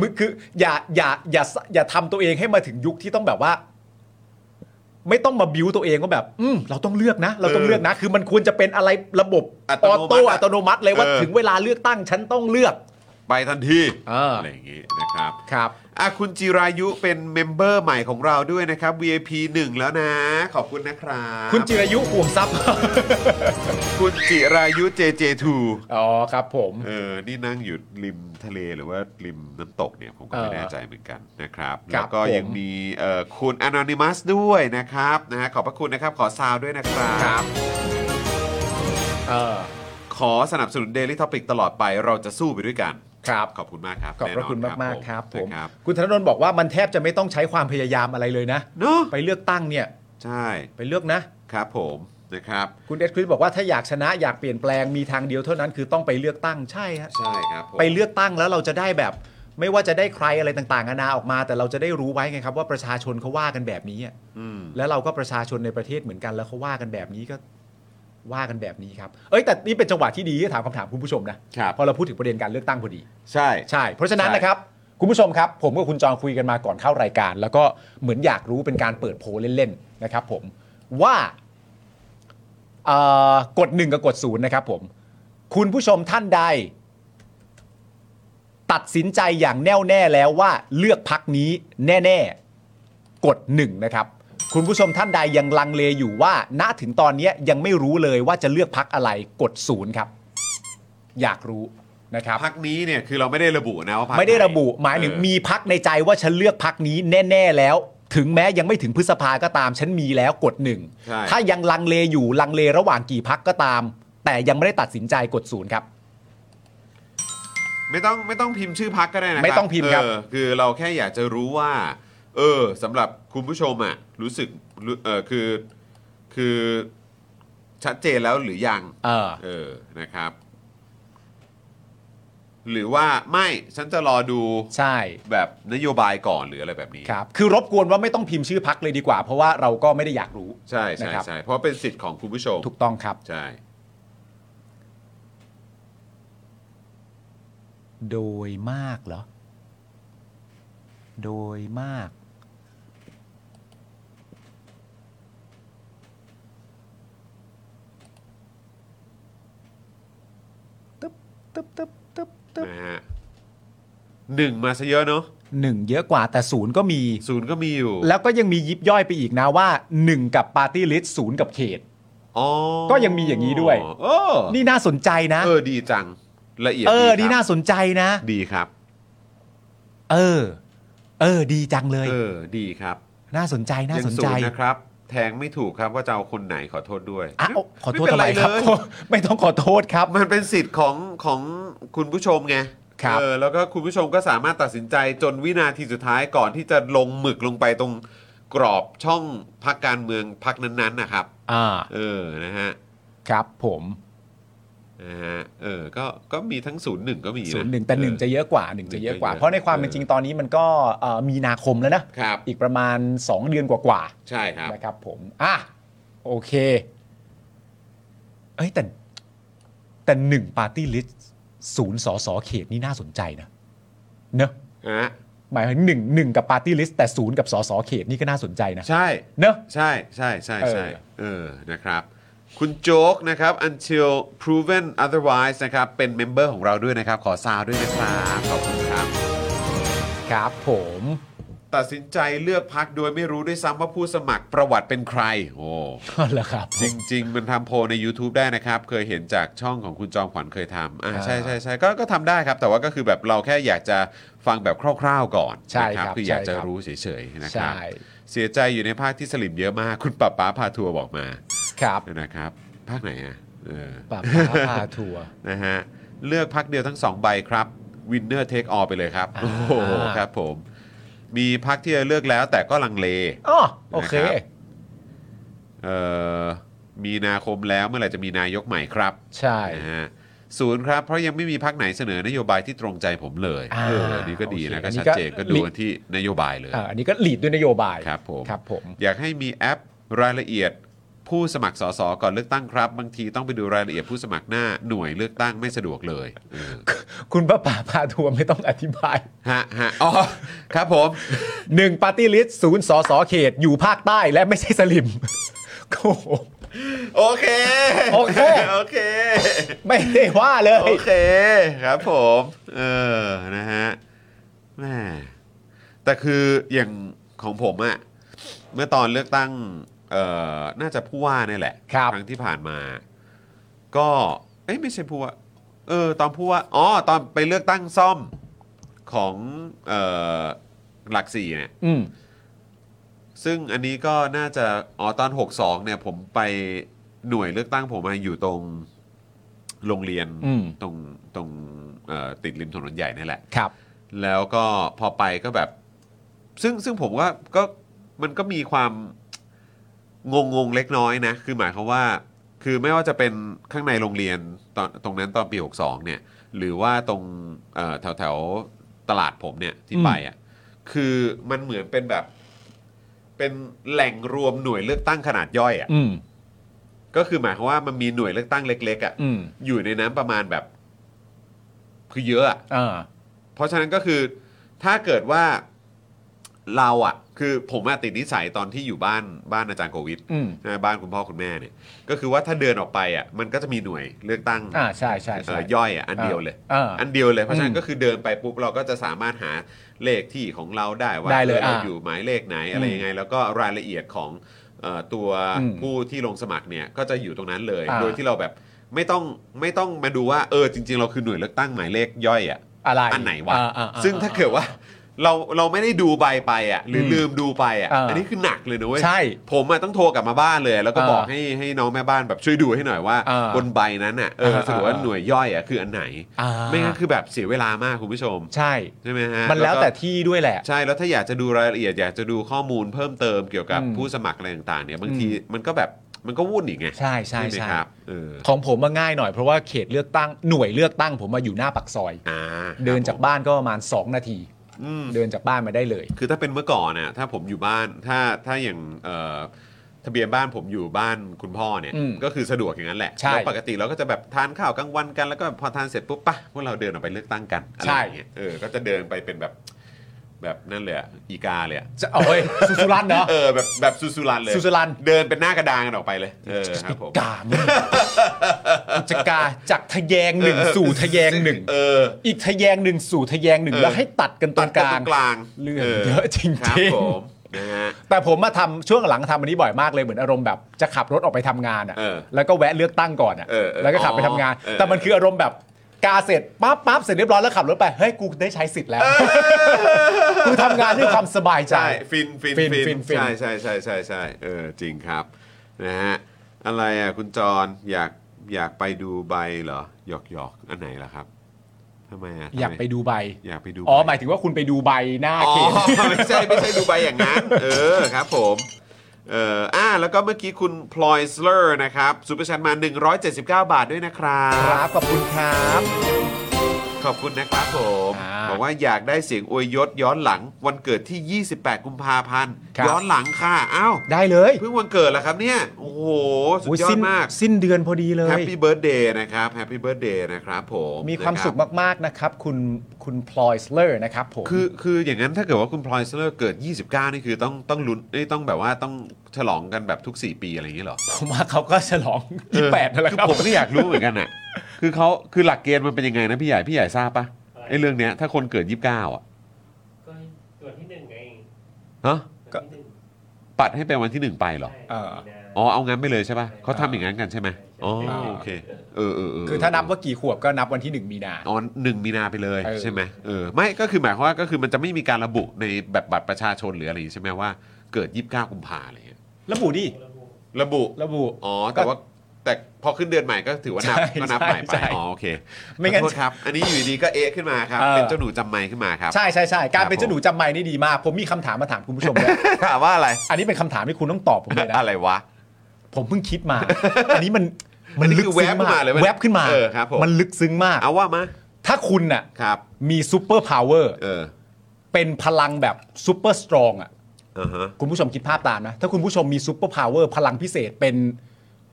Speaker 3: มึงคืออย่าอย่าอย่าอย่าทำตัวเองให้มาถึงยุคที่ต้องแบบว่า ไม่ต้องมาบิวตัวเองว่าแบบ อืมเราต้องเลือกนะ เราต้องเลือกนะ คือมันควรจะเป็นอะไรระบบ
Speaker 1: อั
Speaker 3: อ
Speaker 1: ต
Speaker 3: อ
Speaker 1: โนมัติ
Speaker 3: โต้อัตโนมัติเลยว่า
Speaker 1: เออ
Speaker 3: ถึงเวลาเลือกตั้งฉันต้องเลือก
Speaker 1: ไปทันที
Speaker 3: เอออ
Speaker 1: ไรอย่างงี้นะครับ
Speaker 3: ครับ
Speaker 1: อ่ะคุณจิรายุเป็นเมมเบอร์ใหม่ของเราด้วยนะครับ VIP 1 แล้วนะ ขอบคุณนะครับ
Speaker 3: คุณจิรายุห่วง ทรัพย์
Speaker 1: คุณจิรายุ JJ2
Speaker 3: อ๋อครับ ผม
Speaker 1: เออ นี่นั่งอยู่ริมทะเลหรือว่าริมน้ำตกเนี่ย ผมก็ไม่
Speaker 3: เออ
Speaker 1: แน่ใจเหมือนกันนะครับ
Speaker 3: ค
Speaker 1: แล้
Speaker 3: รับ
Speaker 1: วก็ยัง
Speaker 3: ผม
Speaker 1: มีเอ่อคุณ Anonymous ด้วยนะครับนะฮะขอบพระคุณนะครับ ขอซาวด้วยนะครับ
Speaker 3: เออ
Speaker 1: ขอสนับสนุน Daily Topic ตลอดไปเราจะสู้ไปด้วยกัน
Speaker 3: ครับ
Speaker 1: ขอบคุณมากครับ
Speaker 3: ขอบพระคุณ
Speaker 1: แน่นน
Speaker 3: มาก ๆ ครับผม
Speaker 1: นะครับ
Speaker 3: คุณธนดลบอกว่ามันแทบจะไม่ต้องใช้ความพยายามอะไรเลยนะ
Speaker 1: เนาะ
Speaker 3: ไปเลือกตั้งเนี่ย
Speaker 1: ใช่
Speaker 3: ไปเลือกนะ
Speaker 1: ครับผมนะครับ
Speaker 3: คุณเอ็ดคริสบอกว่าถ้าอยากชนะอยากเปลี่ยนแปลงมีทางเดียวเท่านั้นคือต้องไปเลือกตั้งใช่ฮะ
Speaker 1: ใช่ครับผม
Speaker 3: ไปเลือกตั้งแล้วเราจะได้แบบ ไม่ว่าจะได้ใครอะไรต่างๆนานาออกมา แต่เราจะได้รู้ไว้ไงครับว่าประชาชนเขาว่ากันแบบนี้อะ
Speaker 1: อืม
Speaker 3: แล้วเราก็ประชาชนในประเทศเหมือนกันแล้วเขาว่ากันแบบนี้ก็ว่ากันแบบนี้ครับเอ้ยแต่นี่เป็นจังหวะที่ดีที่ถามคำถามคุณผู้ชมนะครับพอเราพูดถึงประเด็นการเลือกตั้งพอดี
Speaker 1: ใช่
Speaker 3: ใช่ เพราะฉะนั้น
Speaker 1: ใช่
Speaker 3: นะครับ คุณผู้ชมครับ ผมกับคุณจองคุยกันมาก่อนเข้ารายการ แล้วก็เหมือนอยากรู้เป็นการเปิดโพลเล่น ๆ นะครับผม ว่าเอ่อกดหนึ่งกับกดศูนย์นะครับผม คุณผู้ชมท่านใด ตัดสินใจอย่างแน่วแน่แล้วว่าเลือกพักนี้แน่ ๆ กดหนึ่งนะครับ คุณผู้ชมท่านใดยังลังเลอยู่ว่า ณถึงตอนเนี้ยยังไม่รู้เลยว่าจะเลือกพักอะไรกดศูนย์ครับ อยากรู้นะครับ
Speaker 1: พักนี้เนี่ยคือเราไม่ได้ระบุนะว่าพค
Speaker 3: ไม่ได้ระบุหมายถึง
Speaker 1: เออ
Speaker 3: มีพักในใจว่าฉันเลือกพักนี้แน่ ๆ แล้ว ถึงแม้ยังไม่ถึงพฤษภาก็ตามฉันมีแล้วกดหนึ่ง
Speaker 1: ใช่
Speaker 3: ถ้ายังลังเลอยู่ลังเลระหว่างกี่พักก็ตาม แต่ยังไม่ได้ตัดสินใจกดศูนย์ครับ
Speaker 1: ไม่ต้องไม่ต้องพิมพ์ชื่อพักก็ได้นะครับ
Speaker 3: ไม่ต้องพิมพ์ครับ
Speaker 1: เออคือเราแค่อยากจะรู้ว่า เออสำหรับคุณผู้ชมอ่ะรู้สึกรู้เออคือคือชัดเจนแล้วหรือยัง
Speaker 3: เออ
Speaker 1: เออนะครับ หรือว่าไม่ฉันจะรอดู
Speaker 3: ใช่
Speaker 1: แบบนโยบายก่อนหรืออะไรแบบนี้
Speaker 3: ครับ คือรบกวนว่าไม่ต้องพิมพ์ชื่อพักเลยดีกว่า เพราะว่าเราก็ไม่ได้อยากรู้
Speaker 1: ใช่ใช่
Speaker 3: นะครับ
Speaker 1: ใช่เพราะเป็นสิทธิ์ของคุณผู้ชม
Speaker 3: ถูกต้องครับ
Speaker 1: ใช่
Speaker 3: โดยมากเหรอ โดยมาก ตึ๊บตึ๊บตึ๊บตึ๊บตึ๊บ
Speaker 1: นะฮะหนึ่งมาซะเยอะเนอะ
Speaker 3: หนึ่งเยอะกว่าแต่ศูนย์ก็มี
Speaker 1: ศูนย์ก็มีอยู่
Speaker 3: แล้วก็ยังมียิบย่อยไปอีกนะว่า 1 กับปาร์ตี้ลิสต์ศูนย์กับเขต
Speaker 1: อ๋อ
Speaker 3: ก็ยังมีอย่างนี้ด้วย
Speaker 1: โอ้
Speaker 3: นี่น่าสนใจนะ
Speaker 1: เออดีจังละเอียด
Speaker 3: เออ
Speaker 1: ดี
Speaker 3: นี่
Speaker 1: ครับ
Speaker 3: น่าสนใจนะ
Speaker 1: ดีครับ
Speaker 3: เออ เออ ดีจังเลย
Speaker 1: เออดีครับ
Speaker 3: น่าสนใจน่า
Speaker 1: ยัง
Speaker 3: สน
Speaker 1: ศู
Speaker 3: ใจ
Speaker 1: นย์นะครับ แทงไม่ถูกครับว่าจะเอาคนไหนขอโทษด้วย
Speaker 3: อ้าวขอโทษ
Speaker 1: เป็น
Speaker 3: ทำไมครับ
Speaker 1: เลย
Speaker 3: ไม่ต้องขอโทษครับ
Speaker 1: มันเป็นสิทธิ์ของของคุณผู้ชมไง
Speaker 3: ครับ
Speaker 1: เออแล้วก็คุณผู้ชมก็สามารถตัดสินใจจนวินาทีสุดท้ายก่อนที่จะลงหมึกลงไปตรงกรอบช่องพักการเมืองพักนั้นๆนะครับ
Speaker 3: อ่า
Speaker 1: เออนะฮะ
Speaker 3: ครับผม
Speaker 1: นะฮะเออ ก็ ก็มีทั้งศูนย์หนึ่งก็มีะ
Speaker 3: ศูนย์หนึ่งแต่หนึ่ง
Speaker 1: เออ
Speaker 3: จะเยอะกว่าหนึ่งจะเยอะกว่า เพราะในความเป็นจริงตอนนี้มันก็เอ่อมีนาคมแล้วนะ
Speaker 1: ครับ
Speaker 3: อีกประมาณ 2 เดือนกว่า
Speaker 1: ใช่ครับ
Speaker 3: ๆนะครับผม อ่ะ โอเค เอ้ยแต่แต่หนึ่งปาร์ตี้ลิสต์ศูนย์สอสอเขตนี่น่าสนใจนะเนอะ
Speaker 1: ฮะ
Speaker 3: หมายถึงหนึ่งหนึ่งกับปาร์ตี้ลิสต์แต่ศูนย์กับสอสอเขตนี่ก็น่าสนใจนะ
Speaker 1: ใช่
Speaker 3: เนอะ
Speaker 1: ใช่ ใช่ ใช่ ใช่
Speaker 3: เออ
Speaker 1: เออ นะครับ คุณโจ๊กนะครับ until proven otherwise นะครับ เป็นเมมเบอร์ของเราด้วยนะครับ ขอซาวด้วยนะครับ ขอบคุณครับ
Speaker 3: ครับผม
Speaker 1: ตัดสินใจเลือกพักโดยไม่รู้ด้วยซ้ำว่าผู้สมัครประวัติเป็นใคร โอ้
Speaker 3: แล้วครับ
Speaker 1: จริง ๆ มันทำโพลใน YouTube ได้นะครับ เคยเห็นจากช่องของคุณจอมขวัญเคยทำอ่า
Speaker 3: อ่า
Speaker 1: ใช่ใช่ใช่ก็ก็ทำได้ครับ แต่ว่าก็คือแบบเราแค่อยากจะฟังแบบคร่าวๆก่อน
Speaker 3: ใช่
Speaker 1: นะครับคือ
Speaker 3: ใช่
Speaker 1: อยากจะ
Speaker 3: ครับ
Speaker 1: รู้เฉยๆนะค
Speaker 3: ใช่
Speaker 1: รับเสียใจอยู่ในภาคที่สลิมเยอะมาก คุณป๊าป๊าพาทัวร์บอกมา
Speaker 3: ครับ
Speaker 1: นะครับภาคไหนอ่ะเออ
Speaker 3: ปรับผ้าพาทัวร์
Speaker 1: นะฮะเลือกพักเดียวทั้ง 2 ใบครับวินเนอร์เทคออไปเลยครับ
Speaker 3: อ่า
Speaker 1: โอ้โหครับผม มีพักที่จะเลือกแล้วแต่ก็ลังเล
Speaker 3: อ๋อโอเค
Speaker 1: นะครับ เอ่อมีนาคมแล้วเมื่อไหร่จะมีนายกใหม่ครับ
Speaker 3: ใช่
Speaker 1: นะฮะศูนย์ครับ เพราะยังไม่มีพักไหนเสนอนโยบายที่ตรงใจผมเลย
Speaker 3: อ่า
Speaker 1: เอออันนี้ก็ดีนะ
Speaker 3: โอเค
Speaker 1: ก็
Speaker 3: อันนี้
Speaker 1: ชัด
Speaker 3: ก็
Speaker 1: เจนก็ดู
Speaker 3: ลิ
Speaker 1: กันที่นโยบายเลย
Speaker 3: อ่าอันนี้ก็หลีดด้วยนโยบาย
Speaker 1: ครับผม
Speaker 3: ครับผม
Speaker 1: อยากให้มีแอปรายละเอียดผู้สมัครสสก่อนเลือกตั้งครับ บางทีต้องไปดูรายละเอียดผู้สมัครหน้าหน่วยเลือกตั้งไม่สะดวกเลยเออ
Speaker 3: คุณป้าป่าพาทัวร์ไม่ต้องอธิบาย
Speaker 1: ฮะฮะอ๋อครับผม
Speaker 3: 1 ปาร์ตี้ลิสต์ศูนย์สอสอเขตอยู่ภาคใต้และไม่ใช่สลิม โอ้โห
Speaker 1: โอเค
Speaker 3: โอเค
Speaker 1: โอเค
Speaker 3: ไม่ได้ว่าเลย
Speaker 1: โอเคครับผม เออ นะฮะแม่แต่คืออย่างของผมอะเมื่อตอนเลือกตั้ง เอ่อ น่าจะผู้ว่าเนี่ยแหละ
Speaker 3: ครับ
Speaker 1: ครั้งที่ผ่านมา ก็ เอ้ยไม่ใช่ผู้ว่า เออ ตอนผู้ว่า อ๋อ ตอนไปเลือกตั้งซ่อมของ เอ่อ หลักสี่เนี่ย
Speaker 3: อืม
Speaker 1: ซึ่งอันนี้ก็น่าจะอ๋อตอน 62 เนี่ย ผมไปหน่วยเลือกตั้งผมมาอยู่ตรงโรงเรียน
Speaker 3: อืม
Speaker 1: ตรงตรงเอ่อติดริมถนนใหญ่นี่แหละ
Speaker 3: ครับ
Speaker 1: แล้วก็พอไปก็แบบ ซึ่งซึ่งผมว่าก็มันก็มีความงงงๆเล็กน้อยนะ คือหมายความว่า คือไม่ว่าจะเป็นข้างในโรงเรียนตอนตรงนั้นตอนปี 62 เนี่ย หรือว่าตรงแถวแถวๆตลาดผมเนี่ยที่ไปอ่ะคือมันเหมือนเป็นแบบ เป็นแหล่งรวมหน่วยเลือกตั้งขนาดย่อยอ่ะ
Speaker 3: อืม
Speaker 1: ก็คือหมายความว่ามันมีหน่วยเลือกตั้งเล็กๆอ่ะ
Speaker 3: อืม
Speaker 1: อยู่ในนั้นประมาณแบบ คือเยอะอ่ะ
Speaker 3: อ่า
Speaker 1: เพราะฉะนั้นก็คือถ้าเกิดว่าเราอ่ะ คือผมอะติดนิสัยตอนที่อยู่บ้านบ้านอาจารย์โควิด
Speaker 3: อืม
Speaker 1: นะบ้านคุณพ่อคุณแม่เนี่ย ก็คือว่าถ้าเดินออกไปอ่ะมันก็จะมีหน่วยเลือกตั้ง
Speaker 3: อ่าใช่ใช่
Speaker 1: เอ่
Speaker 3: ใช่
Speaker 1: อย่อยอ่ะอันเดียวเลย
Speaker 3: อ่า
Speaker 1: อันเดียวเลยเพราะฉะนั้
Speaker 3: อื
Speaker 1: น
Speaker 3: ม
Speaker 1: ก็คือเดินไปปุ๊บเราก็จะสามารถหาเลขที่ของเราได้ว่า
Speaker 3: ได้เล
Speaker 1: อ
Speaker 3: ย
Speaker 1: อเรา
Speaker 3: อ่า
Speaker 1: อยู่หมายเลขไหนอะไร
Speaker 3: อืม
Speaker 1: ยังไง แล้วก็รายละเอียดของเอ่อตัว
Speaker 3: อืม
Speaker 1: ผู้ที่ลงสมัครเนี่ยก็จะอยู่ตรงนั้นเลย
Speaker 3: อ่า
Speaker 1: โดยที่เราแบบไม่ต้องไม่ต้องมาดูว่าเออจริง ๆ เราคือหน่วยเลือกตั้งหมายเลขย่อยอ่ะ
Speaker 3: อะไร
Speaker 1: อันไหนวะ
Speaker 3: อ่าอ่าอ่า
Speaker 1: ซึ่งถ้าเกิดว่า เราเราไม่ได้ดูใบไปอ่ะหรืออ
Speaker 3: ม
Speaker 1: ลืมดูไปอ่ะ
Speaker 3: เอออั
Speaker 1: อันนี้คือหนักเลยนะเว้ย
Speaker 3: ใช่
Speaker 1: ผมอ่ะต้องโทรกลับมาบ้านเลย แล้วก็
Speaker 3: เออ
Speaker 1: บอกให้ให้น้องแม่บ้านแบบช่วยดูให้หน่อยว่า
Speaker 3: เออบ
Speaker 1: นใบนั้นอ่ะเออ
Speaker 3: เออ
Speaker 1: สรุปว่า
Speaker 3: เออ
Speaker 1: หน่วยย่อยอ่ะคืออันไหน
Speaker 3: อ่า
Speaker 1: ไม่งั้นคือแบบเสียเวลามากคุณผู้ชม
Speaker 3: ใช่
Speaker 1: ใช่ไหมฮะ
Speaker 3: มันแล้ว
Speaker 1: ก็
Speaker 3: แต่ที่ด้วยแหละ
Speaker 1: ใช่ แล้วถ้าอยากจะดูรายละเอียด อยากจะดูข้อมูลเพิ่มเติมเกี่ยวกับ
Speaker 3: อืม
Speaker 1: ผู้สมัครอะไรต่างๆเนี่ยบางที
Speaker 3: อืม
Speaker 1: มันก็แบบมันก็วุ่นอีกไง
Speaker 3: ใช่ใช่
Speaker 1: ไหม
Speaker 3: ใช่
Speaker 1: ครับเออ
Speaker 3: ของผมมาง่ายหน่อยเพราะว่าเขตเลือกตั้งหน่วยเลือกตั้งผมมาอยู่หน้าปากซอย
Speaker 1: อ่า
Speaker 3: เดินจาก
Speaker 1: ครับ
Speaker 3: บ้านก็ประมาณ 2 นาที
Speaker 1: ผมอืม
Speaker 3: เดินจากบ้านมาได้เลย
Speaker 1: คือถ้าเป็นเมื่อก่อนน่ะถ้าผมอยู่บ้านถ้าถ้าอย่างเอ่อทะเบียนบ้านผมอยู่บ้านคุณพ่อเนี่ย
Speaker 3: อืม
Speaker 1: ก็คือสะดวกอย่างนั้นแหละ
Speaker 3: ใช่
Speaker 1: แล้วปกติเราก็จะแบบทานข้าวกลางวันกัน แล้วก็พอทานเสร็จปุ๊บปะพวกเราเดินออกไปเลือกตั้งกันอะไร
Speaker 3: ใช่
Speaker 1: อย่างเงี้ยเออก็จะเดินไปเป็นแบบแบบนั่นเลยอะอีกาเลยอะ
Speaker 3: จะเอาเฮ้ยสุสุรัตน์เนาะ
Speaker 1: เออแบบแบบซูซูรันเลย
Speaker 3: ซูซูรัน
Speaker 1: เดินเป็นหน้ากระดานกันออกไปเลยเออครับผม
Speaker 3: กามึงจะกาจากทะแยงหนึ่งสู่ทะแยงหนึ่ง
Speaker 1: เออ
Speaker 3: อีกทะแยงหนึ่งสู่ทะแยงหนึ่ง
Speaker 1: เออ
Speaker 3: แล้วให้ตัดกันตร
Speaker 1: ตัด
Speaker 3: ง
Speaker 1: ก
Speaker 3: ก
Speaker 1: ลา
Speaker 3: ลาง ง
Speaker 1: กลาง
Speaker 3: เลือดเยอะจริงๆ
Speaker 1: ครับผมนะฮะ
Speaker 3: แต่ผมมาทำช่วงหลังทำอันนี้บ่อยมากเลยเหมือนอารมณ์แบบจะขับรถออกไปทำงาน
Speaker 1: เออ
Speaker 3: อะ่ะแล้วก็แวะเลือกตั้งก่อน
Speaker 1: เออ
Speaker 3: อะ่ะ
Speaker 1: เออ
Speaker 3: แล้วก็ขับไปทำงาน
Speaker 1: เออ
Speaker 3: แต่มันคืออารมณ์แบบกาเสร็จปั๊บปั๊บเสร็จเรียบร้อยแล้วขับรถไปเฮ้ยกูได้ใช้สิทธิ์แล้วกูทำงานด้วยความสบายใจ
Speaker 1: ใช่ฟินฟิน
Speaker 3: ฟินฟินฟิน
Speaker 1: ใช่ใช่ใช่ใช่ใช่เออจริงครับนะฮะอะไรอ่ะคุณจรอยากอยากไปดูใบเหรอหยอกหยอกอันไหนล่ะครับทำไมอ่ะทำม
Speaker 3: อยากไปดูใบ
Speaker 1: อยากไปดู
Speaker 3: อ๋อ
Speaker 1: ใบ
Speaker 3: หมายถึงว่าคุณไปดูใบหน้า
Speaker 1: อ๋อ
Speaker 3: เขต
Speaker 1: ไม่ใช่ไม่ใช่ดูใบอย่างนั้น เออครับผมเอออ่าแล้วก็เมื่อกี้คุณพลอยสเลอร์นะครับซูเปอร์ชันมา 179 บาทด้วยนะครับ
Speaker 3: ครับขอบคุณครับ
Speaker 1: ขอบคุณนะครับผม
Speaker 3: อ่า
Speaker 1: บอกว่าอยากได้เสียงอวยยศย้อนหลัง วันเกิดที่ 28 กุมภาพันธ์
Speaker 3: ครับ
Speaker 1: ย้อนหลังค่ะอ้าว
Speaker 3: ได้เลย
Speaker 1: เพิ่งวันเกิดแล้วครับเนี่ย โอ้โห สุด
Speaker 3: โอ้ย
Speaker 1: ยอ
Speaker 3: สิ้
Speaker 1: ด
Speaker 3: น
Speaker 1: มาก
Speaker 3: สิ้นเดือนพอดีเล
Speaker 1: แฮ
Speaker 3: ย
Speaker 1: ปปี้เบิร์ดเดย์นะครับแฮปปี้เบิร์ดเดย์นะครับผม
Speaker 3: มีความ
Speaker 1: นะรับ
Speaker 3: สุขมาก ๆ นะครับ คุณคุณพลอยสเลอร์นะครับผม
Speaker 1: คือคืออย่างนั้นถ้าเกิดว่าคุณพลอยสเลอร์เกิด 29 นี่คือต้องต้องลุ้นเอ้ยต้องแบบว่าต้องฉลองกันแบบทุก 4 ปีอะไรอย่างนี้เหรอ
Speaker 3: ผมว่าเขาก็ฉลองที่แปดนั่นแหละ
Speaker 1: คือ
Speaker 3: ครับ
Speaker 1: ผมก็อยากรู้เหมือนกัน น่ะคือเขาคือหลักเกณฑ์มันเป็นยังไงนะพี่ใหญ่พี่ใหญ่ทราบปะไอ้เรื่องเนี้ยถ้าคนเกิด 29อ่ะ
Speaker 4: ก็ส่วนที่หนึ่งไง
Speaker 1: ฮะ
Speaker 4: ส่วนที่หนึ่ง
Speaker 1: ปัดให้เป็นวันที่หนึ่งไปเหรอ
Speaker 4: ใช่มีนา
Speaker 1: อ๋อเอางั้นไปเลยใช่ป่ะเขาทำอย่างนั้นกันใช่ไหมอ๋อโอเคเออเออเ
Speaker 3: คือถ้านับว่ากี่ขวบก็นับวันที่หนึ่งมีนา
Speaker 1: อ๋อหนึ่งมีนาไปเลย
Speaker 3: เออ
Speaker 1: ใช่ไหมเออไม่ก็คือหมายความว่าก็คือมันจะไม่มีการระบุในแบบบัตรประชาชนหรืออะไรอย่างนี้ใช่ไหมว่าเกิด 29 กุมภาอะไรอย่างเงี้ย
Speaker 3: ระบุดิ
Speaker 1: ระบุ
Speaker 3: ระบุ
Speaker 1: อ๋อแต่ว่าแต่พอขึ้นเดือนใหม่ก็ถือว่านับ
Speaker 3: ใช่
Speaker 1: ก็นับใหม่ไป
Speaker 3: ใช่
Speaker 1: อ๋อโอเค
Speaker 3: ไม่งั้น
Speaker 1: ขอโทษครับ อันนี้อยู่ดีๆก็เอะขึ้นมาครับ
Speaker 3: เออ
Speaker 1: เป็นเจ้าหนูจำไม่ขึ้นมาครับ
Speaker 3: ใช่ใช่ใช่การเป็
Speaker 1: ครับ
Speaker 3: น
Speaker 1: ผม
Speaker 3: เจ้าหนูจำไม่นี่ดีมาก ผมมีคำถามมาถามคุณผู้ชม เลย
Speaker 1: ถามว่าอะไร
Speaker 3: อันนี้เป็นคำถามที่คุณต้องตอบผมเลยนะ
Speaker 1: อะไรวะ
Speaker 3: ผมเพิ่งคิดมา อันนี้มัน
Speaker 1: อันนี้คือแวบขึ้นมาเลยเว้ย
Speaker 3: แวบขึ้นมา
Speaker 1: เออครับผม
Speaker 3: มันลึกซึ้งมาก
Speaker 1: เอาว่ามา
Speaker 3: ถ้าคุณน่ะ
Speaker 1: ครับ
Speaker 3: มีซูเปอร์พาวเวอร์
Speaker 1: เออ
Speaker 3: เป็นพลังแบบซูเปอร์สตรองอ่ะ
Speaker 1: อ่าฮะ
Speaker 3: คุณผู้ชมคิดภาพตามนะ ถ้าคุณผู้ชมมีซูเปอร์พาวเวอร์พลังพิเศษเป็น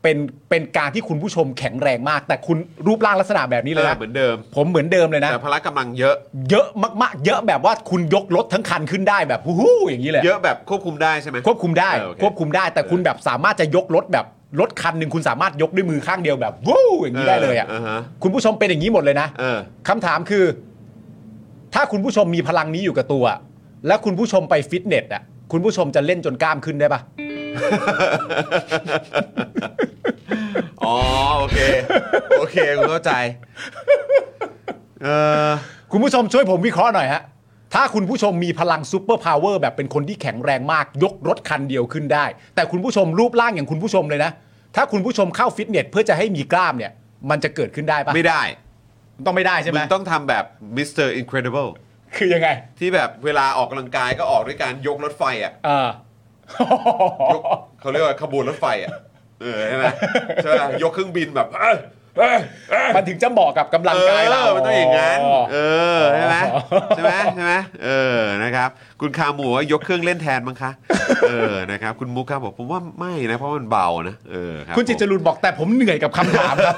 Speaker 3: เป็นเป็นการที่คุณผู้ชมแข็งแรงมาก แต่คุณรูปร่างลักษณะแบบนี้เลย
Speaker 1: เออ
Speaker 3: นะ
Speaker 1: เหมือนเดิม
Speaker 3: ผมเหมือนเดิมเลยนะ
Speaker 1: แต่พละกำลังเยอะ
Speaker 3: เยอะมากๆ เยอะแบบว่าคุณยกรถทั้งคันขึ้นได้แบบฮู้ๆอย่างนี้เลย
Speaker 1: เยอะแบบควบคุมได้ใช่ไหม
Speaker 3: ควบคุมได้
Speaker 1: เออโอเค
Speaker 3: ควบคุมได้ แต่คุณแบบสามารถจะยกรถแบบรถคันหนึ่งคุณสามารถยกด้วยมือข้างเดียวแบบวู้อย่างนี้ได้เลยอ่ะ
Speaker 1: อ่าฮะ
Speaker 3: คุณผู้ชมเป็นอย่างนี้หมดเลยนะ
Speaker 1: เออ
Speaker 3: คำถามคือ ถ้าคุณผู้ชมมีพลังนี้อยู่กับตัว แล้วคุณผู้ชมไปฟิตเนสอ่ะคุณผู้ชมจะเล่นจนกล้ามขึ้นได้ปะ
Speaker 1: อ๋อโอเค โอเคกูเข้าใจ เออ
Speaker 3: คุณผู้ชมช่วยผมวิเคราะห์หน่อยฮะ ถ้าคุณผู้ชมมีพลังซูเปอร์พาวเวอร์แบบเป็นคนที่แข็งแรงมาก ยกรถคันเดียวขึ้นได้ แต่คุณผู้ชมรูปร่างอย่างคุณผู้ชมเลยนะ ถ้าคุณผู้ชมเข้าฟิตเนสเพื่อจะให้มีกล้ามเนี่ย มันจะเกิดขึ้นได้ปะ
Speaker 1: ไม่ได้
Speaker 3: ต้องไม่ได้ใช่ไห
Speaker 1: มึ
Speaker 3: ม
Speaker 1: งต้องทำแบบมิสเตอร์อินเครดิเบิล
Speaker 3: คือยังไง
Speaker 1: ที่แบบเวลาออกกำลังกายก็ออกด้วยการยกรถไฟอ่ะ
Speaker 3: เอ อ
Speaker 1: ยกเขาเรียกว่าขบวนรถไฟอ่ะเออใช่ไหมใช่ไหมยกเครื่องบินแบบเออ
Speaker 3: มันถึงจะเหมาะกับกำลังกายเรา
Speaker 1: มันต้องอย่างนั้นเออใช่ไหมใช่ไหมใช่ไหมเออนะครับ คุณคาหมูว่ายกเครื่องเล่นแทนมั้งคะเออนะครับ คุณมุกครับบอกผมว่าไม่นะเพราะมันเบานะเออครับ
Speaker 3: คุณจิต
Speaker 1: ผม
Speaker 3: จรุนบอกแต่ผมเหนื่อยกับคำถาม ครับ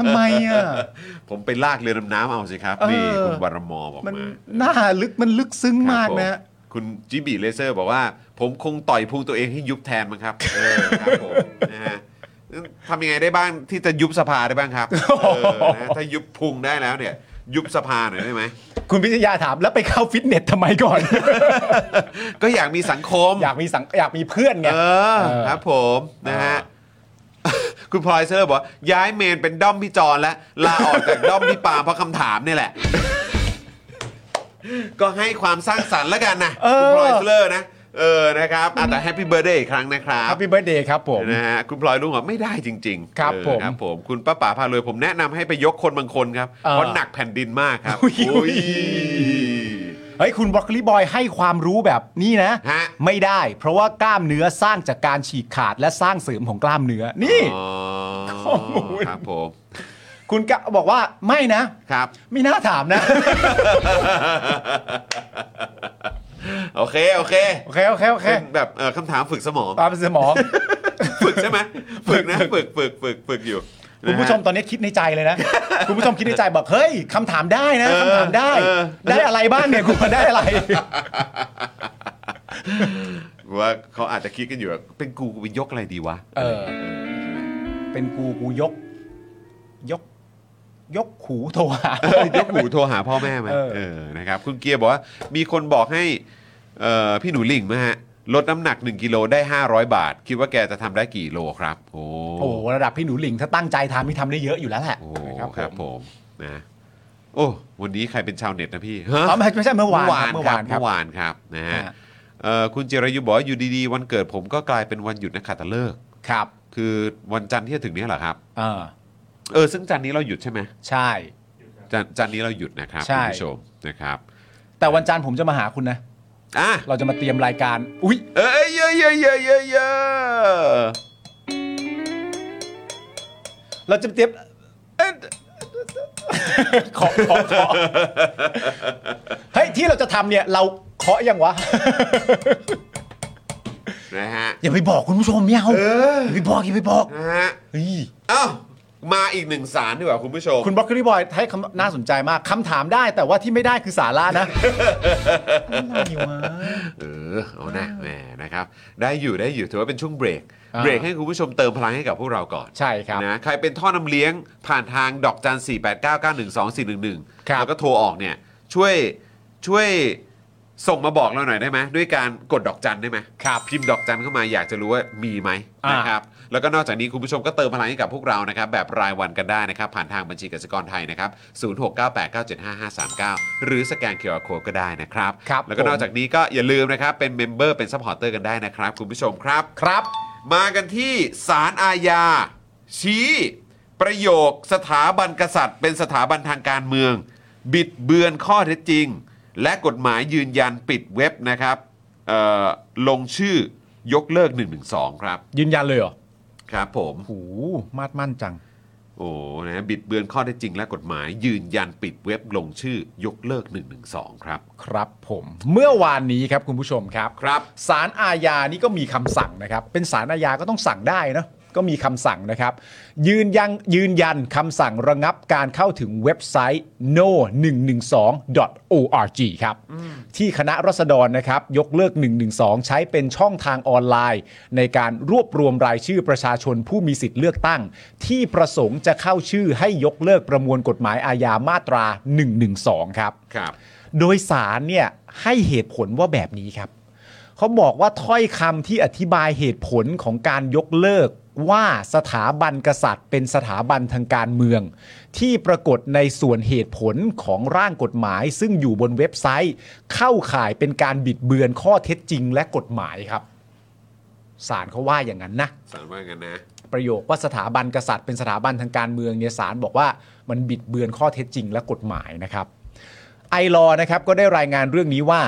Speaker 3: ทำไมอ่ะ
Speaker 1: ผมไปลากเรือดำน้ำเอาสิครับ
Speaker 3: เออ
Speaker 1: นี่คุณวรมอบอก
Speaker 3: มัน
Speaker 1: มา
Speaker 3: หน้าลึกมันลึกซึ้ง
Speaker 1: ม
Speaker 3: มากนะฮะ
Speaker 1: คุณจิบีเลเซอร์บอกว่า ผมคงต่อยพุงตัวเองให้ยุบแทนมั้งครับ เออครับผมนะฮะทำยังไงได้บ้างที่จะยุบสภาได้บ้าง ครับเออนะถ้ายุบพุงได้แล้วเนี่ย ยุบสภาหน่อยได้ไหม
Speaker 3: คุณพิชยาถามแล้วไปเข้าฟิตเนสทำไมก่อน
Speaker 1: ก็อยากมีสังคม
Speaker 3: อยากมีสังอยากมีเพื่อนไง
Speaker 1: เออ
Speaker 3: เออ
Speaker 1: ครับผมนะฮะ คุณพลอยเซอร์บอกว่าย้ายเมนเป็นด้อมพี่จอนแล้วลาออกจากด้อมพี่ปาล์มเพราะคำถามนี่แหละ ก็ให้ความสร้างสรรค์แล้วกันนะ
Speaker 3: เออ
Speaker 1: คุณพลอยสเลอร์นะ เออนะครับอ่ะแต่แฮปปี้เบ t ร์ a เดย์อีกครั้งนะครับ
Speaker 3: Happy Birthday ครับผม
Speaker 1: นะฮะคุณพลอยลุงบอกไม่ได้จริงๆ
Speaker 3: ครับ
Speaker 1: เออ
Speaker 3: ผม
Speaker 1: ครับผมคุณป้าป๋าพาเลยผมแนะนำให้ไปยกคนบางคนครับ
Speaker 3: เออ
Speaker 1: เพราะหนักแผ่นดินมากครับ
Speaker 3: อุ๊ย
Speaker 1: โอ้ย
Speaker 3: เฮ้ยคุณบรอกโคลีบอยให้ความรู้แบบนี้นะ
Speaker 1: ฮะ
Speaker 3: ไม่ได้ เพราะว่ากล้ามเนื้อสร้างจากการฉีกขาดและสร้างเสริมของกล้ามเนื้อนี่
Speaker 1: อ๋อ
Speaker 3: ข้อมูล
Speaker 1: ครับผม
Speaker 3: คุณกะบอกว่าไม่นะครับ ไม่น่าถาม นะ
Speaker 1: โอเค โอเค
Speaker 3: โอเคโอเคโอเค
Speaker 1: เป็นแบบเอ่อคำถามฝึกสมอง
Speaker 3: ตามสมอง
Speaker 1: ฝึกใช่ไหม ฝึกนะฝึกฝึกฝึกฝึกอยู่
Speaker 3: คุณผู้ชม
Speaker 1: นะฮะ
Speaker 3: ตอนนี้คิดในใจเลยนะ คุณผู้ชมคิดในใจบอกเฮ้ยคำถามได้นะคำถามได้
Speaker 1: เออ
Speaker 3: ได้อะไรบ้างเนี่ยกูได้ อะไร
Speaker 1: ว่าเขาอาจจะคิดกันอยู่ว่าเป็นกูกูไปยกอะไรดีวะ
Speaker 3: เออ เป็นกูกูยก ยก ยกหูโทรหา
Speaker 1: เออยกหูโทรหาพ่อแม่ไหม
Speaker 3: เออ
Speaker 1: เออนะครับ คุณเกียร์บอกว่ามีคนบอกให้เอ่อพี่หนูหลิงมาฮะลดน้ำหนัก 1กิโลได้ 500 บาท คิดว่าแกจะทำได้กี่โลครับ โอ้
Speaker 3: โอ้โหระดับพี่หนูหลิงถ้าตั้งใจทำนี่ทำได้เยอะอยู่แล้วแหละ
Speaker 1: โอ้
Speaker 3: นะ
Speaker 1: ค
Speaker 3: ค
Speaker 1: รั
Speaker 3: รั
Speaker 1: บบ ผ
Speaker 3: ผม
Speaker 1: มนะโอ้วันนี้ใครเป็นชาวเน็ตนะพี่ฮะ
Speaker 3: อ๋อไม่ไม่ใช่เมื่อวานครับ
Speaker 1: เมื่
Speaker 3: เมื่
Speaker 1: อวาว
Speaker 3: อาน น
Speaker 1: ครับบ
Speaker 3: ครั
Speaker 1: เมื่อวานครับนะฮะ
Speaker 3: ฮะ
Speaker 1: เอ่อคุณจิรายุบอกว่าอยู่ดีๆ วันเกิดผมก็กลายเป็นวันหยุดนักขัตฤกษ์
Speaker 3: ครับ
Speaker 1: คือวันจันทร์ที่จะถึงเนี้เหรอครับ
Speaker 3: เออ
Speaker 1: เออซึ่งจันทร์นี้เราหยุดใช่ไหม
Speaker 3: ใช่
Speaker 1: จันทร์จันทร์นี้เราหยุดนะครับ
Speaker 3: ใช่
Speaker 1: คุณผู้ชมนะครับ
Speaker 3: แต่วันจันทร์ผมจะมาหาคุณนะ
Speaker 1: อ่ะ
Speaker 3: เราจะมาเตรียมรายการ อุ้ย
Speaker 1: เอ้ยเยอะเยอะเยอะเยอะเยอะ
Speaker 3: เราจะเตรียมเอ้ยขอขอขอเฮ้ยที่เราจะทำเนี่ย เราเคาะยังวะ
Speaker 1: นะฮะ
Speaker 3: อย่าไปบอกคุณผู้ชมไม่เอาอย่าไปบอกอย่าไปบอก
Speaker 1: นะฮะ
Speaker 3: เฮ้ย
Speaker 1: เอ้ามาอีกหนึ่งสารดีกว่าคุณผู้ชม
Speaker 3: คุณบล็อกเกอรี่บอยให้คำน่าสนใจมากคำถามได้แต่ว่าที่ไม่ได้คือสาระ นะอะไรวะ
Speaker 1: เออเอานะแหมนะครับ ได้อยู่ได้อยู่ถือว่าเป็นช่วงเบรก
Speaker 3: อ่า
Speaker 1: เบรกให้คุณผู้ชมเติมพลังให้กับพวกเราก่อน
Speaker 3: ใช่ครับ
Speaker 1: นะใครเป็นท่อนำเลี้ยงผ่านทางดอกจัน 4 8 9 9 1 2 4 1 1
Speaker 3: ครับ
Speaker 1: แล้วก็โทรออกเนี่ยช่วยช่วยส่งมาบอกเราหน่อยได้ไหมด้วยการกดดอกจันได้ไหม
Speaker 3: ครับ
Speaker 1: พิมพ์ดอกจันเข้ามาอยากจะรู้ว่ามีไหม
Speaker 3: อ่าน
Speaker 1: นะครับแล้วก็นอกจากนี้คุณผู้ชมก็เติมพลังให้กับพวกเรานะครับแบบรายวันกันได้นะครับ ผ่านทางบัญชีกสิกรไทยนะครับ0698975539 หรือสแกนเคอร์โคก็ได้นะครับ
Speaker 3: ครับ
Speaker 1: แล้วก็นอกจากนี้ก็อย่าลืมนะครับเป็นเมมเบอร์เป็นซัพพอร์เตอร์กันได้นะครับคุณผู้ชมครับ
Speaker 3: ครับ
Speaker 1: มากันที่ศาลอาญา ชี้ ประโยคสถาบันกษัตริย์ เป็นสถาบันทางการเมือง บิดเบือนข้อเท็จจริง และกฎหมายยืนยันปิดเว็บนะครับเอ่อลงชื่อยกเลิก 112 ครับ
Speaker 3: ยืนยันเลยเหรอ
Speaker 1: ครับผม
Speaker 3: โหูมาดมั่นจัง
Speaker 1: โอ้นะบิดเบือนข้อเท็จจริง และกฎหมายยืนยันปิดเว็บลงชื่อยกเลิก 112 ครับ
Speaker 3: ครับผมเมื่อวานนี้ครับคุณผู้ชมครับ
Speaker 1: ครับ
Speaker 3: ศาลอาญานี่ก็มีคำสั่งนะครับ เป็นศาลอาญาก็ต้องสั่งได้เนอะก็มีคำสั่งนะครับ ยืนยันยืนยันคำสั่งระงับการเข้าถึงเว็บไซต์ no 1 1 2 org ครับ ที่คณะรัษฎรนะครับ ยกเลิก 112 ใช้เป็นช่องทางออนไลน์ ในการรวบรวมรายชื่อประชาชนผู้มีสิทธิ์เลือกตั้ง ที่ประสงค์จะเข้าชื่อให้ยกเลิกประมวลกฎหมายอาญามาตรา 112 ครับ
Speaker 1: ครับ
Speaker 3: โดยสารเนี่ยให้เหตุผลว่าแบบนี้ครับ เขาบอกว่าถ้อยคำที่อธิบายเหตุผลของการยกเลิก ว่าสถาบันกษัตริย์ เป็นสถาบันทางการเมือง ที่ปรากฏในส่วนเหตุผลของร่างกฎหมาย ซึ่งอยู่บนเว็บไซต์ เข้าข่ายเป็นการบิดเบือนข้อเท็จจริงและกฎหมายครับศาลเขาว่าอย่างนั้นนะ
Speaker 1: สารว่างั้นนะ
Speaker 3: ประโยคว่าสถาบันกษัตริย์เป็นสถาบันทางการเมืองเนี่ยศาลบอกว่ามันบิดเบือนข้อเท็จจริงและกฎหมายนะครับ ไอรอนะครับก็ได้รายงานเรื่องนี้ว่า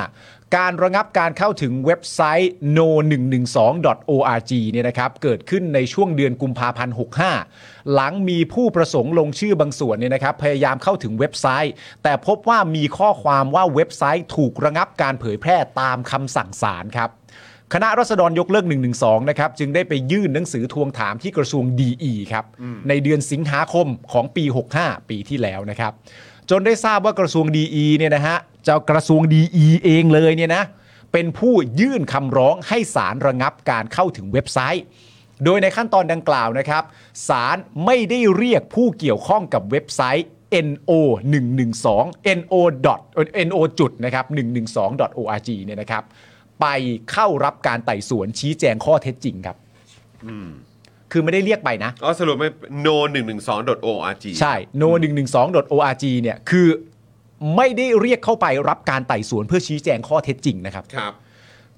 Speaker 3: การระงับการเข้าถึงเว็บไซต์ no112.org เนี่ยนะครับเกิดขึ้นในช่วงเดือนกุมภาพันธ์ 65 หลังมีผู้ประสงค์ลงชื่อบางส่วนเนี่ยนะครับพยายามเข้าถึงเว็บไซต์ แต่พบว่ามีข้อความว่าเว็บไซต์ถูกระงับการเผยแพร่ตามคำสั่งศาลครับ คณะรัษฎรยกเลิก 112 นะครับ จึงได้ไปยื่นหนังสือทวงถามที่กระทรวงดีครับ ในเดือนสิงหาคมของปี 65 ปีที่แล้วนะครับ จนได้ทราบว่ากระทรวงดีเนี่ยนะฮะเจ้ากระทรวงดีเองเลยเนี่ยนะ เป็นผู้ยื่นคำร้องให้ศาลระงับการเข้าถึงเว็บไซต์ โดยในขั้นตอนดังกล่าวนะครับศาลไม่ได้เรียกผู้เกี่ยวข้องกับเว็บไซต์ no 112 no dot no จุดนะครับ112 dot org เนี่ยนะครับ ไปเข้ารับการไต่สวนชี้แจงข้อเท็จจริงครับคือไม่ได้เรียกไปนะ
Speaker 1: อ๋อสรุปไม่ no 1 1 2 org
Speaker 3: ใช่ no 1 1 2 org เนี่ย คือ ไม่ได้เรียกเข้าไปรับการไต่สวนเพื่อชี้แจงข้อเท็จจริงนะครับ
Speaker 1: ครับ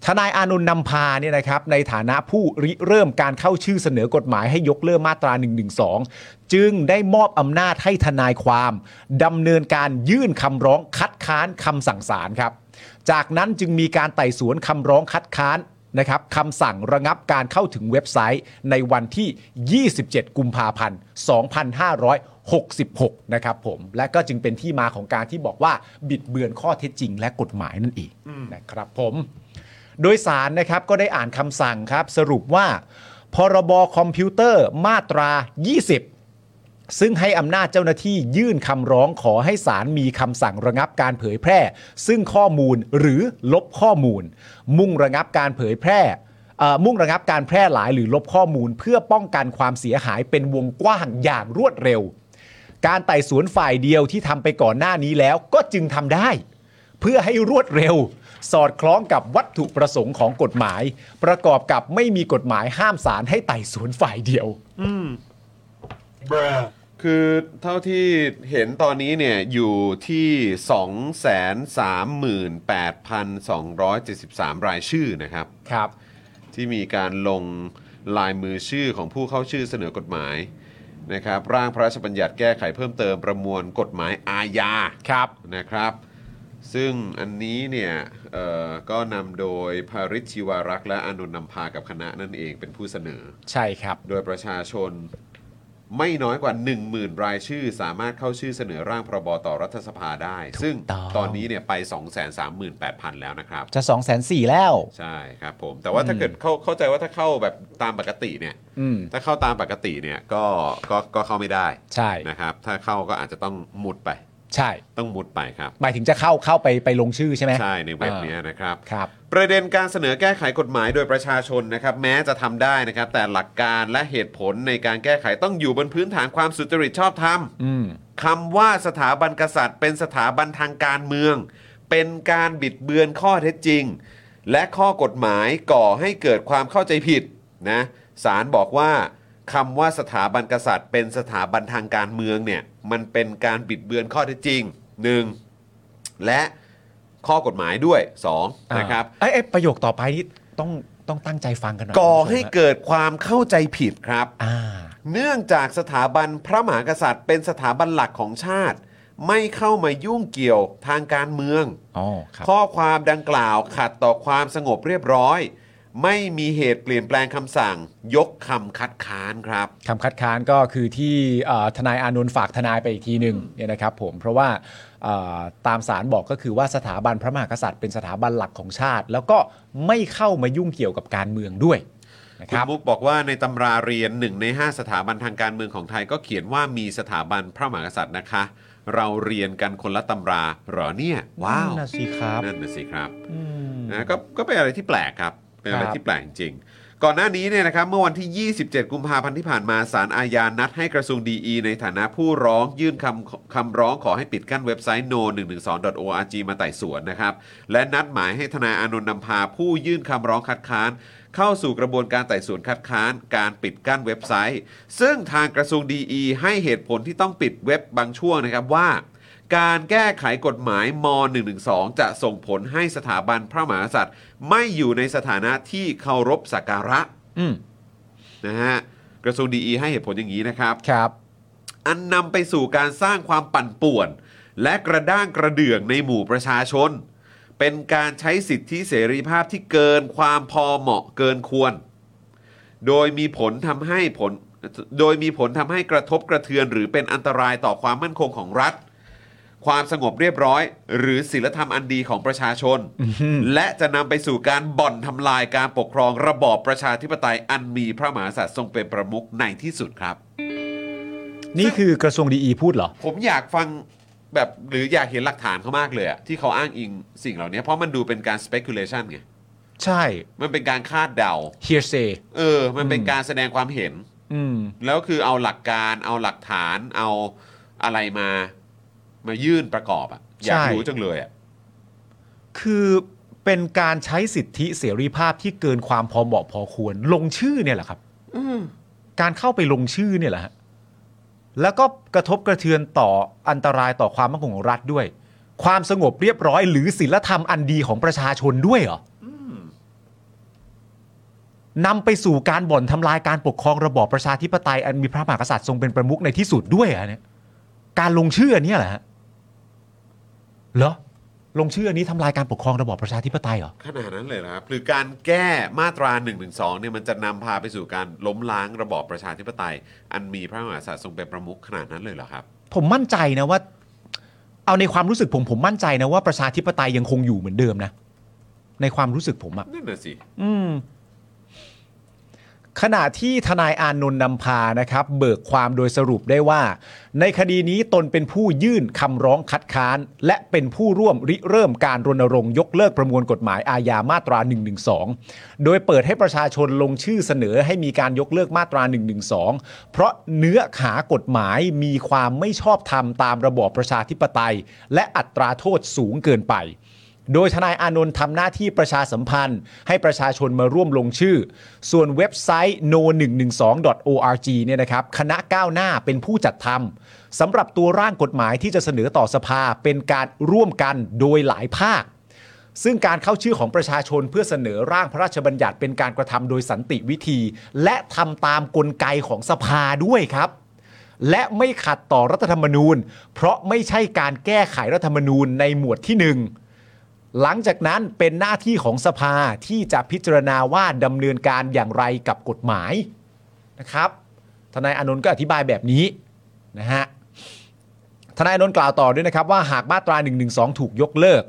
Speaker 3: ทนายอานนท์นำพาเนี่ยนะครับในฐานะผู้ริเริ่มการเข้าชื่อเสนอกฎหมายให้ยกเลิกมาตรา 112 จึงได้มอบอำนาจให้ทนายความดำเนินการยื่นคำร้องคัดค้านคำสั่งศาลครับ จากนั้นจึงมีการไต่สวนคำร้องคัดค้านนะครับคำสั่งระงับการเข้าถึงเว็บไซต์ในวันที่ 27 กุมภาพันธ์ 2566 นะครับผม และก็จึงเป็นที่มาของการที่บอกว่าบิดเบือนข้อเท็จจริง และกฎหมายนั่นเองนะครับผม โดยสารนะครับก็ได้อ่านคำสั่งครับ สรุปว่า พรบคอมพิวเตอร์มาตรา 20 ซึ่งให้อำนาจเจ้าหน้าที่ยื่นคำร้องขอให้ศาลมีคำสั่งระงับการเผยแพร่ ซึ่งข้อมูลหรือลบข้อมูล มุ่งระงับการเผยแพร่เอ่อมุ่งระงับการแพร่หลายหรือลบข้อมูล เพื่อป้องกันความเสียหายเป็นวงกว้างอย่างรวดเร็ว การไต่สวนฝ่ายเดียวที่ทำไปก่อนหน้านี้แล้วก็จึงทำได้ เพื่อให้รวดเร็ว สอดคล้องกับวัตถุประสงค์ของกฎหมาย ประกอบกับไม่มีกฎหมายห้ามศาลให้ไต่สวนฝ่ายเดียว
Speaker 1: คือเท่าที่เห็นตอนนี้เนี่ยอยู่ที่ 238,273 รายชื่อนะครับ
Speaker 3: ครับ
Speaker 1: ที่มีการลงลายมือชื่อของผู้เข้าชื่อเสนอกฎหมายนะครับ ร่างพระราชบัญญัติแก้ไขเพิ่มเติมประมวลกฎหมายอาญา
Speaker 3: ครับ
Speaker 1: นะครับ ซึ่งอันนี้เนี่ยเอ่อก็นำโดยภริชชีวารักษ์และอนุนท์นำพากับคณะนั่นเองเป็นผู้เสนอ
Speaker 3: ใช่ครับ
Speaker 1: โดยประชาชนไม่น้อยกว่า 10,000 รายชื่อ สามารถเข้าชื่อเสนอร่างพรบต่อรัฐสภาได้ ซึ่ง
Speaker 3: ต้อง
Speaker 1: ตอนนี้เนี่ยไป 238,000 แล้วนะครับ
Speaker 3: จะ2องแสนสี่แล้ว
Speaker 1: ใช่ครับผม แต่ว่าถ้าเกิดเข้าเข้าใจว่าถ้าเข้าแบบตามปกติเนี่ย
Speaker 3: อืม
Speaker 1: ถ้าเข้าตามปกติเนี่ยก็ก็ก็เข้าไม่ได้
Speaker 3: ใช่
Speaker 1: นะครับ ถ้าเข้าก็อาจจะต้องมุดไป
Speaker 3: ใช่
Speaker 1: ต้องมุดไปครับ
Speaker 3: หมายถึงจะเข้าเข้าไปไปลงชื่อใช่ไหม
Speaker 1: ใช่ในเว็บเนี้ยนะครับ
Speaker 3: ครับ
Speaker 1: ประเด็นการเสนอแก้ไขกฎหมายโดยประชาชนนะครับแม้จะทำได้นะครับ แต่หลักการและเหตุผลในการแก้ไขต้องอยู่บนพื้นฐานความสุจริตชอบธรรม
Speaker 3: อืม
Speaker 1: คำว่าสถาบันกษัตริย์ เป็นสถาบันทางการเมือง เป็นการบิดเบือนข้อเท็จจริง และข้อกฎหมายก่อให้เกิดความเข้าใจผิดนะศาลบอกว่าคำว่าสถาบันกษัตริย์ เป็นสถาบันทางการเมืองเนี่ยมันเป็นการบิดเบือนข้อเท็จจริงหนึ่งและข้อกฎหมายด้วยสองนะครับ
Speaker 3: ไอ้ยเอ้ยประโยคต่อไปนี่ต้องต้องตั้งใจฟังกันหน่อย
Speaker 1: ก่อ
Speaker 3: คุณผู้ชม
Speaker 1: ให้เกิดความเข้าใจผิดครับ
Speaker 3: อ่า
Speaker 1: เนื่องจากสถาบันพระมหากษัตริย์ เป็นสถาบันหลักของชาติ ไม่เข้ามายุ่งเกี่ยวทางการเมือง
Speaker 3: อ๋อ ครับ
Speaker 1: ข้อความดังกล่าวขัดต่อความสงบเรียบร้อย ไม่มีเหตุเปลี่ยนแปลงคำสั่ง ยกคำคัดค้านครับ
Speaker 3: คำคัดค้านก็คือที่เอ่อทนายอานนท์ฝากทนายไปอีกทีหนึ่งเนี่ยนะครับผมเพราะว่าเอ่อตามสารบอกก็คือว่าสถาบันพระมหากษัตริย์เป็นสถาบันหลักของชาติ แล้วก็ไม่เข้ามายุ่งเกี่ยวกับการเมืองด้วยนะค
Speaker 1: คุณ
Speaker 3: รับ
Speaker 1: มุกบอกว่าในตำราเรียนหนึ่งใน 5 สถาบันทางการเมืองของไทยก็เขียนว่ามีสถาบันพระมหากษัตริย์นะคะ เราเรียนกันคนละตำราเหรอเนี่ย ว้าว
Speaker 3: นั่นน่ะสิครับ
Speaker 1: นั่นน่ะสิครับ
Speaker 3: อืม
Speaker 1: นะก็ก็เป็นอะไรที่แปลกครับ เป็นอะไร
Speaker 3: ครับ
Speaker 1: ที่แปลกจริง ก่อนหน้านี้เนี่ยนะครับเมื่อวันที่ 27 กุมภาพันธ์ที่ผ่านมาศาลอาญานัดให้กระทรวงดีอีในฐานะผู้ร้องยื่นคำคำร้องขอให้ปิดกั้นเว็บไซต์ no112.org มาไต่สวนนะครับ และนัดหมายให้ทนายอานนท์นำพาผู้ยื่นคำร้องคัดค้าน เข้าสู่กระบวนการไต่สวนคัดค้าน การปิดกั้นเว็บไซต์ ซึ่งทางกระทรวงดีอีให้เหตุผลที่ต้องปิดเว็บบางช่วงนะครับว่า การแก้ไขกฎหมายม 112 จะส่งผลให้สถาบันพระมหากษัตริย์ ไม่อยู่ในสถานะที่เคารพสักการะ
Speaker 3: อืม
Speaker 1: นะฮะกระทรวงดีให้เหตุผลอย่างนี้นะครับ
Speaker 3: ครับ
Speaker 1: อันนำไปสู่การสร้างความปั่นป่วน และกระด้างกระเดื่องในหมู่ประชาชน เป็นการใช้สิทธิเสรีภาพที่เกินความพอเหมาะเกินควร โดยมีผลทำให้ผลโดยมีผลทำให้กระทบกระเทือนหรือเป็นอันตรายต่อความมั่นคงของรัฐ ความสงบเรียบร้อย หรือศีลธรรมอันดีของประชาชน และจะนำไปสู่การบ่อนทำลายการปกครองระบอบประชาธิปไตยอันมีพระมหากษัตริย์ทรงเป็นประมุขในที่สุดครับ
Speaker 3: นี่คือกระทรวงดีอีพูดเหรอ
Speaker 1: ผมอยากฟังแบบหรืออยากเห็นหลักฐานเขามากเลยอะที่เขาอ้างอิงสิ่งเหล่านี้เพราะมันดูเป็นการ speculation ไง
Speaker 3: ใช่
Speaker 1: มันเป็นการคาดเดา
Speaker 3: hearsay
Speaker 1: เออ มันเป็นการแสดงความเห็น
Speaker 3: อืม
Speaker 1: แล้วคือเอาหลักการเอาหลักฐานเอาอะไรมามายื่นประกอบอะอยาก
Speaker 3: ใช่
Speaker 1: รู้จังเลยอะ
Speaker 3: คือเป็นการใช้สิทธิเสรีภาพที่เกินความพอเหมาะพอควร ลงชื่อเนี่ยแหละครับ การเข้าไปลงชื่อเนี่ยแหละฮะแล้วก็กระทบกระเทือนต่ออันตรายต่อความมั่นคงของรัฐด้วย ความสงบเรียบร้อย หรือศีลธรรมอันดีของประชาชนด้วยเหรออนำไปสู่การบ่อนทำลายการปกครองระบอบประชาธิปไตยอันมีพระมหากษัตริย์ทรงเป็นประมุขในที่สุดด้วยเหรอเนี่ยการลงชื่ออนเนี่ยเหรอฮะเหรอลงชื่ออันนี้ทำลายการปกครองระบอบประชาธิปไตยเหรอ
Speaker 1: ขนาดนั้นเลยเหรอครับหรือการแก้มาตรา1นึเนี่ยมันจะนำพาไปสู่การล้มล้างระบอบประชาธิปไตย อันมีพระมหากษัตริย์ทรงเป็นประมุขขนาดนั้นเลยเหรอครับ
Speaker 3: ผมมั่นใจนะว่า เอาในความรู้สึกผมผมมั่นใจนะว่าประชาธิปไตยยังคงอยู่เหมือนเดิมนะ ในความรู้สึกผมอะ
Speaker 1: นั่นน่ะสิ
Speaker 3: อืมขณะที่ทนายอานนท์นำพานะครับ เบิกความโดยสรุปได้ว่า ในคดีนี้ตนเป็นผู้ยื่นคำร้องคัดค้าน และเป็นผู้ร่วมริเริ่มการรณรงค์ยกเลิกประมวลกฎหมายอาญามาตรา 112 โดยเปิดให้ประชาชนลงชื่อเสนอให้มีการยกเลิกมาตรา 112 เพราะเนื้อหากฎหมายมีความไม่ชอบธรรมตามระบอบประชาธิปไตย และอัตราโทษสูงเกินไป โดยทนายอานนท์ทำหน้าที่ประชาสัมพันธ์ ให้ประชาชนมาร่วมลงชื่อ ส่วนเว็บไซต์ no112.org เนี่ยนะครับคณะก้าวหน้าเป็นผู้จัดทำสำหรับตัวร่างกฎหมายที่จะเสนอต่อสภาเป็นการร่วมกันโดยหลายภาค ซึ่งการเข้าชื่อของประชาชนเพื่อเสนอร่างพระราชบัญญัติเป็นการกระทำโดยสันติวิธี และทำตามกลไกของสภาด้วยครับ และไม่ขัดต่อรัฐธรรมนูญ เพราะไม่ใช่การแก้ไขรัฐธรรมนูญในหมวดที่หนึ่ง หลังจากนั้นเป็นหน้าที่ของสภาที่จะพิจารณาว่าดำเนินการอย่างไรกับกฎหมายนะครับ ทนายอานนท์ก็อธิบายแบบนี้นะฮะ ทนายอานนท์กล่าวต่อด้วยนะครับว่าหากมาตรา1นึถูกยกเลิก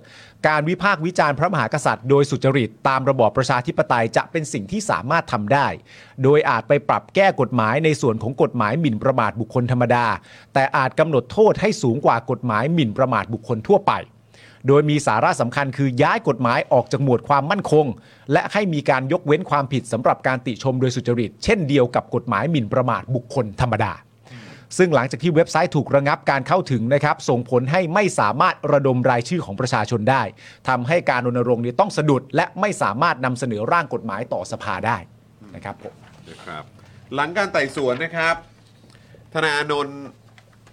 Speaker 3: การวิพากษ์วิจารณ์พระมหากษัตริย์โดยสุจริตตามระบอบประชาธิปไตยจะเป็นสิ่งที่สามารถทำได้ โดยอาจไปปรับแก้กฎหมายในส่วนของกฎหมายหมิ่นประมาทบุคคลธรรมดา แต่อาจกำหนดโทษให้สูงกว่ากฎหมายหมิ่นประมาทบุคคลทั่วไป โดยมีสาระสำคัญคือย้ายกฎหมายออกจากหมวดความมั่นคง และให้มีการยกเว้นความผิดสำหรับการติชมโดยสุจริต เช่นเดียวกับกฎหมายหมิ่นประมาทบุคคลธรรมดา ซึ่งหลังจากที่เว็บไซต์ถูกระงับการเข้าถึงนะครับ ส่งผลให้ไม่สามารถระดมรายชื่อของประชาชนได้ทำให้การรณรงค์นี้ต้องสะดุด และไม่สามารถนำเสนอร่างกฎหมายต่อสภาได้นะครับผม
Speaker 1: นะครับหลังการไต่สวนนะครับทนายอานนท์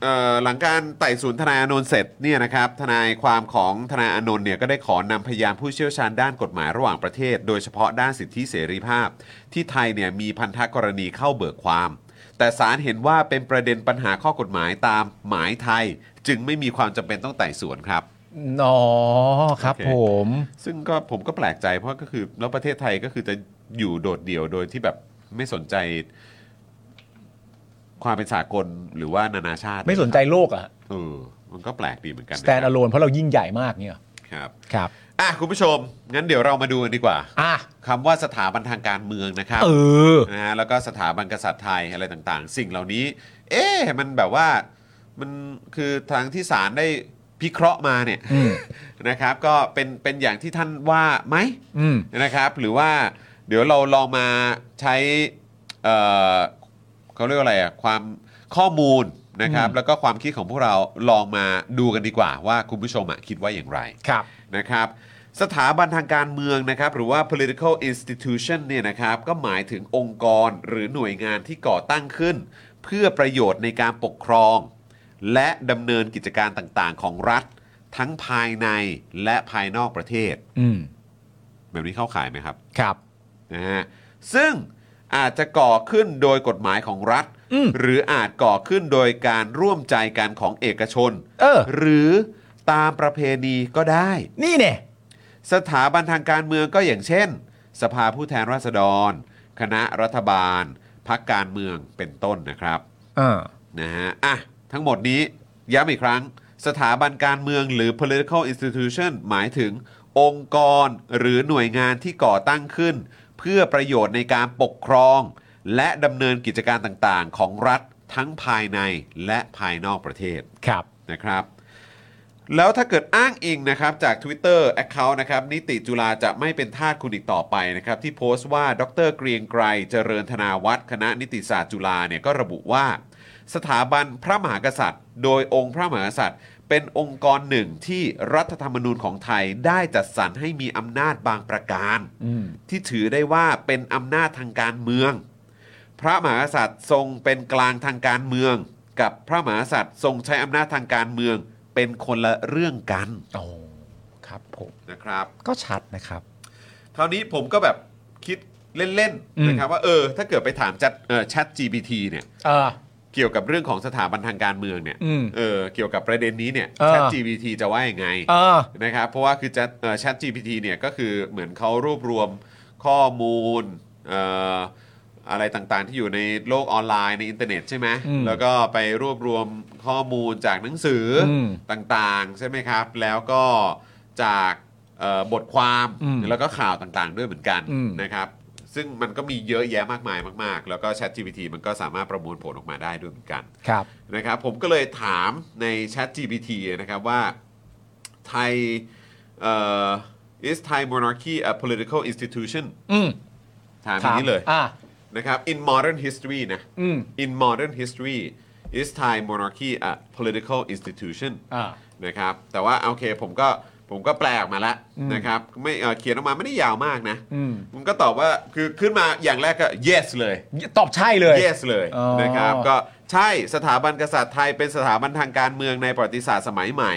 Speaker 1: เอ่อหลังการไต่สวนทนายอานนท์เสร็จเนี่ยนะครับทนายความของทนายอานนท์เนี่ยก็ได้ขอนำพยานผู้เชี่ยวชาญด้านกฎหมายระหว่างประเทศ โดยเฉพาะด้านสิทธิเสรีภาพ ที่ไทยเนี่ยมีพันธกรณีเข้าเบิกความ แต่ศาลเห็นว่าเป็นประเด็นปัญหาข้อกฎหมายตามหมายไทย จึงไม่มีความจำเป็นต้องไต่สวนครับ
Speaker 3: อ๋อครับ
Speaker 1: โอเค
Speaker 3: ผม
Speaker 1: ซึ่งก็ผมก็แปลกใจเพราะก็คือแล้วประเทศไทยก็คือจะอยู่โดดเดี่ยวโดยที่แบบไม่สนใจ ความเป็นสากลหรือว่านานาชาติ
Speaker 3: ไม่สนใจโลกอะ
Speaker 1: เออมันก็แปลกดีเหมือนกัน
Speaker 3: สแตน d อ l o n e เพราะเรายิ่งใหญ่มากเนี่ย
Speaker 1: ครับ
Speaker 3: ครับ
Speaker 1: อ่ะคุณผู้ชม งั้นเดี๋ยวเรามาดูกันดีกว่า
Speaker 3: อ่ะ
Speaker 1: คำว่าสถาบันทางการเมืองนะครับ
Speaker 3: เออ
Speaker 1: นะฮะแล้วก็สถาบันกษัตริย์ไทยอะไรต่างๆ สิ่งเหล่านี้ เอ๊ะมันแบบว่ามันคือทางที่ศาลได้พิเคราะห์มาเนี่ย
Speaker 3: อืม
Speaker 1: นะครับ ก็เป็นเป็นอย่างที่ท่านว่าไหม
Speaker 3: อืม
Speaker 1: นะครับหรือว่าเดี๋ยวเราลองมาใช้เอ่อเขาเรียกว่าอะไรอะความข้อมูลนะครับ แล้วก็ความคิดของพวกเราลองมาดูกันดีกว่าว่าคุณผู้ชมอะคิดว่าอย่างไร
Speaker 3: ครับ
Speaker 1: นะครับ สถาบันทางการเมืองนะครับ หรือว่า political institution เนี่ยนะครับ ก็หมายถึงองค์กรหรือหน่วยงานที่ก่อตั้งขึ้น เพื่อประโยชน์ในการปกครอง และดำเนินกิจการต่างๆ ของรัฐ ทั้งภายในและภายนอกประเทศ
Speaker 3: อืม
Speaker 1: แบบนี้เข้าขายไหมครับ
Speaker 3: ครับ
Speaker 1: นะฮะซึ่งอาจจะก่อขึ้นโดยกฎหมายของรัฐ
Speaker 3: อืม
Speaker 1: หรืออาจก่อขึ้นโดยการร่วมใจกันของเอกชน
Speaker 3: เออ
Speaker 1: หรือตามประเพณีก็ได้
Speaker 3: นี่เนี่ย
Speaker 1: สถาบันทางการเมืองก็อย่างเช่น สภาผู้แทนราษฎร คณะรัฐบาลพักการเมืองเป็นต้นนะครับ
Speaker 3: อ่า
Speaker 1: นะฮะอ่ะทั้งหมดนี้ย้ำอีกครั้ง สถาบันการเมืองหรือ political institution หมายถึง องค์กรหรือหน่วยงานที่ก่อตั้งขึ้น เพื่อประโยชน์ในการปกครอง และดำเนินกิจการต่างๆ ของรัฐทั้งภายในและภายนอกประเทศ
Speaker 3: ครับ
Speaker 1: นะครับ แล้วถ้าเกิดอ้างอิงนะครับจาก Twitter Account นะครับนิติจุฬาจะไม่เป็นทาสคุณอีกต่อไปนะครับ ที่โพสต์ว่าดรเกรียงไกรเจริญธนาวัฒน์คณะนิติศาสตร์จุฬาเนี่ยก็ระบุว่า สถาบันพระมหากษัตริย์ โดยองค์พระมหากษัตริย์ เป็นองค์กรหนึ่งที่รัฐธรรมนูญของไทยได้จัดสรรให้มีอำนาจบางประการ
Speaker 3: อืม
Speaker 1: ที่ถือได้ว่าเป็นอำนาจทางการเมือง พระมหากษัตริย์ทรงเป็นกลางทางการเมือง กับพระมหากษัตริย์ทรงใช้อำนาจทางการเมือง เป็นคนละเรื่องกัน
Speaker 3: โอ้ครับผม
Speaker 1: นะครับ
Speaker 3: ก็ชัดนะครับ
Speaker 1: คราวนี้ผมก็แบบคิดเล่น
Speaker 3: อืม
Speaker 1: ๆนะครับว่าเออถ้าเกิดไปถามจัดเออ Chat GPT เนี่ย
Speaker 3: เออ
Speaker 1: เกี่ยวกับเรื่องของสถาบันทางการเมืองเนี่ย
Speaker 3: อืม
Speaker 1: เออเกี่ยวกับประเด็นนี้เนี่ย
Speaker 3: เออ
Speaker 1: Chat GPT จะว่ายังไง
Speaker 3: เออ
Speaker 1: นะครับเพราะว่าคือ Chat- เอ่อ Chat GPT เนี่ยก็คือเหมือนเขารวบรวมข้อมูลเอ่ออะไรต่างๆ ที่อยู่ในโลกออนไลน์ในอินเทอร์เน็ตใช่ไหม
Speaker 3: อืม
Speaker 1: แล้วก็ไปรวบรวมข้อมูลจากหนังสืออ
Speaker 3: ม
Speaker 1: ต่างๆ ใช่ไหมครับ แล้วก็จากเอ่อบทความ
Speaker 3: อืม
Speaker 1: แล้วก็ข่าวต่างๆ ด้วยเหมือนกัน
Speaker 3: อืม
Speaker 1: นะครับ ซึ่งมันก็มีเยอะแยะมากมายมาก ๆ แล้วก็ Chat GPT มันก็สามารถประมวลผลออกมาได้ด้วยเหมือนกัน
Speaker 3: ครับ
Speaker 1: นะครับผมก็เลยถามใน Chat GPT นะครับว่าไทยเอ่อ is Thai monarchy a political institution
Speaker 3: อืม
Speaker 1: ถามอย่างนี้เลย
Speaker 3: อ่า
Speaker 1: นะครับ in modern history นะ
Speaker 3: อืม
Speaker 1: in modern history is Thai monarchy a political institution
Speaker 3: อ่า
Speaker 1: นะครับแต่ว่าโอเคผมก็ผมก็แปลออกมาแล้วนะครับไม่เอ่อเขียนออกมาไม่ได้ยาวมากนะ
Speaker 3: อืม
Speaker 1: มันก็ตอบว่าคือขึ้นมาอย่างแรกก็ yes เลย
Speaker 3: ตอบใช่เลย
Speaker 1: yes เลย
Speaker 3: อ๋อ
Speaker 1: นะครับก็ใช่สถาบันกษัตริย์ไทยเป็นสถาบันทางการเมืองในประวัติศาสตร์สมัยใหม่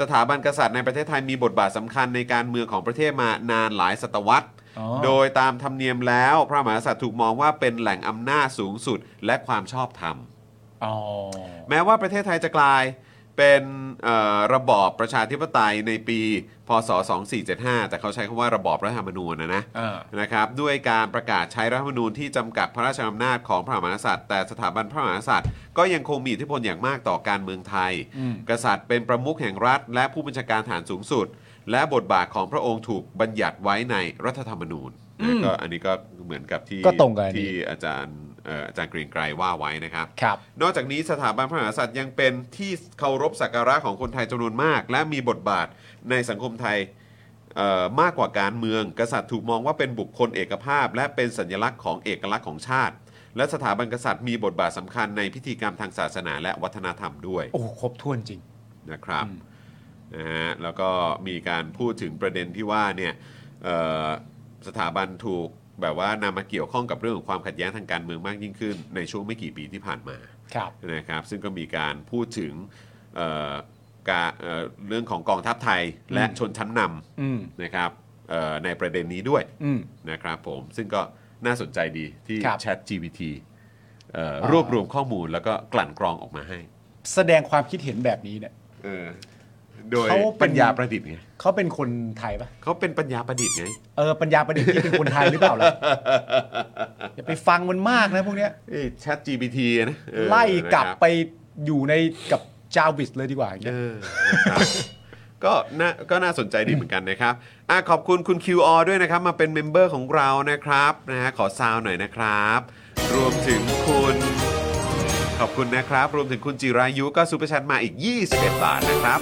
Speaker 1: สถาบันกษัตริย์ในประเทศไทยมีบทบาทสำคัญในการเมืองของประเทศมานานหลายศตวรรษ
Speaker 3: อ๋อ
Speaker 1: โดยตามธรรมเนียมแล้วพระมหากษัตริย์ถูกมองว่าเป็นแหล่งอำนาจสูงสุดและความชอบธรรม
Speaker 3: อ๋อ
Speaker 1: แม้ว่าประเทศไทยจะกลายเป็นเอ่อระบอบประชาธิปไตยในปี พศ 2475 แต่เขาใช้คำว่าระบอบรัฐธรรมนูญนะนะ
Speaker 3: อ่า
Speaker 1: นะครับด้วยการประกาศใช้รัฐธรรมนูญที่จำกัดพระราชอำนาจของพระมหากษัตริย์ แต่สถาบันพระมหากษัตริย์ก็ยังคงมีอิทธิพลอย่างมากต่อการเมืองไทย กษัตริย์เป็นประมุขแห่งรัฐ และผู้บัญชาการฐานสูงสุด และบทบาทของพระองค์ถูกบัญญัติไว้ในรัฐธรรมนูญนะก็อันนี้ก็เหมือนกับที่
Speaker 3: ก็ตรงกับอันนี้
Speaker 1: ที่อาจารย์เอ่ออาจารย์เกรียงไกรว่าไว้นะครับ
Speaker 3: ครับ
Speaker 1: นอกจากนี้สถาบันพระมหากษัตริย์ยังเป็นที่เคารพสักการะของคนไทยจำนวนมาก และมีบทบาทในสังคมไทยเอ่อมากกว่าการเมือง กษัตริย์ถูกมองว่าเป็นบุคคลเอกภาพ และเป็นสัญลักษณ์ของเอกลักษณ์ของชาติ และสถาบันกษัตริย์มีบทบาทสำคัญในพิธีกรรมทางศาสนาและวัฒนธรรมด้วย
Speaker 3: โอ้ครบถ้วนจริง
Speaker 1: นะครับนะฮะแล้วก็มีการพูดถึงประเด็นที่ว่าเนี่ยเอ่อสถาบันถูกแบบว่านำมาเกี่ยวข้องกับเรื่องของความขัดแย้งทางการเมืองมากยิ่งขึ้น ในช่วงไม่กี่ปีที่ผ่านมา
Speaker 3: ครับ
Speaker 1: นะครับซึ่งก็มีการพูดถึงเอ่อการเอ่อเรื่องของกองทัพไทยและชนชั้นน
Speaker 3: อืม
Speaker 1: ำนะครับเอ่อในประเด็นนี้ด้วย
Speaker 3: อืม
Speaker 1: นะครับผมซึ่งก็น่าสนใจดีที่
Speaker 3: ครับ
Speaker 1: Chat GPT เอ่อรวบรวมข้อมูลแล้วก็กลั่นกรองออกมาให้
Speaker 3: แสดงความคิดเห็นแบบนี้เนี่ย
Speaker 1: เออโดย
Speaker 3: เขาเป็น
Speaker 1: ปัญญาประดิษฐ์ไง
Speaker 3: เขาเป็นคนไทยปะ
Speaker 1: เขาเป็นปัญญาประดิษฐ์ไง
Speaker 3: เออ ปัญญาประดิษฐ์ที่เป็นคนไทยหรือเปล่า ล่ะ อย่าไปฟังมันมากนะพวกเนี้ย
Speaker 1: ไอ้ Chat GPT นะเออ
Speaker 3: ไล่กลับ
Speaker 1: นะครับ
Speaker 3: ไปอยู่ในกับจาวิสเลยดีกว่าอย่าง
Speaker 1: เอ
Speaker 3: เงี้ย
Speaker 1: อนะครับก็น่าก็น่าสนใจดีเหมือนกันนะครับอ่ะขอบคุณคุณ QR ด้วยนะครับ มาเป็นเมมเบอร์ของเรานะครับนะฮะขอซาวหน่อยนะครับ รวมถึงคุณ ขอบคุณนะครับ รวมถึงคุณจิรายุก็ซูเปอร์แชทมาอีก 21 บาทนะครับ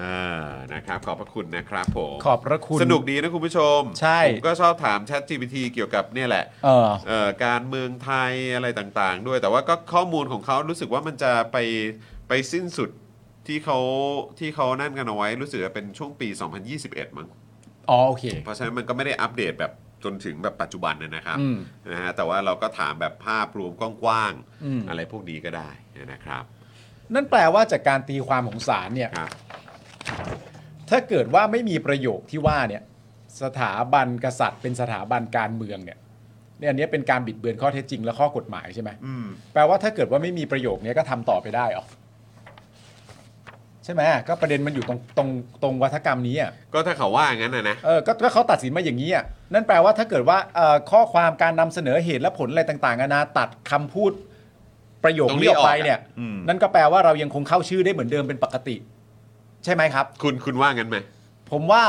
Speaker 1: อ่านะครับ ขอบพระคุณนะครับผม
Speaker 3: ขอบพระคุณ
Speaker 1: สนุกดีนะคุณผู้ชม
Speaker 3: ใช่
Speaker 1: ผมก็ชอบถาม Chat GPT เกี่ยวกับเนี่ยแหละ
Speaker 3: เออ
Speaker 1: เอ่อการเมืองไทยอะไรต่างๆ ด้วย แต่ว่าก็ข้อมูลของเขารู้สึกว่ามันจะไปไปสิ้นสุดที่เขาที่เขานั่นกันเอาไว้ รู้สึกว่าเป็นช่วงปี 2021 มั้ง
Speaker 3: อ๋อโอเค
Speaker 1: เพราะฉะนั้นมันก็ไม่ได้อัปเดตแบบจนถึงแบบปัจจุบันนะนะครับ
Speaker 3: อืม
Speaker 1: นะฮะแต่ว่าเราก็ถามแบบภาพรวมกว้าง
Speaker 3: อืม
Speaker 1: อะไรพวกนี้ก็ได้นะครับ
Speaker 3: นั่นแปลว่าจากการตีความของศาลเนี่ย
Speaker 1: ครับ
Speaker 3: ถ้าเกิดว่าไม่มีประโยคที่ว่าเนี่ยสถาบันกษัตริย์เป็นสถาบันการเมืองเนี่ยเนี่ยอันเนี้ยเป็นการบิดเบือนข้อเท็จจริงและข้อกฎหมายใช่ไหม
Speaker 1: อืม
Speaker 3: แปลว่าถ้าเกิดว่าไม่มีประโยคเนี้ยก็ทำต่อไปได้เหรอใช่ไหมก็ประเด็นมันอยู่ตรงตรงตรงวัฒกรรมนี้อ่ะ
Speaker 1: ก็ถ้าเขาว่างั้นนะนะ
Speaker 3: เออก็ก็เขาตัดสินมาอย่างนี้อ่ะนั่นแปลว่าถ้าเกิดว่าเอ่อข้อความการนำเสนอเหตุและผลอะไรต่างๆนานาตัดคำพูดประโยคนี้ออกไปเนี่ย นั่นก็แปลว่าเรายังคงเข้าชื่อได้เหมือนเดิมเป็นปกติ ใช่ไหมครับ
Speaker 1: คุณคุณว่างั้นไหม
Speaker 3: ผมว่า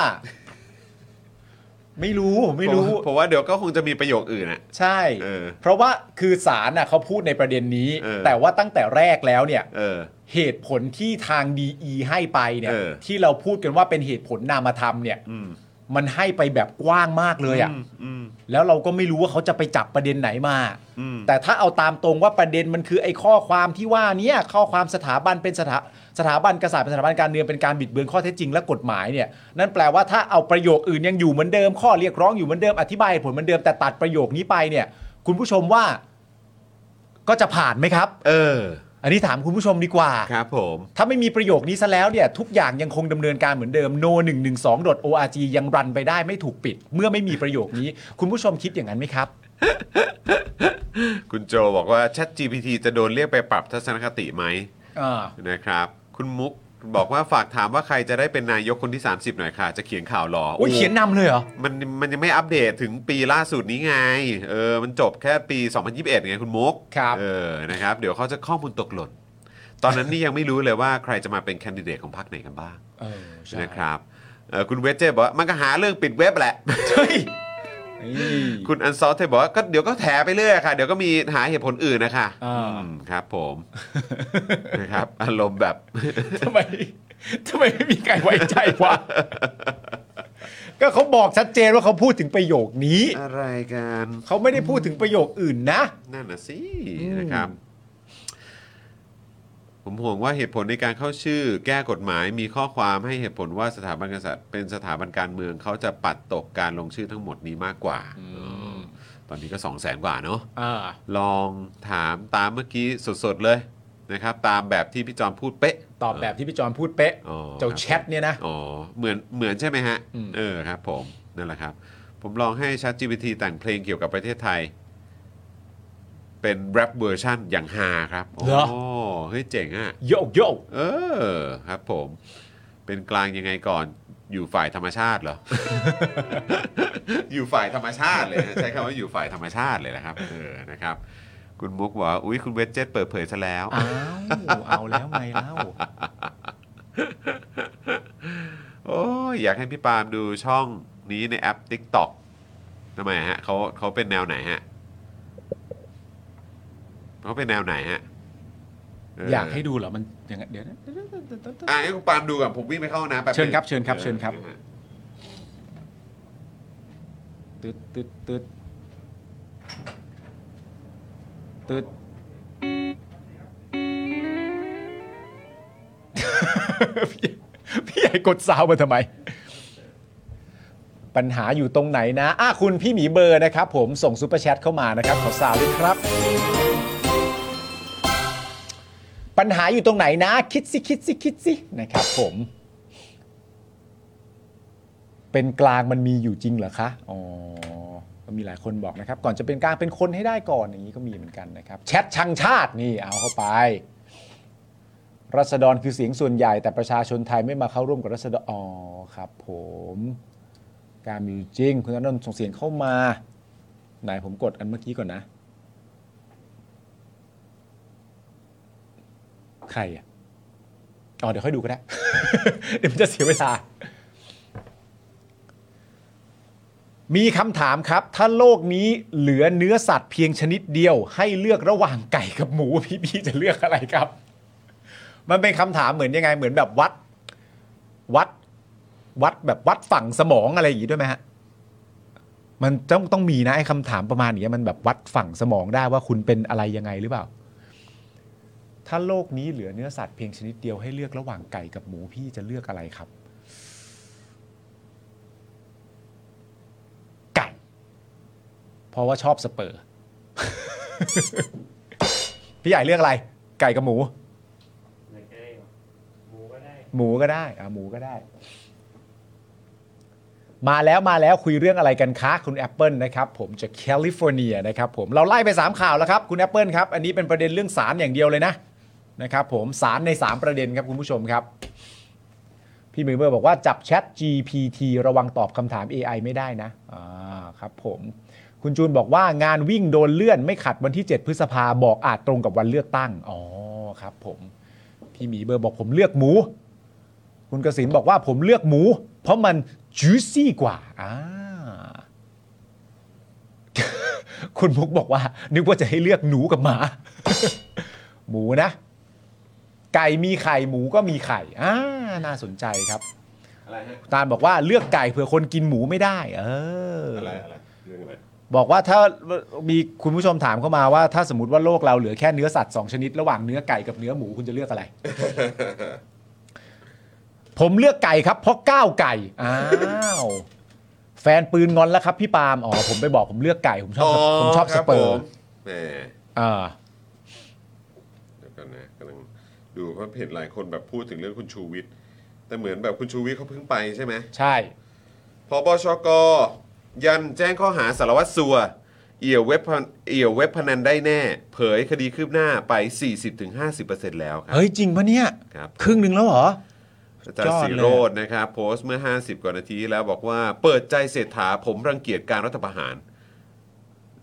Speaker 3: ไม่รู้ผมไม่รู้
Speaker 1: เพาะเพราะว่าเดี๋ยวก็คงจะมีประโยคอื่นอ่ะ
Speaker 3: ใช่
Speaker 1: เออ
Speaker 3: เพราะว่าคือสารน่ะเขาพูดในประเด็นนี้
Speaker 1: เออ
Speaker 3: แต่ว่าตั้งแต่แรกแล้วเนี่ย
Speaker 1: เออ
Speaker 3: เหตุผลที่ทางดีให้ไปเนี่ย
Speaker 1: เออ
Speaker 3: ที่เราพูดกันว่าเป็นเหตุผลนามธรรมเนี่ย
Speaker 1: อืม
Speaker 3: มันให้ไปแบบกว้างมากเลยอะ่ะ
Speaker 1: อืมอืม
Speaker 3: แล้วเราก็ไม่รู้ว่าเขาจะไปจับประเด็นไหนมา
Speaker 1: อืม
Speaker 3: แต่ถ้าเอาตามตรงว่าประเด็นมันคือไอ้ข้อความที่ว่าเนี่ยข้อความสถาบันเป็นสถาสถาบันกษัตริย์เป็นสถาบันการเมืองเป็นการบิดเบือนข้อเท็จจริงและกฎหมายเนี่ยนั่นแปลว่าถ้าเอาประโยคอื่นยังอยู่เหมือนเดิมข้อเรียกร้องอยู่เหมือนเดิมอธิบายเหตุผลเหมือนเดิมแต่ตัดประโยคนี้ไปเนี่ย คุณผู้ชมว่าก็จะผ่านไหมครับ
Speaker 1: เออ
Speaker 3: อันนี้ถามคุณผู้ชมดีกว่า
Speaker 1: ครับผม
Speaker 3: ถ้าไม่มีประโยคนี้ซะแล้วเนี่ยทุกอย่างยังคงดำเนินการเหมือนเดิม no 1 1 2 org ยังรันไปได้ไม่ถูกปิด เมื่อไม่มีประโยคนี้ คุณผู้ชมคิดอย่างนั้นไหมครับ
Speaker 1: คุณโจบอกว่า Chat GPT จะโดนเรียกไปปรับทัศนคติไหม
Speaker 3: อ่า
Speaker 1: นะครับ คุณมุกบอกว่าฝากถามว่าใครจะได้เป็นนายกคนที่ 30 หน่อยค่ะ จะเขียนข่าวรอ
Speaker 3: โอ้ยเขียนนำเลยเหรอ
Speaker 1: มันมันยังไม่อัปเดตถึงปีล่าสุดนี้ไง เออ มันจบแค่ปี 2021 ไงคุณมุก
Speaker 3: ครับ
Speaker 1: เออ นะครับ เดี๋ยวเขาจะข้อมูลตกหล่น ตอนนั้นนี่ยังไม่รู้เลยว่าใครจะมาเป็นแคนดิเดตของพรรคไหนกันบ้าง
Speaker 3: เออใช่
Speaker 1: นะครับเอ่อคุณเวจเจบอกว่ามันก็หาเรื่องปิดเว็บแหละ
Speaker 3: เฮ้ย
Speaker 1: คุณอันซอลเทบอกว่าก็เดี๋ยวก็แถไปเรื่อยค่ะ เดี๋ยวก็มีหาเหตุผลอื่นนะคะ
Speaker 3: อ่า
Speaker 1: อืมครับผม นะครับอารมณ์แบบ
Speaker 3: ทำไม ทำไมไม่มีใครไว้ใจวะ ก็เขาบอกชัดเจนว่าเขาพูดถึงประโยคนี้
Speaker 1: อะไรกัน
Speaker 3: เขาไม่ได้พูดถึงประโยคอื่นนะ
Speaker 1: นั่นน่ะสิ
Speaker 3: อืม
Speaker 1: นะครับ ผมห่วงว่าเหตุผลในการเข้าชื่อ แก้กฎหมายมีข้อความให้เหตุผลว่าสถาบันกษัตริย์เป็นสถาบันการเมืองเขาจะปัดตกการลงชื่อทั้งหมดนี้มากกว่าอ๋อตอนนี้ก็สองแสนกว่าเนาะ
Speaker 3: อ่า
Speaker 1: ลองถามตามเมื่อกี้สดๆเลยนะครับ ตามแบบที่พี่จอมพูดเป๊ะ
Speaker 3: ตอบแบบที่พี่จอมพูดเป๊ะ
Speaker 1: อ๋อ
Speaker 3: เจ้าแชทเนี่ยนะ
Speaker 1: อ๋อ เหมือนเหมือนใช่ไหมฮะ
Speaker 3: อืม
Speaker 1: เออครับผม นั่นแหละครับ ผมลองให้ Chat GPT แต่งเพลงเกี่ยวกับประเทศไทย เป็นแรปเวอร์ชั่นอย่างฮาครับ
Speaker 3: เหรอ
Speaker 1: โอ้เฮ้ยเจ๋งอ่ะ
Speaker 3: โยโย
Speaker 1: เออครับผม เป็นกลางยังไงก่อนอยู่ฝ่ายธรรมชาติเหรอ อยู่ฝ่ายธรรมชาติเลยนะใช้คำว่าอยู่ฝ่ายธรรมชาติเลยนะครับเออนะครับ คุณมุกบอกว่าอุ้ยคุณเวจเจตเปิดเผยซะแล้ว
Speaker 3: อ้าวเอาแล้วไงเล่า
Speaker 1: โอ้ยอยากให้พี่ปาล์มดูช่องนี้ในแอป TikTok ทำไมฮะเขาเขาเป็นแนวไหนฮะเขาเป็นแนวไหนฮะเ
Speaker 3: อยากให้ดูเหรอมันอย่างนั้นเดี๋ยวนะ
Speaker 1: อ่ะให้คุณปาล์มดูก่อนผมวิ่งไปเข้าห้องน้ำแป๊บ
Speaker 3: เชิญครับ
Speaker 1: หนึ่ง
Speaker 3: เชิญครับ
Speaker 1: ออนะ
Speaker 3: เชิญครับ
Speaker 1: ฮะ
Speaker 3: ตึดตึดตึดตึดพี่ พี่ใหญ่กดซาวมาทำไม ปัญหาอยู่ตรงไหนนะอ่ะคุณพี่หมีเบอร์นะครับผมส่งซูเปอร์แชทเข้ามานะครับ ขอซาวด้วยครับ ปัญหาอยู่ตรงไหนนะ คิดสิคิดสิคิดสินะครับผม เป็นกลางมันมีอยู่จริงเหรอคะ อ๋อ ก็มีหลายคนบอกนะครับ ก่อนจะเป็นกลางเป็นคนให้ได้ก่อนอย่างนี้ก็มีเหมือนกันนะครับ แชทชังชาตินี่เอาเข้าไป รัษฎรคือเสียงส่วนใหญ่แต่ประชาชนไทยไม่มาเข้าร่วมกับรัษฎร อ๋อครับผม การมีอยู่จริง คุณอนันต์ส่งเสียงเข้ามา ไหนผมกดอันเมื่อกี้ก่อนนะ ใครอ่ะ อ๋อเดี๋ยวค่อยดูก็ได้ เดี๋ยวมันจะเสียเวลา มีคำถามครับ ถ้าโลกนี้เหลือเนื้อสัตว์เพียงชนิดเดียว ให้เลือกระหว่างไก่กับหมู พี่พี่จะเลือกอะไรครับ มันเป็นคำถามเหมือนยังไง เหมือนแบบวัด วัด วัดแบบวัดฝั่งสมองอะไรอย่างงี้ด้วยไหมฮะ มันต้องต้องมีนะไอ้คำถามประมาณนี้มันแบบวัดฝั่งสมองได้ว่าคุณเป็นอะไรยังไงหรือเปล่า ถ้าโลกนี้เหลือเนื้อสัตว์เพียงชนิดเดียวให้เลือกระหว่างไก่กับหมูพี่จะเลือกอะไรครับ ไก่ เพราะว่าชอบสเปอร์ พี่ใหญ่เลือกอะไร ไก่กับหมู
Speaker 4: เลยก็ได้เหรอหมูก็ได้
Speaker 3: หมูก็ได้อ่ะหมูก็ได้ มาแล้วมาแล้วคุยเรื่องอะไรกันคะคุณแอปเปิลนะครับ ผมจากแคลิฟอร์เนียนะครับผมเราไล่ไป 3 ข่าวแล้วครับ คุณแอปเปิลครับ อันนี้เป็นประเด็นเรื่องสารอย่างเดียวเลยนะนะครับผมสารใน 3 ประเด็นครับคุณผู้ชมครับ พี่มือเบอร์บอกว่าจับแชท GPT ระวังตอบคำถาม AI ไม่ได้นะอ่าครับผม คุณจูนบอกว่างานวิ่งโดนเลื่อนไม่ขัดวันที่ 7 พฤษภาบอกอาจตรงกับวันเลือกตั้งอ๋อครับผมพี่หมีเบอร์บอกผมเลือกหมู คุณกสินบอกว่าผมเลือกหมู เพราะมัน juicy กว่า อ่า คุณมุกบอกว่า นึกว่าจะให้เลือกหนูกับหมา หมูนะ ไก่มีไข่หมูก็มีไข่อ่าน่าสนใจครับ
Speaker 1: อะไรฮะ
Speaker 3: ตาลบอกว่าเลือกไก่เผื่อคนกินหมูไม่ได้ เออ
Speaker 1: อะไรอะไรเรื่องอะไร
Speaker 3: บอกว่าถ้ามีคุณผู้ชมถามเข้ามาว่า ถ้าสมมติว่าโลกเราเหลือแค่เนื้อสัตว์สองชนิดระหว่างเนื้อไก่กับเนื้อหมูคุณจะเลือกอะไร ผมเลือกไก่ครับเพราะก้าวไก่อ้าวแฟนปืนงอนแล้วครับพี่ปาล์มอ๋อผมไปบอกผมเลือกไก่ผมชอบผมชอบสเปอ
Speaker 1: ค
Speaker 3: ร์
Speaker 1: ผมแหม
Speaker 3: อ่า
Speaker 1: เดี๋ยวก่อนนะก ดูเพราะเห็นหลายคนแบบพูดถึงเรื่องคุณชูวิทย์แต่เหมือนแบบคุณชูวิทย์เขาเพิ่งไปใช่ไหม
Speaker 3: ใช่
Speaker 1: พบชกยันแจ้งข้อหาสารวัตรสัว เอี่ยวเว็บพนเอี่ยวเว็บพนันได้แน่ เผยคดีคืบหน้าไป 40-50%แล้วครับ
Speaker 3: เฮ้ย จริงปะเนี่ย
Speaker 1: ครับ
Speaker 3: ครึ่งหนึ่งแล้วเหรอ
Speaker 1: อาจารย์สีโรดนะครับโพสต์เมื่อ 50 กว่านาทีที่แล้วบอกว่าเปิดใจเศรษฐาผมรังเกียจการรัฐประหาร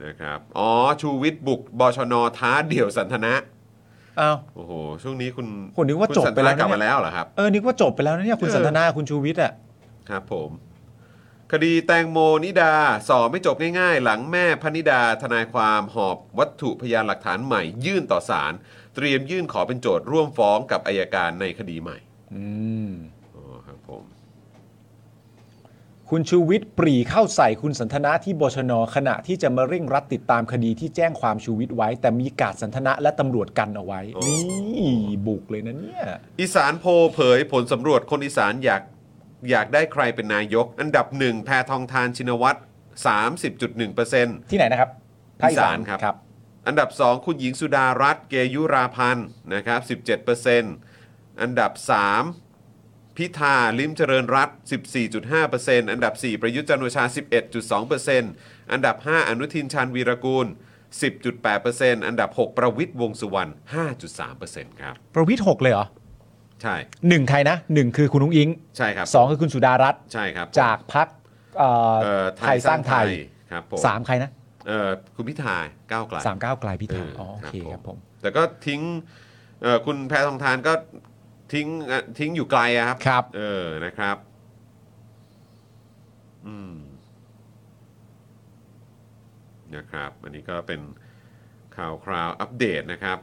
Speaker 1: นะครับอ๋อ ชูวิทย์บุกบชนท้าเดี่ยวสันทนะ
Speaker 3: อ้าว
Speaker 1: โอ้โห ช่วงนี้คุณ
Speaker 3: ผมนึกว่า
Speaker 1: คุณ
Speaker 3: จบไปแล้ว
Speaker 1: สันทนะ
Speaker 3: นะ
Speaker 1: กลับมาแล้วเหรอครับ
Speaker 3: เออ นึกว่าจบไปแล้วนะเนี่ย คุณ
Speaker 1: เออ
Speaker 3: สันทนาคุณชูวิทย์อ่ะ
Speaker 1: ครับผม คดีแตงโมนิดา สอบไม่จบง่ายๆ หลังแม่พนิดา ทนายความหอบวัตถุพยานหลักฐานใหม่ ยื่นต่อศาลเตรียมยื่นขอเป็นโจทย์ร่วมฟ้องกับอายการในคดีใหม่
Speaker 3: อืม
Speaker 1: อ๋อครับผม
Speaker 3: คุณชูวิทย์ปรีเข้าใส่คุณสันทนาที่บชน ขณะที่จะมาเร่งรัดติดตามคดีที่แจ้งความชูวิทย์ไว้ แต่มีกาดสันทนาและตำรวจกันเอาไว้ นี่บุกเลยนะเนี่ย
Speaker 1: อีสานโพลเผยผลสำรวจคนอีสานอยากอยากได้ใครเป็นนายก อันดับหนึ่งแพทองทานชินวัตร30.1%
Speaker 3: ที่ไหนนะครับภค
Speaker 1: อีสานครับ
Speaker 3: ครับ
Speaker 1: อันดับ 2 คุณหญิงสุดารัตน์เกยุราพันธ์นะครับ17%อันดับ 3 พิธาลิมเจริญรัตน์14.5%อันดับ 4 ประยุทธ์จันทร์โอชา 11.2%อันดับ 5 อนุทินชาญวีรกูล 10.8%อันดับ 6 ประวิทย์วงษ์สุวรรณ5.3%ครับ
Speaker 3: ประวิทย์หกเลยเหรอ
Speaker 1: ใช่
Speaker 3: หนึ่งใครนะหนึ่งคือคุณนุ้งอิง
Speaker 1: ใช่ครับ
Speaker 3: สองคือคุณสุดารัตน์
Speaker 1: ใช่ครับ
Speaker 3: จากพัก
Speaker 1: เอ่อ
Speaker 3: ไทยสร้างไทย
Speaker 1: ครับผม
Speaker 3: สามใครนะ
Speaker 1: เอ่อคุณพิธาก้าวไกล
Speaker 3: สามก้าวไกลพิธา
Speaker 1: เอออ๋
Speaker 3: อ๋อโอเค
Speaker 1: ค
Speaker 3: ค
Speaker 1: รั
Speaker 3: รั
Speaker 1: บบ ผ
Speaker 3: ผม ม
Speaker 1: แต่ก็ทิ้งเอ่อคุณแพทองทานก็ทิ้งอ่ะทิ้งอยู่ไกลอะครับ
Speaker 3: ครับ
Speaker 1: เออนะครับ อืมนะครับ อันนี้ก็เป็นข่าวคราวอัปเดตนะครับ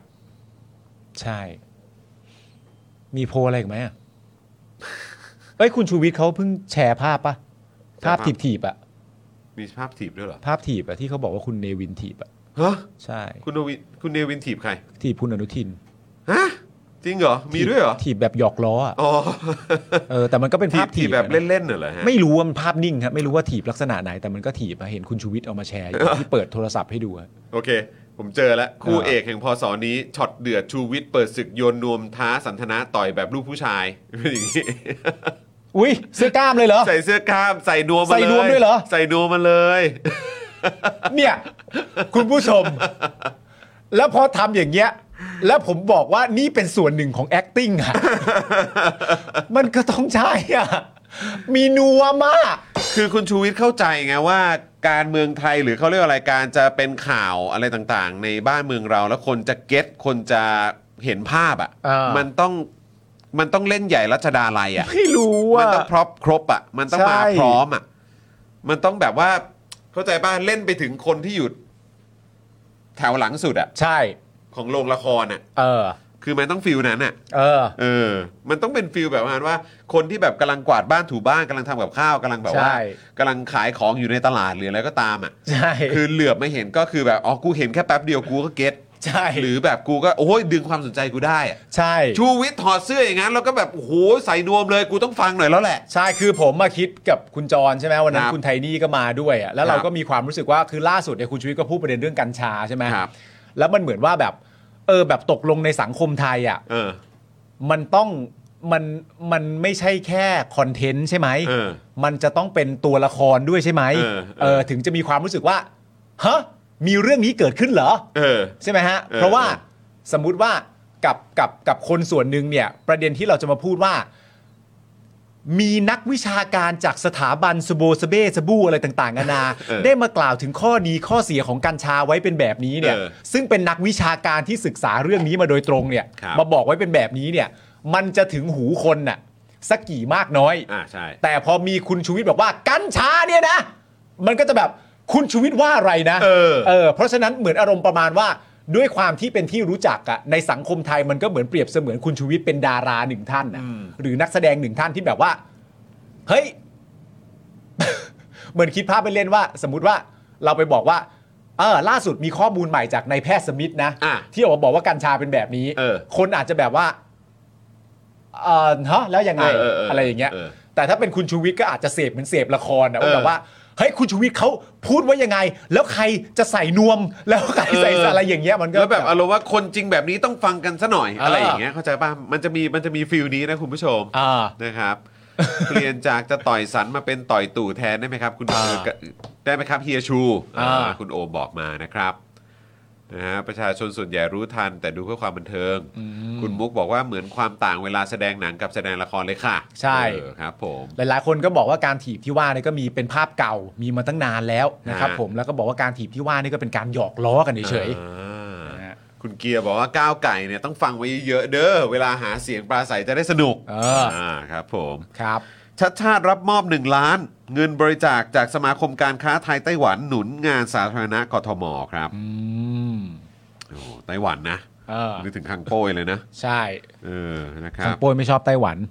Speaker 3: ใช่ มีโพลอะไรอีกไหมอะเอ้ยคุณชูวิทย์เขาเพิ่งแชร์ภาพปะ
Speaker 1: แชร์ภา
Speaker 3: ภา
Speaker 1: พ
Speaker 3: พถีบถีบๆอะ
Speaker 1: มีภาพถีบด้วยเหรอ
Speaker 3: ภาพถีบอะที่เขาบอกว่าคุณเนวินถีบอะ
Speaker 1: ฮะ
Speaker 3: ใช่
Speaker 1: คุณเนวินคุณเนวินถีบใคร
Speaker 3: ถีบคุณอนุทิน
Speaker 1: ฮะจริงเหรอ มีด้วยเหรอ
Speaker 3: ถีบแบบหยอกล้ออะ
Speaker 1: อ๋อ
Speaker 3: เออแต่มันก็เป็น
Speaker 1: ถี
Speaker 3: ภา
Speaker 1: บ
Speaker 3: พ
Speaker 1: ถี
Speaker 3: ถี
Speaker 1: บบ แบบ
Speaker 3: อะนะ
Speaker 1: เล่นๆน่ะเหรอฮะ
Speaker 3: ไม่รู้ว่ามันภาพนิ่งครับไม่รู้ว่าถีบลักษณะไหนแต่มันก็ถีบอะเห็นคุณชูวิทย์เอามาแชร์อยู่ ที่เปิดโทรศัพท์ให้ดูอะ
Speaker 1: โอเค ผมเจอแล้วคู่
Speaker 3: เออ
Speaker 1: เอกแห่งพศนี้ช็อตเดือดชูวิทย์เปิดศึกโยนนวมท้าสันทนาต่อยแบบลูกผู้ชาย เป็นอย่างนี้
Speaker 3: อุ้ยเสื้อกล้ามเลยเหรอ
Speaker 1: ใส่เสื้อกล้ามใส่นวมมาเลย
Speaker 3: ใส่นวมด้วยเหรอ
Speaker 1: ใส่นวมมาเลย
Speaker 3: เนี่ย คุณผู้ชม แล้วพอทำอย่างเงี้ย แล้วผมบอกว่านี่เป็นส่วนหนึ่งของ acting อะ มันก็ต้องใช่อะมีนัวมาก
Speaker 1: คือคุณชูวิทย์เข้าใจไงว่าการเมืองไทยหรือเขาเรียกอะไรการจะเป็นข่าวอะไรต่างๆ ในบ้านเมืองเราแล้วคนจะเก็ตคนจะเห็นภาพอ่ะ
Speaker 3: อ่ามั
Speaker 1: มันต้องมันต้องเล่นใหญ่รัชดาลัยอ่ะ
Speaker 3: ไม่รู้
Speaker 1: มั
Speaker 3: ว่า
Speaker 1: ต้องพร้อมครบอ่ะมันต้องมา
Speaker 3: ใช่
Speaker 1: พร้อมอ่ะมันต้องแบบว่าเข้าใจป่ะเล่นไปถึงคนที่อยู่แถวหลังสุดอ่ะ
Speaker 3: ใช่
Speaker 1: ของโรงละครอ่ะ
Speaker 3: เออ
Speaker 1: คือมันต้องฟิลนั้นอ่ะ
Speaker 3: เออ
Speaker 1: เออ มันต้องเป็นฟิลแบบประมาณว่า คนที่แบบกำลังกวาดบ้านถูบ้านกำลังทำกับข้าวกำลังแบบว่า
Speaker 3: ใช่
Speaker 1: กำลังขายของอยู่ในตลาดหรืออะไรก็ตามอ่ะ
Speaker 3: ใช่
Speaker 1: คือเหลือบไม่เห็นก็คือแบบอ๋อกูเห็นแค่แป๊บเดียวกูก็เก็ต
Speaker 3: ใช่
Speaker 1: หรือแบบกูก็โอ้ยดึงความสนใจกูได้อะ
Speaker 3: ใช่
Speaker 1: ชูวิทย์ถอดเสื้ออย่างนั้นแล้วก็แบบโอ้โหใส่นวมเลยกูต้องฟังหน่อยแล้วแหละ
Speaker 3: ใช่ คือผมมาคิดกับคุณจรใช่ไหมวันนั้
Speaker 1: คน รับ
Speaker 3: คุณไทนี่ก็มาด้วยอะแล้วเรา
Speaker 1: ครับ
Speaker 3: ก็มีความรู้สึกว่าคือล่าสุดเนี่ยคุณชูวิทย์ก็พูดประเด็นเรื่องกัญชาใช่ไหม
Speaker 1: ครับ
Speaker 3: แล้วมันเหมือนว่าแบบเออแบบตกลงในสังคมไทยอ่ะ
Speaker 1: เออ
Speaker 3: มันต้องมันมันไม่ใช่แค่คอนเทนต์ใช่ไหม
Speaker 1: เออ
Speaker 3: มันจะต้องเป็นตัวละครด้วยใช่ไหม
Speaker 1: เออเออ
Speaker 3: เออถึงจะมีความรู้สึกว่าฮะมีเรื่องนี้เกิดขึ้นเหรอ
Speaker 1: เออ
Speaker 3: ใช่ไหมฮะ
Speaker 1: เออ
Speaker 3: เพราะว่า
Speaker 1: เออ
Speaker 3: สมมุติว่ากับกับกับคนส่วนหนึ่งเนี่ย ประเด็นที่เราจะมาพูดว่า มีนักวิชาการจากสถาบันสโบสเบสบูอะไรต่างๆนานา ได้มากล่าวถึงข้อดีข้อเสียของกัญชาไว้เป็นแบบนี้เนี่ย
Speaker 1: เออ
Speaker 3: ซึ่งเป็นนักวิชาการที่ศึกษาเรื่องนี้มาโดยตรงเนี่ย
Speaker 1: ครับ
Speaker 3: มาบอกไว้เป็นแบบนี้เนี่ย มันจะถึงหูคนน่ะสักกี่มากน้อย
Speaker 1: อ่าใช่
Speaker 3: แต่พอมีคุณชูวิทย์บอกว่ากัญชาเนี่ยนะ มันก็จะแบบคุณชูวิทย์ว่าอะไรนะ
Speaker 1: เออ
Speaker 3: เออเพราะฉะนั้นเหมือนอารมณ์ประมาณว่า ด้วยความที่เป็นที่รู้จักอะในสังคมไทยมันก็เหมือนเปรียบเสมือนคุณชูวิทย์เป็นดาราหนึ่งท่านนะหรือนักแสดงหนึ่งท่านที่แบบว่า เฮ้ย เหมือนคิดภาพไปเล่นๆว่า สมมติว่าเราไปบอกว่าเออล่าสุดมีข้อมูลใหม่จากนายแพทย์สมิธนะ
Speaker 1: อ่ะ
Speaker 3: ที่ออกมาบอกว่ากัญชาเป็นแบบนี้
Speaker 1: เออ
Speaker 3: คนอาจจะแบบว่าเออฮะแล้วยังไง
Speaker 1: เออเออเอออ
Speaker 3: อะไรอย่างเงี้ย
Speaker 1: เออ
Speaker 3: แต่ถ้าเป็นคุณชูวิทย์ก็อาจจะเสพเหมือนเสพละครนะว่า
Speaker 1: เออ
Speaker 3: แบบว่า เฮ้ยคุณชูวิทย์เขาพูดว่ายังไง แล้วใครจะใส่นวม แล้วใครใส่อะไรอย่างเงี้ยมันก็
Speaker 1: แล้วแบบอารมณ์ว่าคนจริงแบบนี้ต้องฟังกันซะหน่อย
Speaker 3: เอออ
Speaker 1: อะไรอย่างเงี้ยเข้าใจป่ะมันจะมีมันจะมีฟิลนี้นะคุณผู้ชม
Speaker 3: อ่า
Speaker 1: นะครับ เปลี่ยนจากจะต่อยสันมาเป็นต่อยตู่แทนได้ไหมครับ คุณ
Speaker 3: อ่า
Speaker 1: ได้ไหมครับเฮียชู
Speaker 3: อ่า
Speaker 1: อ่าคุณโอมบอกมานะครับนะฮะประชาชนส่วนใหญ่รู้ทัน แต่ดูเพื่อความบันเทิง คุณมุกบอกว่าเหมือนความต่างเวลาแสดงหนังกับแสดงละครเลยค่ะ
Speaker 3: ใช่
Speaker 1: เออครับ ผม
Speaker 3: หลายๆ คนก็บอกว่าการถีบที่ว่านี่ก็มีเป็นภาพเก่ามีมาตั้งนานแล้วนะครับ
Speaker 1: ฮะ
Speaker 3: ผมแล้วก็บอกว่าการถีบที่ว่านี่ก็เป็นการหยอกล้อกันเฉย
Speaker 1: อ่า
Speaker 3: นะฮะ
Speaker 1: คุณเกียร์บอกว่าก้าวไก่เนี่ยต้องฟังไว้เยอะๆเด้อเวลาหาเสียงปราศัยจะได้สนุก
Speaker 3: ๆเออ
Speaker 1: อ่าครับผม
Speaker 3: ครับ
Speaker 1: ชัดชาติรับมอบ 1 ล้าน เงินบริจาคจากสมาคมการค้าไทยไต้หวันหนุนงานสาธารณะกทมครับ
Speaker 3: อืม
Speaker 1: โอ้โหไต้หวันนะ
Speaker 3: เออ
Speaker 1: นึกถึงคังโป้ยเลยนะ
Speaker 3: ใช่
Speaker 1: เออนะค
Speaker 3: ทา
Speaker 1: รั
Speaker 3: ง
Speaker 1: บ
Speaker 3: โป้ยไม่ชอบไต้หวัน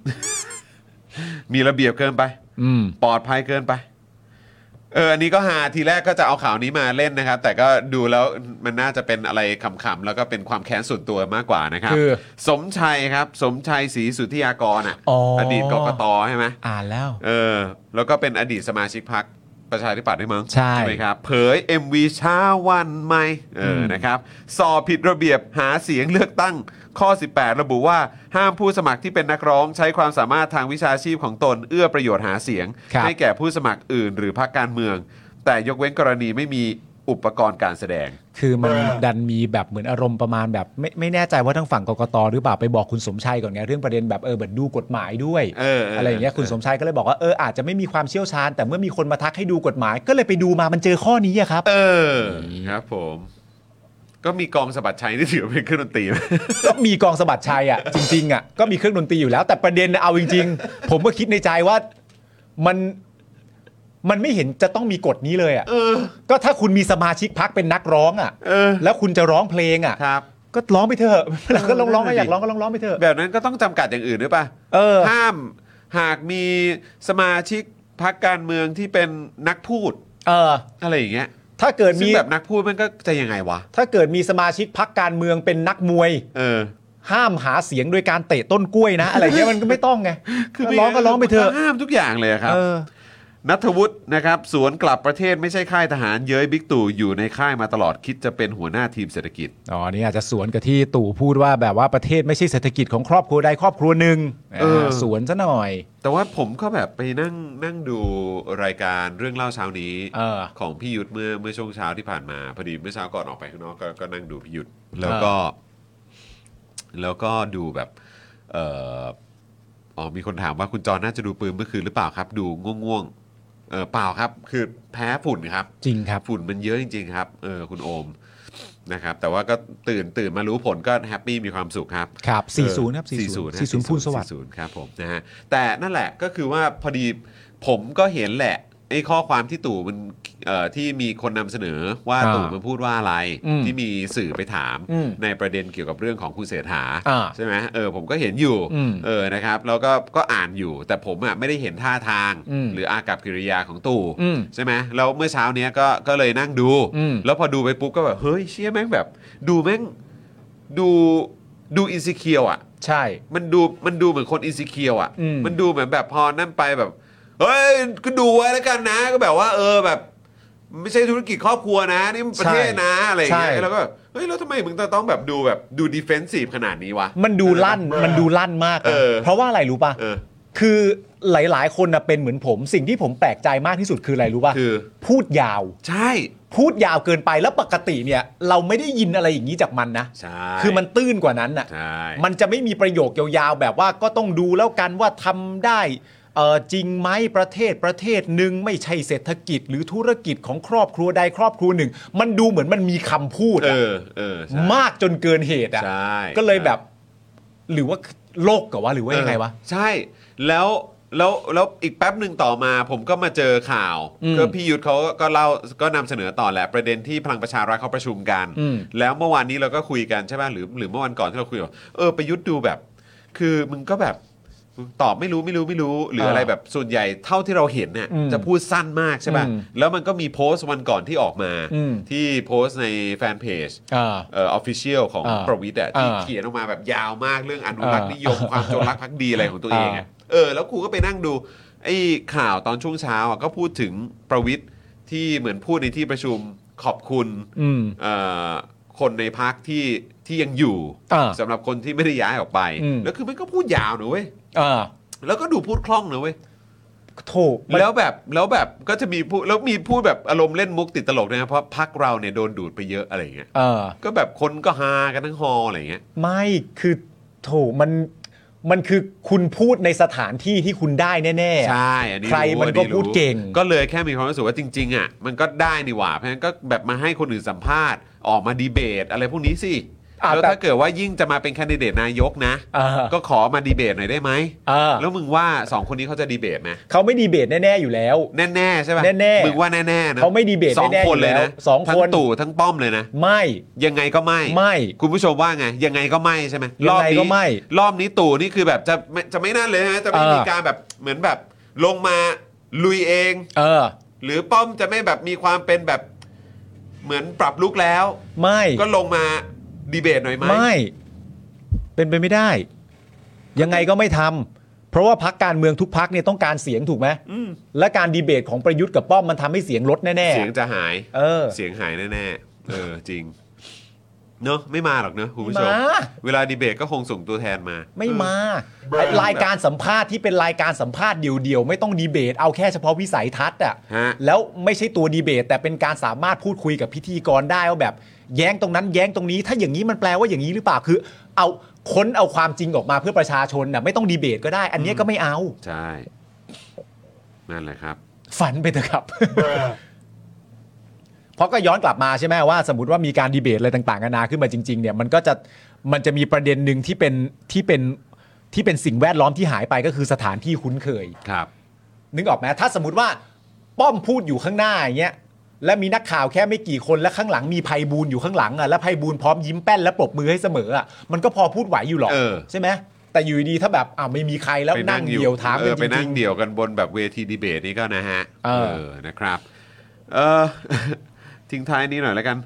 Speaker 1: มีระเบียบเกินไป
Speaker 3: อืม
Speaker 1: ปลอดภัยเกินไป เอออันนี้ก็หาทีแรกก็จะเอาข่าวนี้มาเล่นนะครับ แต่ก็ดูแล้วมันน่าจะเป็นอะไรขำๆแล้วก็เป็นความแค้นส่วนตัวมากกว่านะครับ
Speaker 3: คือ
Speaker 1: สมชัยครับ สมชัยศรีสุทธิยากรอ่ะ
Speaker 3: อ๋ออ
Speaker 1: ดีตกกตใช่ไหม
Speaker 3: อ่านแล้ว
Speaker 1: เออแล้วก็เป็นอดีตสมาชิกพักประชาธิปัตย์ด้วยมั้ง
Speaker 3: ใช่
Speaker 1: ไหมครับ เผย MV ช้าวันใหม่เอออ
Speaker 3: ม
Speaker 1: นะครับสอบผิดระเบียบหาเสียงเลือกตั้งข้อ 18 ระบุว่าห้ามผู้สมัครที่เป็นนักร้อง ใช้ความสามารถทางวิชาชีพของตนเอื้อประโยชน์หาเสียง
Speaker 3: ครับ
Speaker 1: ให้แก่ผู้สมัครอื่นหรือพรรคการเมือง แต่ยกเว้นกรณีไม่มีอุปกรณ์การแสดง
Speaker 3: คือมัน
Speaker 2: เออ
Speaker 3: ดันมีแบบเหมือนอารมณ์ประมาณแบบ ไม่ไม่แน่ใจว่าทางฝั่งกกตหรือเปล่าไปบอกคุณสมชัยก่อนไงเรื่องประเด็นแบบเออเบิดดูกฎหมายด้วย
Speaker 1: เออเอออ
Speaker 3: ไรอย่างเงี้ยคุณสมชัยก็เลยบอกว่าเอออาจจะไม่มีความเชี่ยวชาญ แต่เมื่อมีคนมาทักให้ดูกฎหมาย ก็เลยไปดูมามันเจอข้อนี้อะครับ
Speaker 1: เออครับผม ก็มีกองสะบัดชัยที่ถือเป็นเครื่องดนตรีไหม
Speaker 3: ก็มีกองสะบัดชัยอ่ะ จริง ๆ อ่ะ ก็มีเครื่องดนตรีอยู่แล้ว แต่ประเด็นน่ะเอาจริง ๆ ผมก็คิดในใจว่ามันมันไม่เห็นจะต้องมีกฎนี้เลยอ่ะก็ถ้าคุณมีสมาชิกพักเป็นนักร้องอ่ะ
Speaker 1: เออ
Speaker 3: แล้วคุณจะร้องเพลงอ่ะ
Speaker 1: ครับ
Speaker 3: ก็ร้องไปเถอะ แล้วก็ร้องร้อง
Speaker 1: นั่
Speaker 3: ก็
Speaker 1: น
Speaker 3: อ
Speaker 1: น่ะดิ
Speaker 3: ยากร้องก็ร้องร้องไปเถอะ
Speaker 1: แบบนั้นก็ต้องจำกัดอย่างอื่นด้วยป่ะ
Speaker 3: เออ
Speaker 1: ห้ามหากมีสมาชิกพักการเมืองที่เป็นนักพูด
Speaker 3: เออ
Speaker 1: อะไรอย่างเงี้ย
Speaker 3: ถ้าเกิด
Speaker 1: ซึ่
Speaker 3: มี
Speaker 1: งแบบนักพูดมันก็จะยังไงวะ
Speaker 3: ถ้าเกิดมีสมาชิกพักการเมืองเป็นนักมวย
Speaker 1: เออ
Speaker 3: ห้ามหาเสียงโดยการเตะต้นกล้วยนะ อะไรเงี้ยมันก็ไม่ต้องไงก็ร้องก็ร้องไปเถอะ
Speaker 1: ห้ามทุกอย่างเลยครับ
Speaker 3: เออ
Speaker 1: นัทวุฒินะครับสวนกลับประเทศไม่ใช่ค่ายทหารเย้ยบิ๊กตู่อยู่ในค่ายมาตลอดคิดจะเป็นหัวหน้าทีมเศรษฐกิจ
Speaker 3: อ๋อนี่อาจจะสวนกับที่ตู่พูดว่าแบบว่าประเทศไม่ใช่เศรษฐกิจของครอบครัวใดครอบครัวหนึ่ง
Speaker 1: เออ
Speaker 3: าสวนซะหน่อย
Speaker 1: แต่ว่าผมก็แบบไปนั่งนั่งดูรายการเรื่องเล่าเช้านี้
Speaker 3: เออ
Speaker 1: ของพี่ยุทธเมื่อเมื่อช่วงเช้าที่ผ่านมาพอดีเมื่อเช้าก่อนออกไปข้างนอกก็ก็นั่งดูพี่ยุทธแล้วก็ แล้วก็ดูแบบเอ่ออ๋อมีคนถามว่าคุณจอน่าจะดูปืนเมื่อคืนหรือเปล่าครับ ดูง่วงๆเออเปล่าครับ คือแพ้ฝุ่นครับ
Speaker 3: จริงครับ
Speaker 1: ฝุ่นมันเยอะจริง ๆ ครับเออคุณโอมนะครับ แต่ว่าก็ตื่นตื่นมารู้ผลก็แฮปปี้มีความสุขครับ
Speaker 3: ครับ
Speaker 1: เออ
Speaker 3: 40 ครับ 40
Speaker 1: 40
Speaker 3: 40พูนสวัสดิ์
Speaker 1: 40ครับผมนะฮะแต่นั่นแหละก็คือว่าพอดีผมก็เห็นแหละไอ้ข้อความที่ตู่มันเอ่อที่มีคนนำเสนอว่า
Speaker 3: อ่า
Speaker 1: ตู่มันพูดว่าอะไร
Speaker 3: อืม
Speaker 1: ที่มีสื่อไปถาม
Speaker 3: อืม
Speaker 1: ในประเด็นเกี่ยวกับเรื่องของคุณเศรษฐา
Speaker 3: อ่า
Speaker 1: ใช่ไหมเออผมก็เห็นอยู่
Speaker 3: อืม
Speaker 1: เออนะครับแล้วก็ก็อ่านอยู่ แต่ผมอ่ะไม่ได้เห็นท่าทาง
Speaker 3: อืม
Speaker 1: หรืออากับกิริยาของตู่
Speaker 3: อืม
Speaker 1: ใช่ไหมแล้วเมื่อเช้าเนี้ยก็ก็เลยนั่งดู
Speaker 3: อืม
Speaker 1: แล้วพอดูไปปุ๊บก็แบบเฮ้ยเชี่ยแม่งแบบ ดูแม่งดูดูอินซิเคียวอ่ะ
Speaker 3: ใช่
Speaker 1: มันดูมันดูเหมือนคนอินซิเคียวอ่ะ
Speaker 3: อืม
Speaker 1: มันดูเหมือนแบบพอนั่นไปแบบ เฮ้ยก็ดูไว้แล้วกันนะ ก็แบบว่า เออแบบ ไม่ใช่ธุรกิจครอบครัวนะ นี่มันประเทศนะอะไรอย่างเงี้
Speaker 3: ใช่
Speaker 1: ยแล้วก็แบบเฮ้ยแล้วทำไมมึงต้องแบบดูแบบดูดิเฟนซีฟขนาดนี้วะ
Speaker 3: มันดูลั่นมันดูลั่นมากนะ
Speaker 1: เออ
Speaker 3: เพราะว่าอะไรรู้ป่ะ
Speaker 1: เออ
Speaker 3: คือหลาย ๆ คนนะเป็นเหมือนผม สิ่งที่ผมแปลกใจมากที่สุดคืออะไรรู้ป่ะ
Speaker 1: คือ
Speaker 3: พูดยาว
Speaker 1: ใช่
Speaker 3: พูดยาวเกินไปแล้วปกติเนี่ย เราไม่ได้ยินอะไรอย่างนี้จากมันนะ
Speaker 1: ใช่
Speaker 3: คือมันตื้นกว่านั้นอ่ะ
Speaker 1: ใช่
Speaker 3: มันจะไม่มีประโยคยาวๆแบบว่าก็ต้องดูแล้วกันว่าทำได้เอ่อจริงไหมประเทศประเทศหนึ่งไม่ใช่เศรษฐกิจหรือธุรกิจของครอบครัวใดครอบครัวหนึ่ง มันดูเหมือนมันมีคำพูด
Speaker 1: เอ
Speaker 3: อะ
Speaker 1: อเออใช่
Speaker 3: มากจนเกินเหตุอ่ะ
Speaker 1: ใช่
Speaker 3: ก็เลยแบบ หรือว่าโลกกับว่าหรือว่ายังไงวะ
Speaker 1: เออใช่แล้วแล้วแล้วอีกแป๊บหนึ่งต่อมา ผมก็มาเจอข่าว
Speaker 3: อืม
Speaker 1: ก็พี่ยุทธเขาก็เล่าก็นำเสนอต่อแหละประเด็นที่พลังประชารัฐเขาประชุมกัน
Speaker 3: อืม
Speaker 1: แล้วเมื่อวานนี้เราก็คุยกันใช่ไหมหรือหรือเมื่อวันก่อนที่เราคุยว่าเออประยุทธ์ดูแบบ คือมึงก็แบบตอบไม่รู้ไม่รู้ไม่รู้ หรืออะไร
Speaker 3: เออ
Speaker 1: แบบส่วนใหญ่เท่าที่เราเห็นเนี่ย
Speaker 3: อืม
Speaker 1: จะพูดสั้นมากใช่ป่ะ
Speaker 3: อืม
Speaker 1: แล้วมันก็มีโพสต์วันก่อนที่ออกมา
Speaker 3: อืม
Speaker 1: ที่โพสต์ในแฟนเพจ
Speaker 3: อ่า
Speaker 1: เออออฟฟิเชียลของ
Speaker 3: อ่า
Speaker 1: ประวิทย์อะที่
Speaker 3: อ่า
Speaker 1: เขียนออกมาแบบยาวมากเรื่องอนุรักษ์นิยมค
Speaker 3: อ่า
Speaker 1: วามจงรักภักดีอะไรของตัวเองอะ
Speaker 3: อ่า
Speaker 1: เออแล้วกูก็ไปนั่งดูไอ้ข่าวตอนช่วงเช้าอะก็พูดถึงประวิทย์ ที่เหมือนพูดในที่ประชุมขอบคุณ
Speaker 3: อืม
Speaker 1: เอ่อคนในพักที่ที่ยังอยู่
Speaker 3: อ่า
Speaker 1: สำหรับคนที่ไม่ได้ย้ายออกไป
Speaker 3: อืม
Speaker 1: แล้วคือมันก็พูดยาวนะเว้ย
Speaker 3: อ่า
Speaker 1: แล้วก็ดูพูดคล่องนะเว้ย
Speaker 3: ถูก
Speaker 1: แล้วแบบแล้วแบบก็จะมีพูดแล้วมีพูดแบบอารมณ์เล่นมุกติดตลกด้วยนะเพราะพักเราเนี่ยโดนดูดไปเยอะอะไรอย่างเงี้ย
Speaker 3: เออ
Speaker 1: ก็แบบคนก็ฮากันทั้งฮอลล์อะไรอย่างเงี้ย
Speaker 3: ไม่คือโถมันมันคือคุณพูดในสถานที่ที่คุณได้แน่ๆ
Speaker 1: ใช่อันนี้
Speaker 3: ใครมันก็
Speaker 1: อั
Speaker 3: พูดเก่ง
Speaker 1: ก็เลยแค่มีความรู้สึกว่าจริง ๆ อ่ะ มันก็ได้นี่หว่า เพราะฉะนั้นก็แบบมาให้คนอื่นสัมภาษณ์ออกมาดีเบต อะไรพวกนี้สิ
Speaker 3: อ่ะ
Speaker 1: แล้ว
Speaker 3: แต่
Speaker 1: ถ้าเกิดว่ายิ่งจะมาเป็นแคนดิเดตนายกนะ
Speaker 3: อ่า
Speaker 1: ก็ขอมาดีเบตหน่อยได้ไหม
Speaker 3: เออ
Speaker 1: แล้วมึงว่า 2 คนนี้เขาจะดีเบตไหม
Speaker 3: เขาไม่ดีเบตแน่ๆอยู่แล้ว
Speaker 1: แน่ๆใช่ป่ะ
Speaker 3: แน่ๆ
Speaker 1: มึงว่าแน่ๆนะ
Speaker 3: เขาไม่ดีเบต
Speaker 1: สอง
Speaker 3: แน่ๆ
Speaker 1: คนเลยนะ
Speaker 3: อยู่แล้วสอง
Speaker 1: ทั้
Speaker 3: ค
Speaker 1: ง
Speaker 3: น
Speaker 1: ตู่ทั้งป้อมเลยนะ
Speaker 3: ไม่
Speaker 1: ยังไงก็ไม่
Speaker 3: ไม่
Speaker 1: คุณผู้ชมว่าไง ยังไงก็ไม่ใช่ไหมร
Speaker 3: ยังไง
Speaker 1: อบนี้
Speaker 3: ก็ไม่
Speaker 1: รอบนี้ตู่นี่คือแบบจะไม่จะไม่นั่นเลยนะจะไม่
Speaker 3: เออ
Speaker 1: มีการแบบเหมือนแบบลงมาลุยเอง
Speaker 3: เออ
Speaker 1: หรือป้อมจะไม่แบบมีความเป็นแบบเหมือนปรับลุกแล้ว
Speaker 3: ไม่
Speaker 1: ก็ลงมาดีเบตหน่อยไหม
Speaker 3: ไม่ เป็นไปไม่ได้ ยังไงก็ไม่ทำเพราะว่าพักการเมืองทุกพักเนี่ยต้องการเสียงถูกไหมและการดีเบตของประยุทธ์กับป้อมมันทำให้เสียงลดแน่
Speaker 1: เสียงจะหาย
Speaker 3: เออ
Speaker 1: เสียงหายแน่ๆเออจริงเนอะไม่มาหรอกเนอะคุณผู้ชม
Speaker 3: ไม่มา
Speaker 1: เวลาดีเบตก็คงส่งตัวแทนมา
Speaker 3: ๆ ไม่มา
Speaker 1: เออ
Speaker 3: ไอ้รายการสัมภาษณ์ที่เป็นรายการสัมภาษณ์เดียวๆ ไม่ต้องดีเบต เอาแค่เฉพาะวิสัยทัศน์อ่ะ
Speaker 1: ฮะ
Speaker 3: แล้วไม่ใช่ตัวดีเบต แต่เป็นการสามารถพูดคุยกับพิธีกรได้ว่าแบบ แย้งตรงนั้นแย้งตรงนี้ ถ้าอย่างนี้มันแปลว่าอย่างนี้หรือเปล่าคือ เอาค้นเอาความจริงออกมาเพื่อประชาชนน่ะไม่ต้องดีเบตก็ได้ อันเนี้ยก็ไม่เอา
Speaker 1: ใช่ นั่นแหละครับ
Speaker 3: ฝันไปเถอะครับ เพราะก็ย้อนกลับมาใช่ไหมว่าสมมติว่ามีการดีเบตอะไรต่างๆนานาขึ้นมาจริง ๆ เนี่ยมันก็จะมันจะมีประเด็นหนึ่งที่เป็นที่เป็นที่เป็นสิ่งแวดล้อมที่หายไปก็คือสถานที่คุ้นเคย
Speaker 1: ครับ
Speaker 3: นึกออกไหมถ้าสมมติว่าป้อมพูดอยู่ข้างหน้าอย่างเงี้ยและมีนักข่าวแค่ไม่กี่คนและข้างหลังมีไพบูลย์อยู่ข้างหลังอ่ะและไพบูลย์พร้อมยิ้มแป้นและปรบมือให้เสมออ่ะมันก็พอพูดไหวอยู่หรอก
Speaker 1: เออ
Speaker 3: ใช่ไหมแต่อยู่ดีๆถ้าแบบอ้าวไม่มีใครแล้ว
Speaker 1: ไป
Speaker 3: นั่งเดียวถาม
Speaker 1: เอ
Speaker 3: กั
Speaker 1: อน
Speaker 3: จ
Speaker 1: ไปนั่
Speaker 3: ริ
Speaker 1: ง
Speaker 3: ง
Speaker 1: เดี่ยวกันบนแบบเวทีดีเบตนี่ก็นะฮะ
Speaker 3: เออ
Speaker 1: นะครับเอ อ ทิ้งท้ายนี้หน่อยแล้วกัน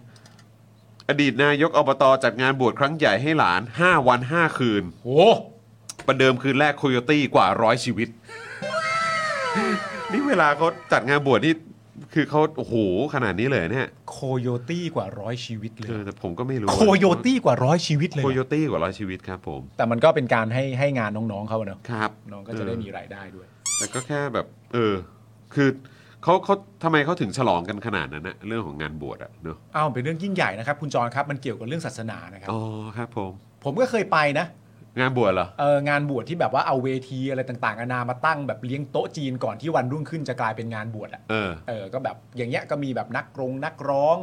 Speaker 1: อดีตนายกอบตจัดงานบวชครั้งใหญ่ให้หลาน 5 วัน 5 คืน
Speaker 3: ๆโอ้
Speaker 1: ประเดิมคืนแรกโคโยตี้กว่าร้อยชีวิต นี่เวลาเขาจัดงานบวชนี่ คือเขาโอ้โห ขนาดนี้เลยเนี่ย
Speaker 3: โคโยตี้กว่าร้อยชีวิตเล
Speaker 1: เอย อแต่ผมก็ไม่รู้
Speaker 3: โคโยตี้กว่าร้อยชีวิตเลย
Speaker 1: โคโย
Speaker 3: นะ
Speaker 1: ตี้กว่าร้อยชีวิตครับผม
Speaker 3: แต่มันก็เป็นการให้ให้งานน้องๆเขาอะเนอะ
Speaker 1: ครับ
Speaker 3: น้องก็จะได้มีรายได้ด้วย
Speaker 1: แต่ก็แค่แบบ เออ คือเขาเขาทำไมเขาถึงฉลองกันขนาดนั้นนะเรื่องของงานบวชอะเนอะ
Speaker 3: อ้าวเป็นเรื่องยิ่งใหญ่นะครับ คุณจรครับมันเกี่ยวกับเรื่องศาสนานะครับ
Speaker 1: อ๋อครับผม
Speaker 3: ผมก็เคยไปนะ
Speaker 1: งานบวชเหรอ
Speaker 3: เอองานบวชที่แบบว่าเอาเวทีอะไรต่างๆนานามาตั้งแบบเลี้ยงโต๊ะจีนก่อนที่วันรุ่งขึ้นจะกลายเป็นงานบวชอะ
Speaker 1: เออ
Speaker 3: เออก็แบบอย่างเงี้ยก็มีแบบนักกรงนักร้อง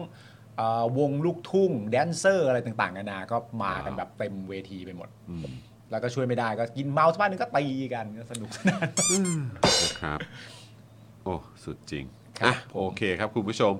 Speaker 3: เอ่อวงลูกทุ่ง แดนเซอร์อะไรต่างๆนานาก็มากันแบบเต็มเวทีไปหมด
Speaker 1: อืม
Speaker 3: แล้วก็ช่วยไม่ได้ก็กินเมาส์บ้านนึงก็ตีกันก็สนุกสนาน
Speaker 1: นะครับ โอ้ สุดจริง
Speaker 3: ครับ
Speaker 1: อ่ะ
Speaker 3: ผม
Speaker 1: โอเคครับคุณผู้ชม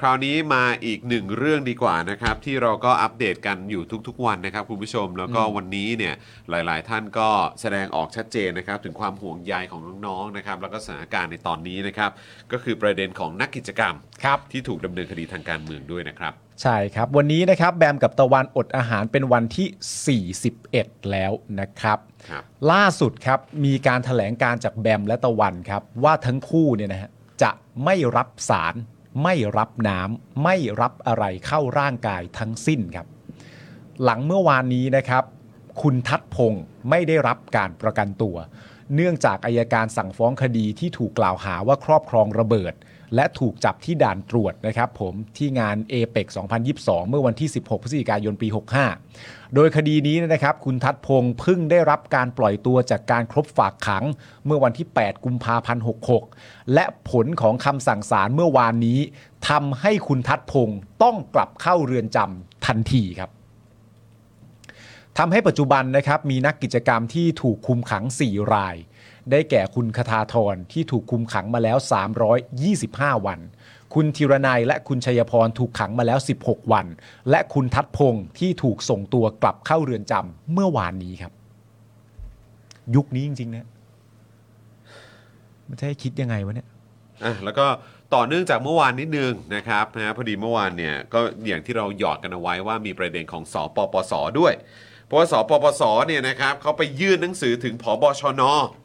Speaker 1: คราวนี้มาอีกหนึ่งเรื่องดีกว่านะครับ ที่เราก็อัปเดตกันอยู่ทุกๆวันนะครับคุณผู้ชมแล้วก็วันนี้เนี่ยหลาย ๆ ท่านก็แสดงออกชัดเจนนะครับ ถึงความห่วงใยของน้องๆนะครับ แล้วก็สถานการณ์ในตอนนี้นะครับ ก็คือประเด็นของนักกิจกรรม
Speaker 3: ครับ
Speaker 1: ที่ถูกดำเนินคดีทางการเมืองด้วยนะครับ
Speaker 3: ใช่ครับ วันนี้นะครับแบมกับตะวันอดอาหารเป็นวันที่ 41 แล้วนะครับ
Speaker 1: ครับ
Speaker 3: ล่าสุดครับมีการแถลงการจากแบมและตะวันครับ ว่าทั้งคู่เนี่ยนะฮะจะไม่รับสาร ไม่รับน้ำไม่รับอะไรเข้าร่างกายทั้งสิ้นครับ หลังเมื่อวานนี้นะครับ คุณทัดพงศ์ไม่ได้รับการประกันตัว เนื่องจากอายการสั่งฟ้องคดีที่ถูกกล่าวหาว่าครอบครองระเบิด และถูกจับที่ด่านตรวจนะครับผมที่งาน a p e x 2022 เมื่อวันที่ 16 พฤศจิกายนปี 65 โดยคดีนี้นะครับ คุณทัดพงศ์เพิ่งได้รับการปล่อยตัวจากการครบฝากขัง เมื่อวันที่ 8 กุมภาพันธ์ 66 และผลของคำสั่งศาลเมื่อวานนี้ทำให้คุณทัดพงศ์ต้องกลับเข้าเรือนจำทันทีครับ ทำให้ปัจจุบันนะครับมีนักกิจกรรมที่ถูกคุมขัง 4 ราย ได้แก่คุณคทาธรที่ถูกคุมขังมาแล้ว 325 วัน คุณธีรนัยและคุณชัยพรถูกขังมาแล้ว 16 วัน และคุณทัดพงศ์ที่ถูกส่งตัวกลับเข้าเรือนจำเมื่อวานนี้ครับ ยุคนี้จริงๆนะมันจะให้คิดยังไงวะเนี่ย
Speaker 1: อ่ะแล้วก็ต่อเนื่องจากเมื่อวานนิดนึงนะครับนะฮะพอดีเมื่อวานเนี่ยก็อย่างที่เราหยอดกันเอาไว้ว่ามีประเด็นของสปปสด้วย เพราะว่าสปปสเนี่ยนะครับเขาไปยื่นหนังสือถึงผบชน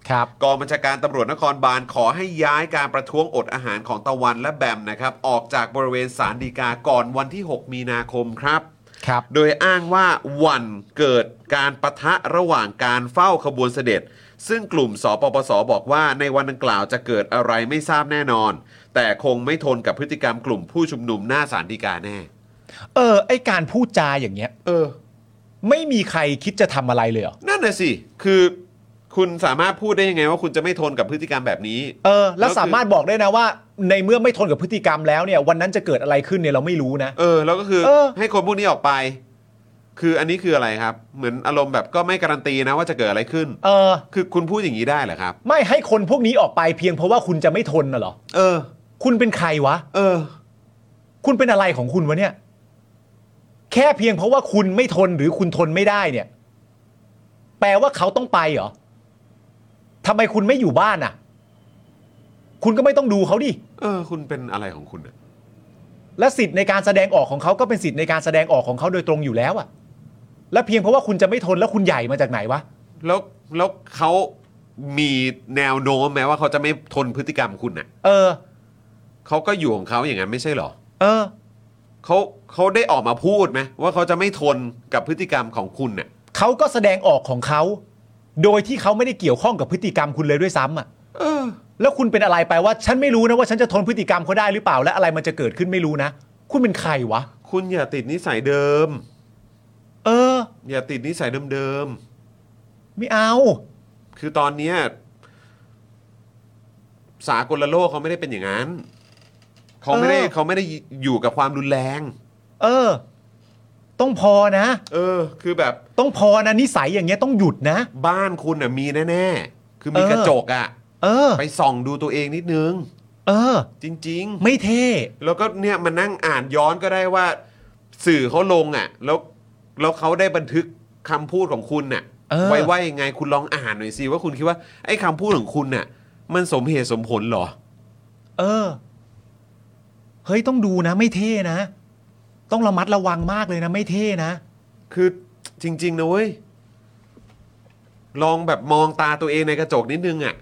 Speaker 3: ครับ
Speaker 1: กองบัญชาการตำรวจนครบาลขอให้ย้ายการประท้วงอดอาหารของตะวันและแบมนะครับออกจากบริเวณสารดีกาก่อนวันที่ 6 มีนาคมครับ
Speaker 3: ครับ
Speaker 1: โดยอ้างว่าหวันเกิดการปะทะระหว่างการเฝ้าขบวนเสด็จ ซึ่งกลุ่มสปปสบอกว่าในวันดังกล่าวจะเกิดอะไรไม่ทราบแน่นอน แต่คงไม่ทนกับพฤติกรรมกลุ่มผู้ชุมนุมหน้าสารดีกาแน่
Speaker 3: เออ ไอการพูดจาอย่างเงี้ย
Speaker 1: เออ
Speaker 3: ไม่มีใครคิดจะทำอะไรเลยเหรอ
Speaker 1: นั่นน่ะสิคือคุณสามารถพูดได้ยังไงว่าคุณจะไม่ทนกับพฤติกรรมแบบนี้
Speaker 3: เออ แล้ว
Speaker 1: แล้วคือ
Speaker 3: สามารถบอกได้นะว่า ในเมื่อไม่ทนกับพฤติกรรมแล้วเนี่ย วันนั้นจะเกิดอะไรขึ้นเนี่ยเราไม่รู้นะ
Speaker 1: เออแล้วก็คือ
Speaker 3: เออ
Speaker 1: ให้คนพวกนี้ออกไป คืออันนี้คืออะไรครับ เหมือนอารมณ์แบบก็ไม่การันตีนะว่าจะเกิดอะไรขึ้น
Speaker 3: เออ
Speaker 1: คือคุณพูดอย่างนี้ได้เหรอครับ
Speaker 3: ไม่ให้คนพวกนี้ออกไปเพียงเพราะว่าคุณจะไม่ทนน่ะเหรอ
Speaker 1: เออ
Speaker 3: คุณเป็นใครวะ
Speaker 1: เออ
Speaker 3: คุณเป็นอะไรของคุณวะเนี่ย แค่เพียงเพราะว่าคุณไม่ทนหรือคุณทนไม่ได้เนี่ย แปลว่าเขาต้องไปเหรอทำไมคุณไม่อยู่บ้านอ่ะ คุณก็ไม่ต้องดูเขาดิ
Speaker 1: เออ คุณเป็นอะไรของคุณอะ
Speaker 3: และสิทธิ์ในการแสดงออกของเขาก็เป็นสิทธิ์ในการแสดงออกของเขาโดยตรงอยู่แล้วอะและเพียงเพราะว่าคุณจะไม่ทนแล้วคุณใหญ่มาจากไหนวะ
Speaker 1: แล้วแล้วเขามีแนวโน้มไหมว่าเขาจะไม่ทนพฤติกรรมคุณน่ะ
Speaker 3: เออ
Speaker 1: เขาก็อยู่ของเขาอย่างนั้นไม่ใช่เหรอ
Speaker 3: เออ
Speaker 1: เขาเขาได้ออกมาพูดไหมว่าเขาจะไม่ทนกับพฤติกรรมของคุณน่ะ
Speaker 3: เขาก็แสดงออกของเขา โดยที่เขาไม่ได้เกี่ยวข้องกับพฤติกรรมคุณเลยด้วยซ้ำอะ
Speaker 1: เออ
Speaker 3: แล้วคุณเป็นอะไรไปว่า ฉันไม่รู้นะว่าฉันจะทนพฤติกรรมเขาได้หรือเปล่า และอะไรมันจะเกิดขึ้นไม่รู้นะ คุณเป็นใครวะ
Speaker 1: คุณอย่าติดนิสัยเดิม
Speaker 3: เออ
Speaker 1: อย่าติดนิสัยเดิม
Speaker 3: ไม่เอา
Speaker 1: ๆคือตอนเนี้ยสากลโลกเขาไม่ได้เป็นอย่างนั้นเขาไม่ได้
Speaker 3: เออ
Speaker 1: เขาไม่ได้อยู่กับความรุนแรง
Speaker 3: เออ ต้องพอนะ
Speaker 1: เออ คือแบบ
Speaker 3: ต้องพอนะนิสัยอย่างเงี้ยต้องหยุดนะ
Speaker 1: บ้านคุณน่ะมีแน่ๆ คือมี
Speaker 3: เออ
Speaker 1: กระจกอะ
Speaker 3: เออ
Speaker 1: ไปส่องดูตัวเองนิดนึง
Speaker 3: เออ
Speaker 1: จริง
Speaker 3: ไม่เท่
Speaker 1: ๆ แล้วก็เนี่ยมานั่งอ่านย้อนก็ได้ว่า สื่อเขาลงอะแล้วแล้วเขาได้บันทึกคำพูดของคุณน่ะ
Speaker 3: เออ
Speaker 1: ไว้ว่ายังไงคุณลองอ่านหน่อยสิว่าคุณคิดว่าไอ้คำพูดของคุณน่ะ มันสมเหตุสมผลเหรอ
Speaker 3: เออ เฮ้ยต้องดูนะ ไม่เท่นะ ต้องระมัดระวังมากเลยนะ ไม่เท่นะ
Speaker 1: คือจริง ๆ นะเว้ย ลองแบบมองตาตัวเองในกระจกนิดนึงอะ่ะ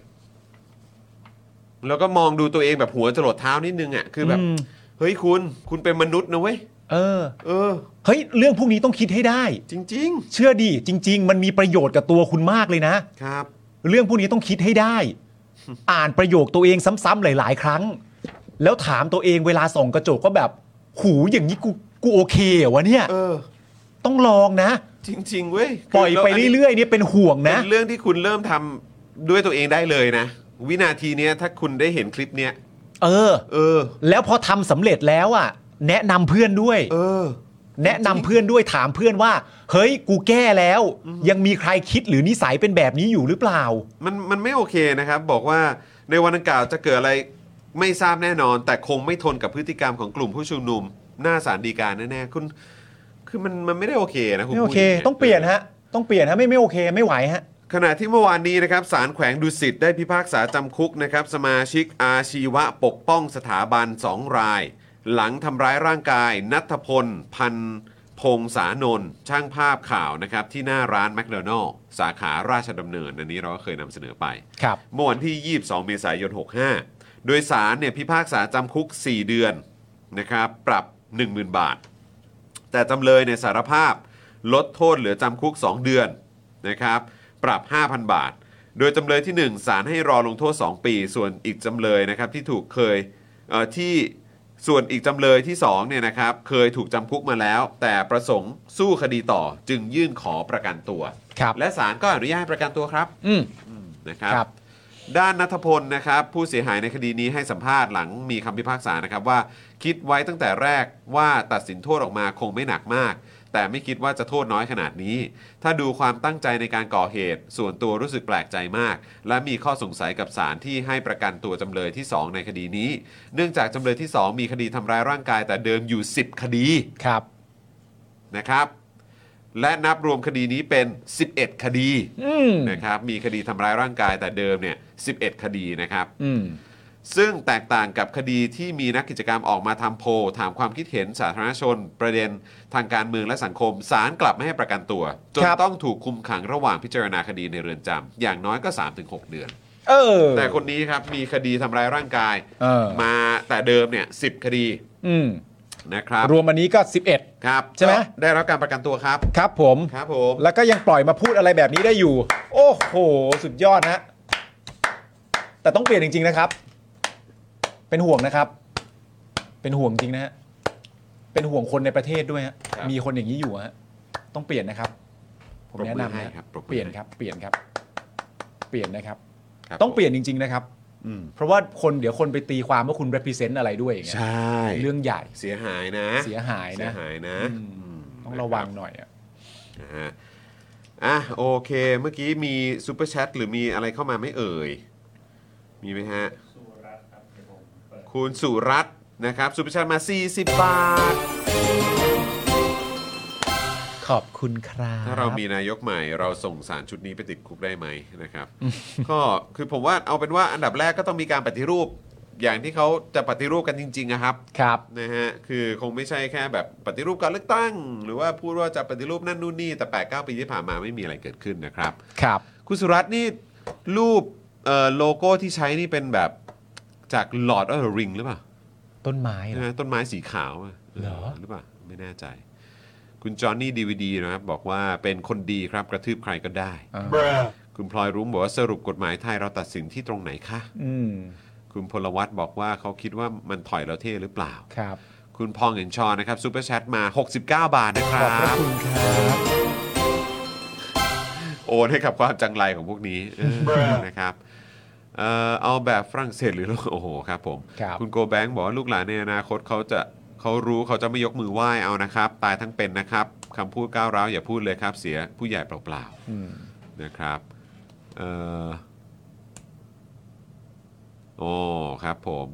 Speaker 1: แล้วก็มองดูตัวเองแบบหัวจรดเท้านิดนึงอะ่ะ คือแบบ
Speaker 3: อืม
Speaker 1: เฮ้ยคุณ คุณเป็นมนุษย์นะเว้ย
Speaker 3: เออ
Speaker 1: เออ
Speaker 3: เฮ้ยเรื่องพวกนี้ต้องคิดให้ได้
Speaker 1: จริง
Speaker 3: เชื่อดิจริง ๆ มันมีประโยชน์กับตัวคุณมากเลยนะ
Speaker 1: ๆ ครับ
Speaker 3: เรื่องพวกนี้ต้องคิดให้ได้ อ่านประโยคตัวเองซ้ำๆหลาย ๆ ครั้ง แล้วถามตัวเองเวลาส่องกระจกก็แบบ หูอย่างนี้กูกูโอเคเหรอวะเนี่ย
Speaker 1: เออ
Speaker 3: ต้องลองนะ
Speaker 1: จริง ๆ เว้ย
Speaker 3: ปล่อยไปเรื่อยๆเนี่ยเป็นห่วง
Speaker 1: ๆ
Speaker 3: นะ
Speaker 1: เป็นเรื่องที่คุณเริ่มทำด้วยตัวเองได้เลยนะ วินาทีเนี้ยถ้าคุณได้เห็นคลิปเนี้ย
Speaker 3: เออ
Speaker 1: เออ
Speaker 3: แล้วพอทำสำเร็จแล้วอ่ะ แนะนำเพื่อนด้วย
Speaker 1: เออ
Speaker 3: แนะนำเพื่อนด้วยถามเพื่อนว่า เฮ้ยกูแก้แล้ว ยังมีใครคิดหรือนิสัยเป็นแบบนี้อยู่หรือเปล่า
Speaker 1: มันมันไม่โอเคนะครับ บอกว่าในวันดังกล่าวจะเกิดอะไรไม่ทราบแน่นอน แต่คงไม่ทนกับพฤติกรรมของกลุ่มผู้ชุมนุม หน้าศาลฎีกาแน่ๆคุณคือมันมันไม่ได้โอเคนะคุณ
Speaker 3: ไม่โอเค
Speaker 1: พูดย่านี้ย
Speaker 3: ต้องเปลี่ยนฮะ ต้องเปลี่ยนฮะ ไม่ไม่โอเคไม่ไหวฮะ
Speaker 1: ขณะที่เมื่อวานนี้นะครับศาลแขวงดุสิตได้พิพากษาจำคุกนะครับ สมาชิกอาชีวะปกป้องสถาบัน 2 ราย หลังทำร้ายร่างกายนัทพล พันพงษานนท์ช่างภาพข่าวนะครับที่หน้าร้านแมคโดนัลสาขาราชดำเนินอันนี้เราก็เคยนำเสนอไป
Speaker 3: ครับ
Speaker 1: เมื่อวันที่ 22 เมษายน 65 โดยสารเนี่ยพิพากษาจำคุก 4 เดือนนะครับ ปรับ 10,000 บาท แต่จำเลยในยสารภาพลดโทษเหลือจำคุก 2 เดือนนะครับ ปรับ 5,000 บาท โดยจำเลยที่ 1 สารให้รอลงโทษ 2 ปี ส่วนอีกจำเลยนะครับที่ถูกเคยเอ่อที่ส่วนอีกจำเลยที่2เนี่ยนะครับเคยถูกจำคุกมาแล้ว แต่ประสงค์สู้คดีต่อจึงยื่นขอประกันตัว
Speaker 3: ครับ
Speaker 1: และศาลก็อนุญาตให้ประกันตัวครับ
Speaker 3: อืม
Speaker 1: นะครับ
Speaker 3: ครับ
Speaker 1: ด้านนัทพลนะครับผู้เสียหายในคดีนี้ให้สัมภาษณ์หลังมีคำพิพากษานะครับว่าคิดไว้ตั้งแต่แรกว่าตัดสินโทษออกมาคงไม่หนักมาก แต่ไม่คิดว่าจะโทษน้อยขนาดนี้ ถ้าดูความตั้งใจในการก่อเหตุ ส่วนตัวรู้สึกแปลกใจมาก และมีข้อสงสัยกับศาลที่ให้ประกันตัวจำเลยที่ 2 ในคดีนี้ เนื่องจากจำเลยที่ 2 มีคดีทำร้ายร่างกาย แต่เดิมอยู่ 10 คดี
Speaker 3: ครับ
Speaker 1: นะครับ และนับรวมคดีนี้เป็น 11 คดี
Speaker 3: อืม
Speaker 1: นะครับมีคดีทำร้ายร่างกายแต่เดิมเนี่ย11 คดีนะครับ
Speaker 3: อืม
Speaker 1: ซึ่งแตกต่างกับคดีที่มีนักกิจกรรมออกมาทำโพลถามความคิดเห็นสาธารณชน ประเด็นทางการเมืองและสังคมศาลกลับไม่ให้ประกันตัว จน
Speaker 3: ครับ
Speaker 1: ต้องถูกคุมขังระหว่างพิจารณาคดีในเรือนจำอย่างน้อยก็ 3-6 เดือน
Speaker 3: เออ
Speaker 1: แต่คนนี้ครับมีคดีทำร้ายร่างกาย
Speaker 3: เออ
Speaker 1: มาแต่เดิมเนี่ยสิคดี
Speaker 3: อืม
Speaker 1: นะครับ
Speaker 3: รวมอันนี้ก็ 11
Speaker 1: ครับ
Speaker 3: ใช่ไหม
Speaker 1: ก็ได้รับการประกันตัวครับ
Speaker 3: ครับผม
Speaker 1: ครับผม
Speaker 3: แล้วก็ยังปล่อยมาพูดอะไรแบบนี้ได้อยู่ โอ้โห สุดยอดฮะ แต่ต้องเปลี่ยนจริง ๆ นะครับ เป็นห่วงนะครับ เป็นห่วงจริงนะฮะ เป็นห่วงคนในประเทศด้วยฮะ
Speaker 1: ครับ
Speaker 3: มีคนอย่างนี้อยู่ฮะ ต้องเปลี่ยนนะครับ ผมแนะ
Speaker 1: ปรบมือให้
Speaker 3: นำนะครับ
Speaker 1: ปรบมือ
Speaker 3: เปลี่ยน
Speaker 1: ให้
Speaker 3: ครับ เปลี่ยนครับ เปลี่ยนนะครับ
Speaker 1: ครับ
Speaker 3: ต้องเปลี่ย
Speaker 1: ผม
Speaker 3: นจริง ๆ นะครับ
Speaker 1: อืม
Speaker 3: เพราะว่าคนเดี๋ยวคนไปตีความว่าคุณ represent อะไรด้วยอย่างเงี้
Speaker 1: ใช
Speaker 3: ย่ เรื่องใหญ่
Speaker 1: เสียหายนะ
Speaker 3: เสียหาย
Speaker 1: เสี
Speaker 3: นะ
Speaker 1: ยหายนะ
Speaker 3: อืมต้องระวังหน่อยอะ
Speaker 1: นะฮะอ่ะโอเคเมื่อกี้มีซูเปอร์แชทหรือมีอะไรเข้ามาไม่เอ่ย มีไหมฮะ
Speaker 4: สุรัตน์ครับเดี๋ยวผมเปิด
Speaker 1: คุณสุรัตน์นะครับซูเปอร์แชทมา 40 บาท
Speaker 3: ขอบคุณครับ
Speaker 1: ถ้าเรามีนายกใหม่เราส่งสารชุดนี้ไปติดคุกได้ไหมนะครับ ก็คือผมว่าเอาเป็นว่าอันดับแรกก็ต้องมีการปฏิรูป อย่างที่เขาจะปฏิรูปกันจริงๆนะครับ
Speaker 3: ครับ
Speaker 1: นะฮะ คือคงไม่ใช่แค่แบบปฏิรูปการเลือกตั้ง หรือว่าพูดว่าจะปฏิรูปนั่นนู่นนี่แต่8ปดปีที่ผ่านมาไม่มีอะไรเกิดขึ้นนะครับ
Speaker 3: ครับ
Speaker 1: คุณสุรัตน์นี่รูปเอ่อโลโก้ที่ใช้นี่เป็นแบบจาก Lord of the Ring หรือเปล่า
Speaker 3: ต้นไม้เหร
Speaker 1: ใช่ไหม
Speaker 3: อ
Speaker 1: ต้นไม้สีขาวอะ
Speaker 3: เหรอ
Speaker 1: หรือเปล่า ไม่แน่ใจ คุณจอห์นนี่ดีวดีนะครับ บอกว่าเป็นคนดีครับกระทืบใครก็ได้
Speaker 3: อ่า
Speaker 1: คุณพลอยรุ้งบอกว่าสรุปกฎหมายไทยเราตัดสินที่ตรงไหนคะ
Speaker 3: อืม
Speaker 1: คุณพลวัตบอกว่าเขาคิดว่ามันถอยเราเท่หรือเปล่า
Speaker 3: ครับ
Speaker 1: คุณพองเห็นชอนะครับซูเปอร์แชทมา 69 บาทนะค
Speaker 3: ข
Speaker 1: รั
Speaker 3: อบพระ
Speaker 1: บ
Speaker 3: คุณครับ
Speaker 1: โอนให้กับความจังไรของพวกนี้เออนะครับเอ่อเอาแบบฝรั่งเศสหรือ โอ้โหครับผม
Speaker 3: ครับ
Speaker 1: ณโกแบงค์บอกว่าลูกหลานในอนาคตเขาจะเขารู้เขาจะไม่ยกมือไหว้เอานะครับ ตายทั้งเป็นนะครับคำพูดก้าวร้าวอย่าพูดเลยครับ เสียผู้ใหญ่เปล่า
Speaker 3: อืม
Speaker 1: ๆนะครับเอ่อโอ้ครับผม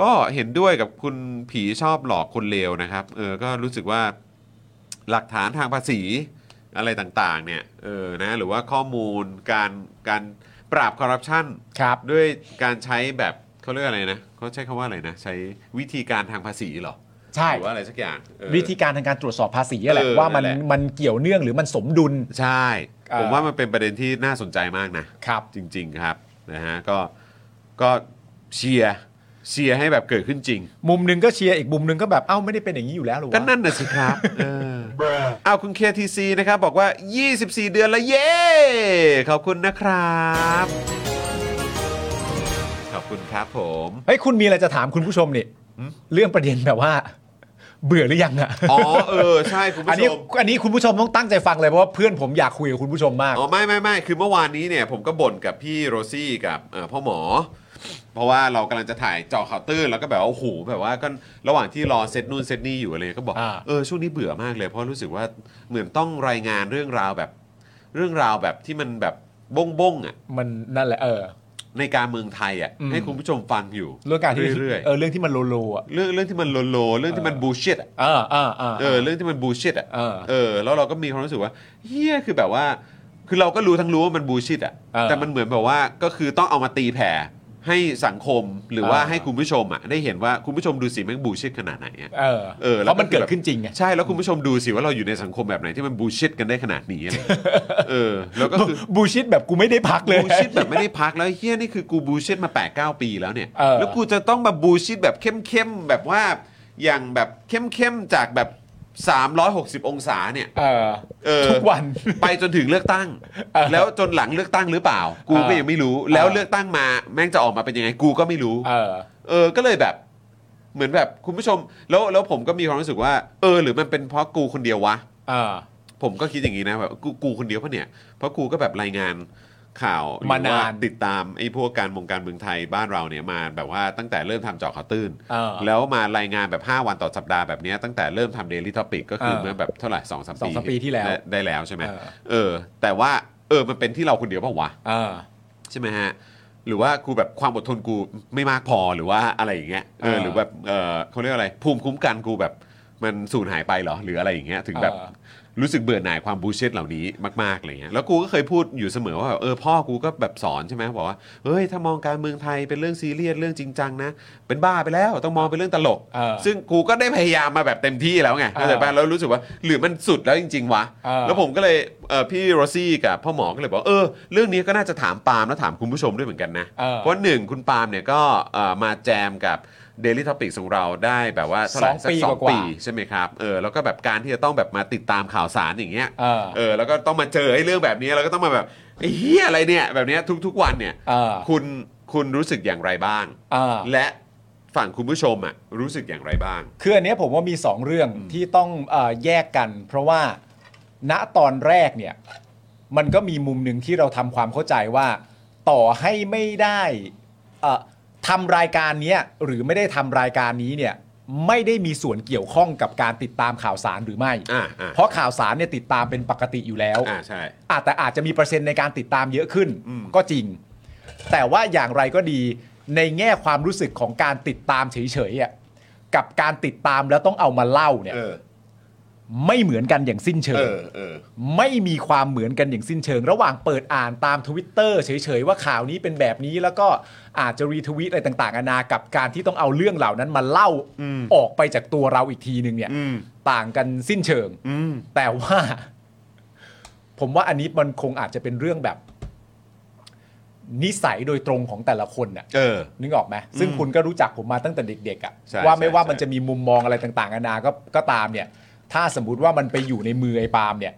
Speaker 1: ก็เห็นด้วยกับคุณผีชอบหลอกคนเลวนะครับเออก็รู้สึกว่า หลักฐานทางภาษีอะไรต่างๆ เนี่ยเออนะหรือว่าข้อมูลการการปราบคอร์รัปชัน
Speaker 3: ครับ
Speaker 1: ด้วยการใช้แบบเขาเรียกอะไรนะเขาใช้คำว่าอะไรนะ ใช้วิธีการทางภาษีเหรอ
Speaker 3: ใช่
Speaker 1: หรือว่าอะไรสักอย่างเออ
Speaker 3: วิธีการทางการตรวจสอบภาษีอะแหละ
Speaker 1: เออ
Speaker 3: ว่ามัน
Speaker 1: นั่นแหละ
Speaker 3: มันเกี่ยวเนื่องหรือมันสมดุล
Speaker 1: ใช่
Speaker 3: เอ่อ
Speaker 1: ผมว่ามันเป็นประเด็นที่น่าสนใจมากนะ
Speaker 3: ครับ
Speaker 1: จริง ๆ ครับนะฮะก็ก็เชียร์เชียร์ให้แบบเกิดขึ้นจริง
Speaker 3: มุมหนึ่งก็เชียร์อีกมุมหนึ่งก็แบบเอ้าไม่ได้เป็นอย่างนี้อยู่แล้วหรือ
Speaker 1: ก็
Speaker 3: วะ
Speaker 1: นั่นน่ะสิครับเออเอาคุณ KTC นะครับ บอกว่า 24 เดือนละเย้ ขอบคุณนะครับ ขอบคุณครับผม
Speaker 3: เฮ้ยคุณมีอะไรจะถามคุณผู้ชมนี่เรื่องประเด็นแบบว่า เบื่อหรือยังอะ
Speaker 1: อ๋อ เออ ใช่คุณ
Speaker 3: อัน
Speaker 1: ผู้
Speaker 3: นี้
Speaker 1: ชม
Speaker 3: อันนี้คุณผู้ชมต้องตั้งใจฟังเลยเพราะว่าเพื่อนผมอยากคุยกับคุณผู้ชมมาก
Speaker 1: อ๋อ ไม่ไม่ไม่คือเมื่อวานนี้เนี่ย ผมก็บ่นกับพี่โรซี่กับเอ่อพ่อหมอ เพราะว่าเรากำลังจะถ่ายเจอข่าวตื้นแล้วก็แบบว่าโอ้โหแบบว่าก็ระหว่างที่รอเซตนู่นเซตนี่อยู่อะไรก็บอก
Speaker 3: อ่า
Speaker 1: เออช่วงนี้เบื่อมากเลยเพราะรู้สึกว่าเหมือนต้องรายงานเรื่องราวแบบ เรื่องราวแบบที่มันแบบบ้งบ้งๆอ่ะ
Speaker 3: มันนั่นแหละเออ
Speaker 1: ในการเมืองไทยอ่ะ
Speaker 3: อืม
Speaker 1: ให้คุณผู้ชมฟังอยู่
Speaker 3: เรื่องการที่
Speaker 1: เรื่อยๆ
Speaker 3: เออเรื่องที่มันโลโลอ่ะ
Speaker 1: เรื่องเรื่องที่มันโลโลเรื่องที่มัน
Speaker 3: เออ
Speaker 1: บูชิตอ่ะ
Speaker 3: เออเออเออ
Speaker 1: เออเรื่องที่มันบูชิตอ่ะ
Speaker 3: เออ
Speaker 1: เออแล้วเราก็มีความรู้สึกว่าเฮียคือแบบว่า คือเราก็รู้ทั้งรู้ว่ามันบูชิตอ่ะ
Speaker 3: เออ
Speaker 1: แต่มันเหมือนแบบว่าก็คือต้องเอามาตีแผ่ให้สังคมหรือว่า
Speaker 3: เออ
Speaker 1: ให้คุณผู้ชมอ่ะได้เห็นว่าคุณผู้ชมดูสิแม่งบูชิตขนาดไหนอ่ะ
Speaker 3: เออ
Speaker 1: เออแล้ว
Speaker 3: เพราะมันเกิด
Speaker 1: แบบ
Speaker 3: ขึ้นจริงไง
Speaker 1: ใช่แล้วคุณผู้ชมดูสิว่าเราอยู่ในสังคมแบบไหนที่มันบูชิตกันได้ขนาด นี้อะไรอย่างเงี้ยเออแล้วก็คือ
Speaker 3: บูชิดแบบกูไม่ได้พักเลย
Speaker 1: บูชิดแบบไม่ได้พักแล้วเฮียนี่คือกูบูชิดมา8ปดเปีแล้วเนี่ย
Speaker 3: เออ
Speaker 1: แล้วกูจะต้องมาบูชิดแบบเข้มๆแบบว่าอย่างแบบเข้มๆจากแบบ 360 องศาเนี่ย
Speaker 3: เออ
Speaker 1: เออ
Speaker 3: ทุกวัน
Speaker 1: ไปจนถึงเลือกตั้ง
Speaker 3: เออ
Speaker 1: แล้วจนหลังเลือกตั้งหรือเปล่า กูก็
Speaker 3: เออ
Speaker 1: ยังไม่รู้แล้ว
Speaker 3: เออ
Speaker 1: เลือกตั้งมาแม่งจะออกมาเป็นยังไงกูก็ไม่รู้
Speaker 3: เออ
Speaker 1: เออ ก็เลยแบบ เหมือนแบบคุณผู้ชม แล้วแล้วผมก็มีความรู้สึกว่า เออ หรือมันเป็นเพราะกูคนเดียววะ
Speaker 3: เออ
Speaker 1: ผมก็คิดอย่างนี้นะแบบกูกูคนเดียวปะเนี่ย เพราะกูก็แบบรายงานข่าวหรือ
Speaker 3: มานาน
Speaker 1: ว่ติดตามไอ้พวกการเมองการเมืองไทยบ้านเราเนี่ยมาแบบว่าตั้งแต่เริ่มทำเจาะข่าวตื้น
Speaker 3: เออ
Speaker 1: แล้วมารายงานแบบ 5 วันต่อสัปดาห์แบบเนี้ยตั้งแต่เริ่มทำ Daily Topic ก็คือ
Speaker 3: เออ
Speaker 1: เมื่อแบบเท่าไหร่สองสาม
Speaker 3: สองสามปีที่แล้ว
Speaker 1: ได้ได้แล้วใช่ไหม
Speaker 3: เออ
Speaker 1: เออ แต่ว่าเออมันเป็นที่เราคนเดียวเปล่าวะ
Speaker 3: เออ
Speaker 1: ใช่ไหมฮะ หรือว่ากูแบบความอดทนกูไม่มากพอหรือว่าอะไรอย่างเงี้ยเออ
Speaker 3: เออ
Speaker 1: หรือแบบเออเขาเรียกอะไร ภูมิคุ้มกันกูแบบ มันสูญหายไปเหรอ หรืออะไรอย่างเงี้ยถึงแบบ
Speaker 3: เออ
Speaker 1: รู้สึกเบื่อหน่ายความบูลชิตเหล่านี้มากๆอะไรเงี้ยแล้วกูก็เคยพูดอยู่เสมอว่าแบบเออพ่อกูก็แบบสอนใช่ไหมบอกว่าเฮ้ยถ้ามองการเมืองไทยเป็นเรื่องซีเรียสเรื่องจริงจังนะเป็นบ้าไปแล้วต้องมองเป็นเรื่องตลก
Speaker 3: เออ
Speaker 1: ซึ่งกูก็ได้พยายามมาแบบเต็มที่แล้วไงเข้าใจป่ะแล้วรู้สึกว่าหรือมันสุดแล้วจริง ๆ วะ
Speaker 3: เออ
Speaker 1: แล้วผมก็เลยเอ่อพี่โรซี่กับพ่อหมอก็เลยบอกว่าเออเรื่องนี้ก็น่าจะถามปาล์มแล้วถามคุณผู้ชมด้วยเหมือนกันนะ
Speaker 3: เออ
Speaker 1: เพราะหนึ่งคุณปาล์มเนี่ยก็เอ่อมาแจมกับ Daily t o p i c ของเราได้แบบว่าเท่าไหร่
Speaker 3: สอง
Speaker 1: สั
Speaker 3: ปี
Speaker 1: สอง
Speaker 3: กว่าๆ
Speaker 1: ปีใช่ไหมครับเออแล้วก็แบบการที่จะต้องแบบมาติดตามข่าวสารอย่างเงี้ย
Speaker 3: เออ
Speaker 1: เออแล้วก็ต้องมาเจอไอ้เรื่องแบบนี้แล้วก็ต้องมาแบบไอ้เฮียอะไรเนี่ยแบบเนี้ยทุกๆวันเนี่ย
Speaker 3: เออ
Speaker 1: คุณคุณรู้สึกอย่างไรบ้าง
Speaker 3: เออ
Speaker 1: และฝั่งคุณผู้ชมอ่ะรู้สึกอย่างไรบ้าง
Speaker 3: คืออันเนี้ยผมว่ามี 2 เรื่องที่ต้องเออแยกกัน เพราะว่าณตอนแรกเนี่ยมันก็มีมุมหนึ่งที่เราทำความเข้าใจว่า ต่อให้ไม่ได้เอ่อทำรายการเนี้ยหรือไม่ได้ทำรายการนี้เนี่ยไม่ได้มีส่วนเกี่ยวข้องกับการติดตามข่าวสารหรือไม่
Speaker 1: อ่าอ่า
Speaker 3: เพราะข่าวสารเนี่ยติดตามเป็นปกติอยู่แล้ว
Speaker 1: อ่าใช่
Speaker 3: อาจแต่อาจจะมีเปอร์เซ็นต์ในการติดตามเยอะขึ้น
Speaker 1: อืม
Speaker 3: ก็จริง แต่ว่าอย่างไรก็ดีในแง่ความรู้สึกของการติดตามเฉยๆอ่ะกับการติดตามแล้วต้องเอามาเล่าเนี่ย
Speaker 1: เออ
Speaker 3: ไม่เหมือนกันอย่างสิ้นเชิ
Speaker 1: เอง อเออ
Speaker 3: ไม่มีความเหมือนกันอย่างสิ้นเชิง ระหว่างเปิดอ่านตามทวิตเตอร์เฉยๆว่าข่าวนี้เป็นแบบนี้แล้วก็อาจจะรีทวิตอะไรต่างๆนานากับการที่ต้องเอาเรื่องเหล่านั้นมาเล่า
Speaker 1: อืม
Speaker 3: ออกไปจากตัวเราอีกทีนึงเนี่ย
Speaker 1: อืม
Speaker 3: ต่างกันสิ้นเชิง
Speaker 1: อืม
Speaker 3: แต่ว่า ผมว่าอันนี้มันคงอาจจะเป็นเรื่องแบบ นิสัยโดยตรงของแต่ละคนน่ะ
Speaker 1: เออ
Speaker 3: นึกออกไหมซึ่งคุณก็รู้จักผมมาตั้งแต่เด็กๆอะ
Speaker 1: ใช่
Speaker 3: ว่าไม่
Speaker 1: ใช่
Speaker 3: ว่า
Speaker 1: ใช่
Speaker 3: มันจะมีมุมมองอะไรต่างๆนานาก็ก็ตามเนี่ย ถ้าสมมติว่ามันไปอยู่ในมือไอ้ปาล์มเนี่ย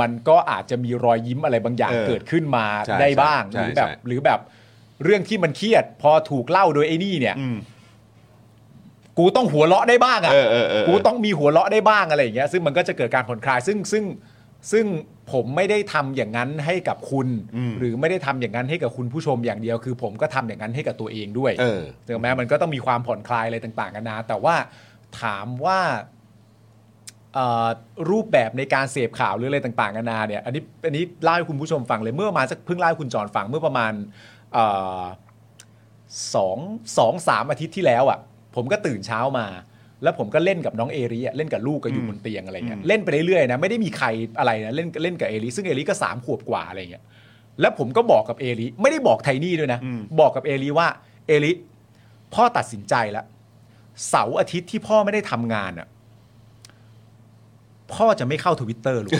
Speaker 3: มันก็อาจจะมีรอยยิ้มอะไรบางอย่าง
Speaker 1: เออ
Speaker 3: เกิดขึ้นมา
Speaker 1: ใช่
Speaker 3: ได้บ้างห
Speaker 1: ใช่
Speaker 3: รือแบบ
Speaker 1: ใช่
Speaker 3: หรือแบบเรื่องที่มันเครียด พอถูกเล่าโดยไอ้นี่เนี่ย
Speaker 1: อืม
Speaker 3: กูต้องหัวเราะได้บ้างอะ
Speaker 1: เออเออเออ
Speaker 3: กูต้องมีหัวเราะได้บ้างอะไรอย่างเงี้ยซึ่งมันก็จะเกิดการผ่อนคลายซึ่งซึ่งซึ่งผมไม่ได้ทำอย่างนั้นให้กับคุณ
Speaker 1: อืม
Speaker 3: หรือไม่ได้ทำอย่างนั้นให้กับคุณผู้ชมอย่างเดียว คือผมก็ทำอย่างนั้นให้กับตัวเองด้วย
Speaker 1: เออ
Speaker 3: ถึงแม้มันก็ต้องมีความผ่อนคลายอะไรต่างๆกันานาแต่ว่าถามว่าเอ่อรูปแบบในการเสพข่าวหรืออะไรต่างๆกันานาเนี่ยอันนี้อันนี้เล่าให้คุณผู้ชมฟังเลยเมื่อประมาณสักเพิ่งเล่าให้คุณจอนฟังเมื่อประมาณเอ่อ สองสองสามอาทิตย์ที่แล้วอ่ะ ผมก็ตื่นเช้ามา แล้วผมก็เล่นกับน้องเอริอะเล่นกับลูกก็อยู่บนเตียงอะไรเงี้ยเล่นไปเรื่อยๆนะไม่ได้มีใครอะไรนะเล่นเล่นกับเอริซึ่งเอริก็สามขวบกว่าอะไรเงี้ยแล้วผมก็บอกกับเอริไม่ได้บอกไทนี่ด้วยนะ บอกกับเอริว่าเอริพ่อตัดสินใจแล้วเสาร์อาทิตย์ที่พ่อไม่ได้ทำงานอ่ะพ่อจะไม่เข้าทวิตเตอร์ลูก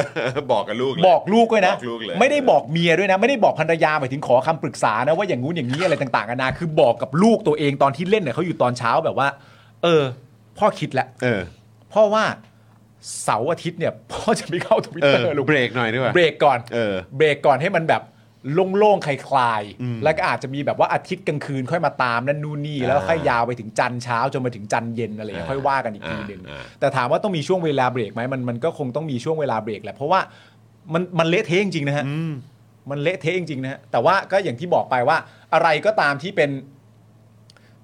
Speaker 1: บอกกับลูกเลย
Speaker 3: บอกลูกด้วยนะ
Speaker 1: บอกลูกเลย
Speaker 3: ไม่ได้บอกเมียด้วยนะ ไม่ได้บอกภรรยาหมายถึงขอคำปรึกษานะ ว่าอย่างงู้นอย่างนี้อะไรต่างๆนานาคือบอกกับลูกตัวเองตอนที่เล่นเนี่ยเขาอยู่ตอนเช้าแบบว่า เออ พ่อคิดแล้ว
Speaker 1: เออ
Speaker 3: พ่อว่าเสาร์อาทิตย์เนี่ย พ่อจะไม่เข้าทวิต
Speaker 1: เอ
Speaker 3: เต
Speaker 1: อ
Speaker 3: อร์ลูก
Speaker 1: เบรกหน่อยด้วย
Speaker 3: เบรกก่อน
Speaker 1: เออ
Speaker 3: เบรกก่อนให้มันแบบโล่งๆคลายๆแล้วก็อาจจะมีแบบว่าอาทิตย์กลางคืนค่อยมาตามนั่นนู่นนี่แล้วค่อยยาวไปถึงจันทร์เช้าจนมาถึงจันทร์เย็นอะไรอย่างเงี้ยค่อยว่ากันอีกทีหนึ่ง
Speaker 1: อ่า
Speaker 3: แต่ถามว่าต้องมีช่วงเวลาเบรกไหมมันมันก็คงต้องมีช่วงเวลาเบรกแหละเพราะว่ามันมันเละเทะจริงๆนะฮะมันเละเทะจริงๆนะฮะแต่ว่าก็อย่างที่บอกไปว่า อะไรก็ตามที่เป็น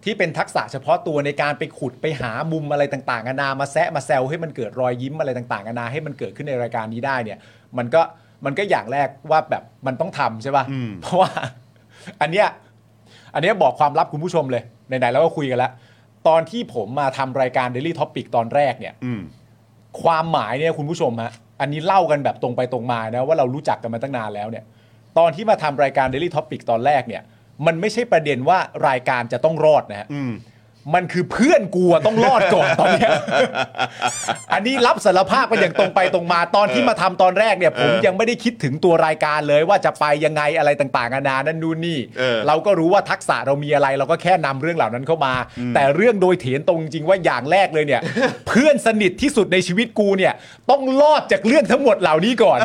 Speaker 3: ที่เป็นทักษะเฉพาะตัวในการไปขุดไปหามุมอะไรต่างๆนานามาแซะมาแซวให้มันเกิดรอยยิ้มอะไรต่างๆนานาให้มันเกิดขึ้นในรายการนี้ได้เนี่ย มันก็มันก็อย่างแรกว่าแบบมันต้องทำใช่ป่ะเพราะว่า อันเนี้ย อันเนี้ยบอกความลับคุณผู้ชมเลยไหนๆแล้วก็คุยกันแล้วตอนที่ผมมาทำรายการ Daily Topic ตอนแรกเนี่ย
Speaker 1: อืม
Speaker 3: ความหมายเนี่ยคุณผู้ชมฮะอันนี้เล่ากันแบบตรงไปตรงมานะว่าเรารู้จักกันมาตั้งนานแล้วเนี่ย ตอนที่มาทำรายการ Daily Topic ตอนแรกเนี่ย มันไม่ใช่ประเด็นว่ารายการจะต้องรอดนะฮะ
Speaker 1: อืม
Speaker 3: มันคือเพื่อนกูอะต้องรอด ก่อนตอนเนี้ย อันนี้รับสารภาพกันอย่างตรงไปตรงมาตอนที่มาทำตอนแรกเนี่ย ผมยังไม่ได้คิดถึงตัวรายการเลยว่าจะไปยังไงอะไรต่างๆนานานั่นนู่นนี่
Speaker 1: เออ
Speaker 3: เราก็รู้ว่าทักษะเรามีอะไร เราก็แค่นำเรื่องเหล่านั้นเข้ามา แต่เรื่องโดยเถนตรงจริงว่าอย่างแรกเลยเนี่ย เพื่อนสนิทที่สุดในชีวิตกูเนี่ย ต้องรอดจากเรื่องทั้งหมดเหล่านี้ก่อน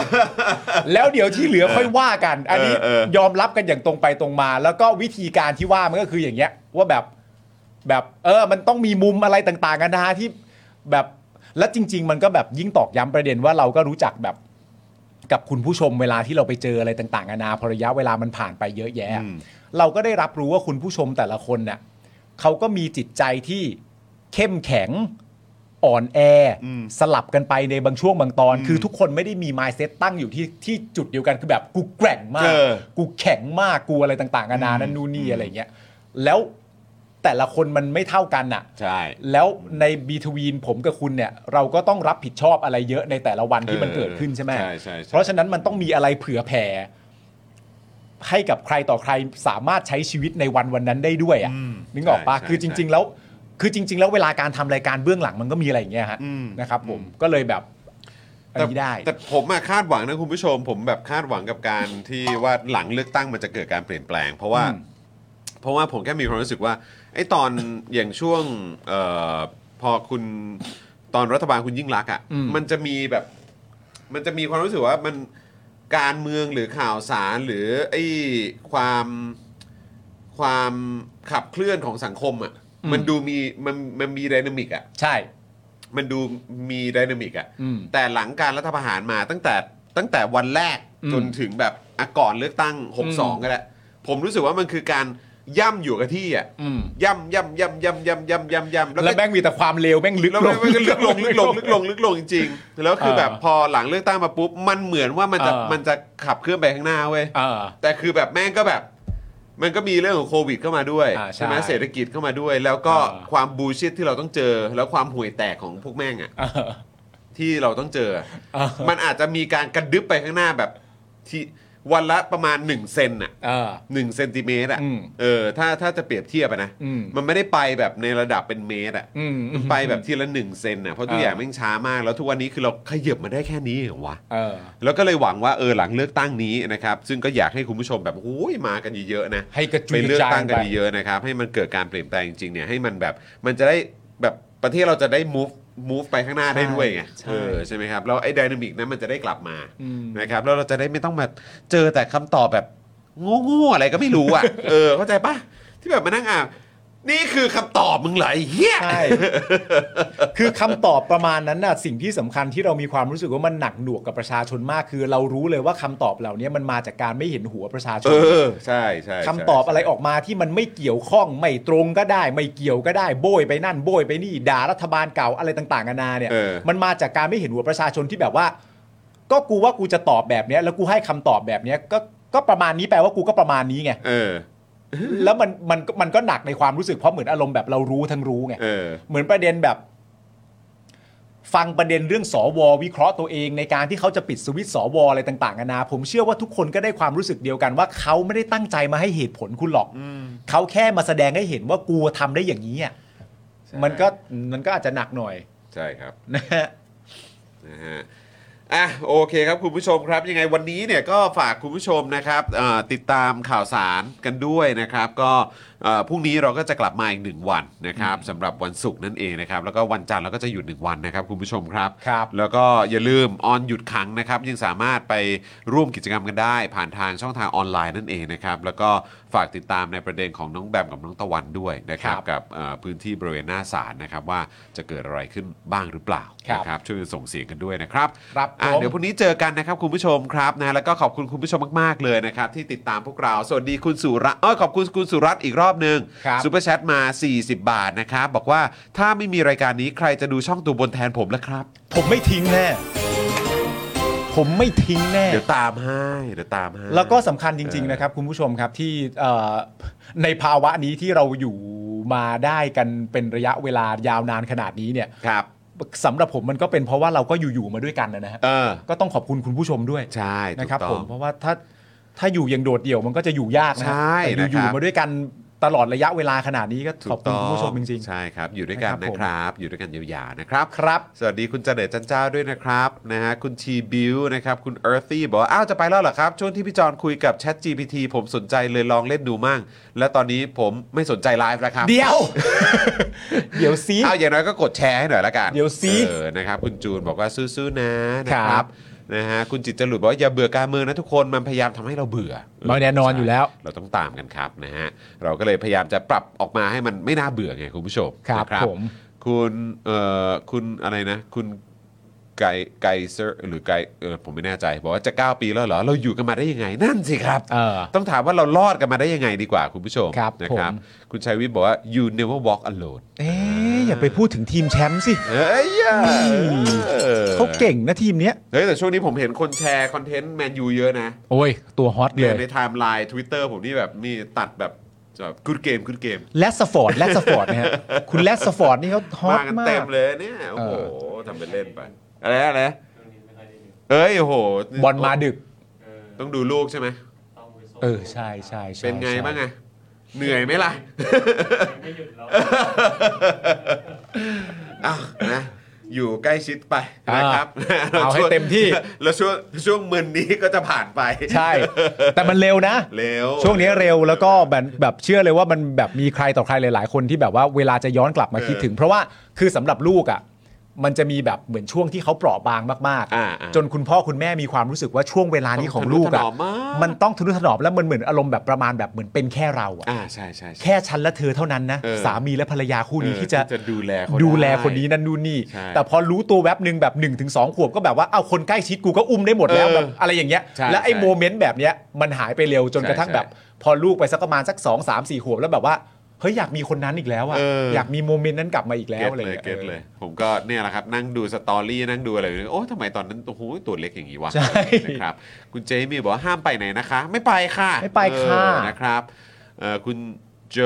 Speaker 3: แล้วเดี๋ยวที่เหลือค่อยว่ากัน อันนี้
Speaker 1: เออเออ
Speaker 3: ยอมรับกันอย่างตรงไปตรงมา แล้วก็วิธีการที่ว่ามันก็คืออย่างเงี้ยว่าแบบ แบบเออ มันต้องมีมุมอะไรต่างๆกันานะที่แบบและจริง ๆ มันก็แบบยิ่งตอกย้ำประเด็นว่าเราก็รู้จักแบบกับคุณผู้ชมเวลาที่เราไปเจออะไรต่างๆกันานาพอระยะเวลามันผ่านไปเยอะแยะ เราก็ได้รับรู้ว่าคุณผู้ชมแต่ละคนน่ะเขาก็มีจิตใจที่เข้มแข็งอ่อนแออสลับกันไปในบางช่วงบางตอน คือทุกคนไม่ได้มีมายเซ็ตตั้งอยู่ที่ที่จุดเดียวกันคือแบบกูแกร่งมาก
Speaker 1: เออ
Speaker 3: กูแข็งมากกูอะไรต่างๆกันานานั่นนู่นนี่อะไรอย่างเงี้ยแล้ว แต่ละคนมันไม่เท่ากันอ่ะ
Speaker 1: ใช่
Speaker 3: แล้วในบีทวีนผมกับคุณเนี่ย เราก็ต้องรับผิดชอบอะไรเยอะในแต่ละวันที่มันเกิดขึ้นใช่ไหม
Speaker 1: เออใช่ใช่ใช่
Speaker 3: เพราะฉะนั้นมันต้องมีอะไรเผื่อแผ่ ให้กับใครต่อใครสามารถใช้ชีวิตในวันวันนั้นได้ด้วยอ่ะนึกออกปะ
Speaker 1: ใช่
Speaker 3: คือ
Speaker 1: ใช่
Speaker 3: จริง ๆ แล้ว คือจริง ๆ แล้วเวลาการทำรายการเบื้องหลังมันก็มีอะไรอย่างเงี้ยฮะ
Speaker 1: อืม
Speaker 3: นะครับ ผมก็เลยแบบอันนี้ได้
Speaker 1: แต่ผมอะคาดหวังนะคุณผู้ชม ผมแบบคาดหวังกับการที่ว่าหลังเลือกตั้งมันจะเกิดการเปลี่ยนแปลง เพราะว่า
Speaker 3: อืม
Speaker 1: เพราะว่าผมแค่มีความรู้สึกว่าไอ้ตอน อย่างช่วงเออพอคุณตอนรัฐบาลคุณยิ่งรักษณ์อะ
Speaker 3: อืม
Speaker 1: มันจะมีแบบ มันจะมีความรู้สึกว่ามันการเมืองหรือข่าวสารหรือไอ้ความความขับเคลื่อนของสังคมอะมันดูมีมันมันมีไดนามิกอะ
Speaker 3: ใช่
Speaker 1: มันดูมีไดนามิกอะ
Speaker 3: อืม
Speaker 1: แต่หลังการรัฐประหารมาตั้งแต่ตั้งแต่วันแรก
Speaker 3: อืม
Speaker 1: จนถึงแบบอะก่อนเลือกตั้ง 62 ก็แล้วผมรู้สึกว่ามันคือการย่ำอยู่กับที่อะ
Speaker 3: อืม
Speaker 1: ย่ำย่ำย่ำย่ำย่ำย่ำย่ำย่ำ
Speaker 3: แล้วแม่งมีแต่ความเลวแม่งลึก
Speaker 1: แล้ว
Speaker 3: ล
Speaker 1: แม่
Speaker 3: ง
Speaker 1: งมันก็ลึกลงลึกลงลึกลงลึกลงจริงๆแล้วคือ
Speaker 3: เออ
Speaker 1: แบบพอหลังเลือกตั้งมาปุ๊บมันเหมือนว่ามันจะ
Speaker 3: เออ
Speaker 1: มันจะขับเคลื่อนไปข้างหน้าเว้ย
Speaker 3: เออ
Speaker 1: แต่คือแบบแม่งก็แบบ มันก็มีเรื่องของโควิดเข้ามาด้วย
Speaker 3: อ่าใช่
Speaker 1: ไหมเศรษฐกิจเข้ามาด้วย แล้วก็
Speaker 3: อ่า
Speaker 1: ความบูชิตที่เราต้องเจอ แล้วความห่วยแตกของพวกแม่งอะ
Speaker 3: เออ
Speaker 1: ที่เราต้องเจอ
Speaker 3: อ่ามั
Speaker 1: มันอาจจะมีการกระดึบไปข้างหน้าแบบที่วันละประมาณ1เซนอะ
Speaker 3: เออ
Speaker 1: หนึ่งเซนติเมตรอะ
Speaker 3: อืม
Speaker 1: เออถ้าถ้าจะเปรียบเทียบอะนะ
Speaker 3: อืม
Speaker 1: มันไม่ได้ไปแบบในระดับเป็นเมตรอะ
Speaker 3: อืม
Speaker 1: มันไปแบบทีละหนึ่งเซนอะเพราะทุก
Speaker 3: อ่า
Speaker 1: อย่างแม่งช้ามาก แล้วทุกวันนี้คือเราขยับมาได้แค่นี้เหรอวะ
Speaker 3: เออ
Speaker 1: แล้วก็เลยหวังว่าเออหลังเลือกตั้งนี้นะครับซึ่งก็อยากให้คุณผู้ชมแบบโอ้ยมากันเยอะๆนะ
Speaker 3: ให้กระจุ
Speaker 1: ไป
Speaker 3: ยก
Speaker 1: เลือก
Speaker 3: ระจาย
Speaker 1: ตั้งกัน
Speaker 3: ไป
Speaker 1: เยอะๆนะครับให้มันเกิดการเปลี่ยนแปลงจริงๆเนี่ยให้มันแบบมันจะได้แบบประเทศเราจะได้ move move ไปข้างหน้าได้ด้วยไง
Speaker 3: ใช่
Speaker 1: เออใช่ไหมครับแล้วไอ้ดินามิกนั้นมันจะได้กลับมา
Speaker 3: อืม
Speaker 1: นะครับแล้วเราจะได้ไม่ต้องมาเจอแต่คำตอบแบบโง่ๆอะไรก็ไม่รู้ อ่ะ เออเข้าใจปะที่แบบมานั่งอ่านนี่คือคำตอบมึงเหรอไอ้เฮีย
Speaker 3: ใช่ คือคำตอบประมาณนั้นน่ะสิ่งที่สำคัญที่เรามีความรู้สึกว่ามันหนักหน่วงกับประชาชนมาก คือเรารู้เลยว่าคำตอบเหล่านี้มันมาจากการไม่เห็นหัวประชาช
Speaker 1: เอน อใช่ใช่ใช่
Speaker 3: คำตอบอะไรออกมาที่มันไม่เกี่ยวข้องไม่ตรงก็ได้ ไม่เกี่ยวก็ได้ โบยไปนั่นโบยไปนี่ด่ารัฐบาลเก่าอะไรต่างๆนานาเนี่ย
Speaker 1: เออ
Speaker 3: มันมาจากการไม่เห็นหัวประชาชนที่แบบว่า ก็กูว่ากูจะตอบแบบเนี้ยแล้วกูให้คำตอบแบบเนี้ยก็ก็ประมาณนี้แปลว่ากูก็ประมาณนี้ไง
Speaker 1: เออ
Speaker 3: แล้วมันมันมันก็หนักในความรู้สึกเพราะเหมือนอารมณ์แบบเรารู้ทั้งรู้ไง
Speaker 1: เออ
Speaker 3: เหมือนประเด็นแบบ ฟังประเด็นเรื่องสอววิเคราะห์ตัวเองในการที่เขาจะปิดสวิตช์สวอะไรต่างๆนานาผมเชื่อว่าทุกคนก็ได้ความรู้สึกเดียวกันว่าเขาไม่ได้ตั้งใจมาให้เหตุผลคุณหรอกเขาแค่มาแสดงให้เห็นว่ากูทำได้อย่างนี้อ่ะ
Speaker 1: ใช่
Speaker 3: มันก็มันก็อาจจะหนักหน่อย
Speaker 1: ใช่ครับ
Speaker 3: นะฮะ
Speaker 1: นะฮะอ่ะโอเคครับคุณผู้ชมครับ ยังไงวันนี้เนี่ยก็ฝากคุณผู้ชมนะครับเอ่อติดตามข่าวสารกันด้วยนะครับ ก็เอ่อพรุ่งนี้เราก็จะกลับมาอีกหนึ่งวันนะครับสำหรับวันศุกร์นั่นเองนะครับ แล้วก็วันจันทร์เราก็จะหยุดหนึ่งวันนะครับคุณผู้ชมครับ
Speaker 3: ครับ
Speaker 1: แล้วก็อย่าลืมออนหยุดขังนะครับ ยังสามารถไปร่วมกิจกรรมกันได้ ผ่านทางช่องทางออนไลน์นั่นเองนะครับ แล้วก็ฝากติดตามในประเด็นของน้องแบมกับน้องตะวันด้วยนะครับ
Speaker 3: ครับ
Speaker 1: กับเอ่อพื้นที่บริเวณหน้าศาลนะครับ ว่าจะเกิดอะไรขึ้นบ้างหรือเปล่า
Speaker 3: ครับ
Speaker 1: นะครับช่วยกันส่งเสียงกันด้วยนะครับ
Speaker 3: ครับ
Speaker 1: อ่ะ
Speaker 3: ผม
Speaker 1: เดี๋ยวพรุ่งนี้เจอกันนะครับคุณผู้ชมครับนะแล้วก็ขอบคุณคุณผู้ชมมากๆเลยนะครับ ที่ติดตามพวกเราสวัสดีคุณสุรัตน์เอ้ยขอบคุณคุณสุรัตน์อีกรอบหนึ่ง
Speaker 3: ครับ
Speaker 1: ซูเปอร์แชทมา 40 บาทนะครับ บอกว่าถ้าไม่มีรายการนี้ใครจะดูช่องตัวบนแทนผมล่ะครับ
Speaker 3: ผมไม่ทิ้งแน่ผมไม่ทิ้งแน่
Speaker 1: เดี๋ยวตามให้เดี๋ยวตามให้
Speaker 3: แล้วก็สำคัญจริง
Speaker 1: เออ
Speaker 3: ๆ นะครับ คุณผู้ชมครับที่เอ่อในภาวะนี้ที่เราอยู่มาได้กันเป็นระยะเวลายาวนานขนาดนี้เนี่ย
Speaker 1: ครับ
Speaker 3: สำหรับผมมันก็เป็นเพราะว่าเราก็อยู่ๆมาด้วยกันนะฮะ
Speaker 1: เออ
Speaker 3: ก็ต้องขอบคุณคุณผู้ชมด้วย
Speaker 1: ใช่ถูก
Speaker 3: นะครับ
Speaker 1: ต้อง
Speaker 3: ผมเพราะว่าถ้าถ้าอยู่อย่างโดดเดี่ยวมันก็จะอยู่ยากนะฮะ
Speaker 1: ใช่
Speaker 3: แต่
Speaker 1: นะค
Speaker 3: อ
Speaker 1: รั
Speaker 3: ยู่
Speaker 1: บ
Speaker 3: ๆมาด้วยกันตลอดระยะเวลาขนาดนี้ก็
Speaker 1: ถู
Speaker 3: ขอบ
Speaker 1: กต้อ
Speaker 3: คุณคุณผู้ชมจริง
Speaker 1: ใช่ครับ อยู่ด้วยกัน
Speaker 3: นะ
Speaker 1: นะครับ
Speaker 3: คผม
Speaker 1: รับ อยู่ด้วยกันยาวๆนะครับ
Speaker 3: ครับ
Speaker 1: สวัสดีคุณเจเนตจันเจ้าด้วยนะครับนะฮะคุณชีบิวนะครับคุณเอิร์ y ีบอกว่าอ้าวจะไปแล้วเหรอครับ ช่วงที่พี่จอนคุยกับ Chat GPT ผมสนใจเลยลองเล่นดูมั่ง และตอนนี้ผมไม่สนใจไลฟ์แล้วครับ
Speaker 3: ๆ เดี๋ยว เดี๋ยวซี
Speaker 1: เอาอย่างน้อยก็กดแชร์ให้หน่อยละกัน
Speaker 3: เดี๋ยวสิ
Speaker 1: เออนะครับคุณจูนบอกว่าสู้ๆนะนะค
Speaker 3: ครั
Speaker 1: รับบ นะฮะคุณจิตจรุดบอกว่าอย่าเบื่อการเมืองนะทุกคนมันพยายามทำให้เราเบื่อ
Speaker 3: ไม่แน่นอนอยู่แล้ว
Speaker 1: เราต้องตามกันครับนะฮะเราก็เลยพยายามจะปรับออกมาให้มันไม่น่าเบื่อไงคุณผู้ชม
Speaker 3: ครับ
Speaker 1: นะ
Speaker 3: ผม
Speaker 1: คุณเอ่อคุณอะไรนะคุณไก่ไก่เซอร์หรือไก่เออผมไม่แน่ใจบอกว่าจะ 9 ปีแล้วเหรอเราอยู่กันมาได้ยังไงนั่นสิครับ
Speaker 3: เออ
Speaker 1: ต้องถามว่าเรารอดกันมาได้ยังไงดีกว่าคุณผู้ชม
Speaker 3: ครับ
Speaker 1: นะ
Speaker 3: ผม
Speaker 1: ครับ คุณชัยวิทย์บอกว่า you never walk alone
Speaker 3: เอ๊ะอย่าไปพูดถึงทีมแชมป์สิ
Speaker 1: เฮ้ยออ
Speaker 3: เขาเก่งนะทีมเนี้ย
Speaker 1: เฮ้ยแต่ช่วงนี้ผมเห็นคนแชร์คอนเทนต์แมนยูเยอะนะ
Speaker 3: โอ้ยตัวฮอตเล
Speaker 1: เนี่ย
Speaker 3: ย
Speaker 1: ในไทม์ไลน์ Twitter ผมนี่แบบมีตัดแบบ จอบกูดเกมกูดเกม
Speaker 3: แลสฟอร์ดแลสฟอร์ดนะ ฮะคุณแลสฟอร์ดนี่เขาฮอ
Speaker 1: มา
Speaker 3: ต
Speaker 1: กัน
Speaker 3: มาก
Speaker 1: เต็มเลยเนี่ย โอ้โห
Speaker 3: เอ
Speaker 1: ทำเป็นเล่นไป อะไรอะไร
Speaker 4: เรื่องนี้ไม่ค่อยได้ดู
Speaker 1: เอ้ยโอ้โห
Speaker 3: บอลมาดึก
Speaker 4: เออ
Speaker 1: ต้องดูลูกใช่ไหม
Speaker 4: ต้องไปส่ง
Speaker 3: เออ ใช่ใช่ใช่
Speaker 1: เป็นไงบ้างไง เหนื่อยไหมล่ะ
Speaker 4: ไม่หยุดแล้ว
Speaker 1: อ้าวนะอยู่ใกล้ชิดไป
Speaker 3: อ่า
Speaker 1: นะครับ
Speaker 3: เอาให้เต็ม ที่
Speaker 1: แล้วช่วงช่วงมึนนี้ก็จะผ่านไป
Speaker 3: ใช่ แต่มันเร็วนะ
Speaker 1: เร็ว
Speaker 3: ช่วงนี้เร็วแล้วก็แบบแบบเชื่อเลยว่ามันแบบมีใครต่อใครหลาย ๆ คนที่แบบว่าเวลาจะย้อนกลับมาคิดถึง เพราะว่าคือสำหรับลูกอ่ะมันจะมีแบบเหมือนช่วงที่เขาเปราะบางมาก
Speaker 1: อ่าๆ
Speaker 3: ๆ จนคุณพ่อคุณแม่มีความรู้สึกว่าช่วงเวลานี้ของลูก
Speaker 1: ต้
Speaker 3: อ่ะ
Speaker 1: องทนุถนอมมาก
Speaker 3: มันต้องทนุถนอมแล้วมันเหมือนอารมณ์แบบประมาณแบบเหมือนเป็นแค่เราอ่ะ
Speaker 1: อ่าใช่ใช่ใช่
Speaker 3: แค่ฉันและเธอเท่านั้นนะ
Speaker 1: เออ
Speaker 3: สามีและภรรยาคู่นี้
Speaker 1: เออ
Speaker 3: ที่จะ
Speaker 1: ที่จะดูแลเขา
Speaker 3: ดูแล
Speaker 1: ได้
Speaker 3: คนนี้นั่นนู่นนี่
Speaker 1: ใช่
Speaker 3: แต่พอรู้ตัวแวบหนึ่งแบบ1นถึงสขวบก็แบบว่าเอาคนใกล้ชิดกูก็อุ้มได้หมดแล้ว
Speaker 1: เออ
Speaker 3: แบบอะไรอย่างเงี้ย
Speaker 1: ใช่
Speaker 3: และไอ้
Speaker 1: ใช่
Speaker 3: โมเมนต์แบบเนี้ยมันหายไปเร็วจนกระทั่ง
Speaker 1: ใช่
Speaker 3: แบบ พอลูกไปสักประมาณสัก2 3 4ขวบแล้วแบบว่าเฮ้ยอยากมีคนนั้นอีกแล้วอะ
Speaker 1: เอออ
Speaker 3: ยากมีโมเมนต์นั้นกลับมาอีกแล้
Speaker 1: เก็
Speaker 3: ว
Speaker 1: ต
Speaker 3: อะไร
Speaker 1: เลย
Speaker 3: งี้ย
Speaker 1: เก็ตเลย ผมก็เนี่ยแหละครับ นั่งดูสตอรี่นั่งดูอะไรอยู่เนี่ยโอ้ทำไมตอนนั้นโอ้โหตัวเล็กอย่างนี้วะ
Speaker 3: ใช่
Speaker 1: นะครับคุณเจมี่บอกว่าห้ามไปไหนนะคะ ไม่ไปค่ะ
Speaker 3: ไม่ไปค่ะ
Speaker 1: เออนะครับเอ่อคุณโจ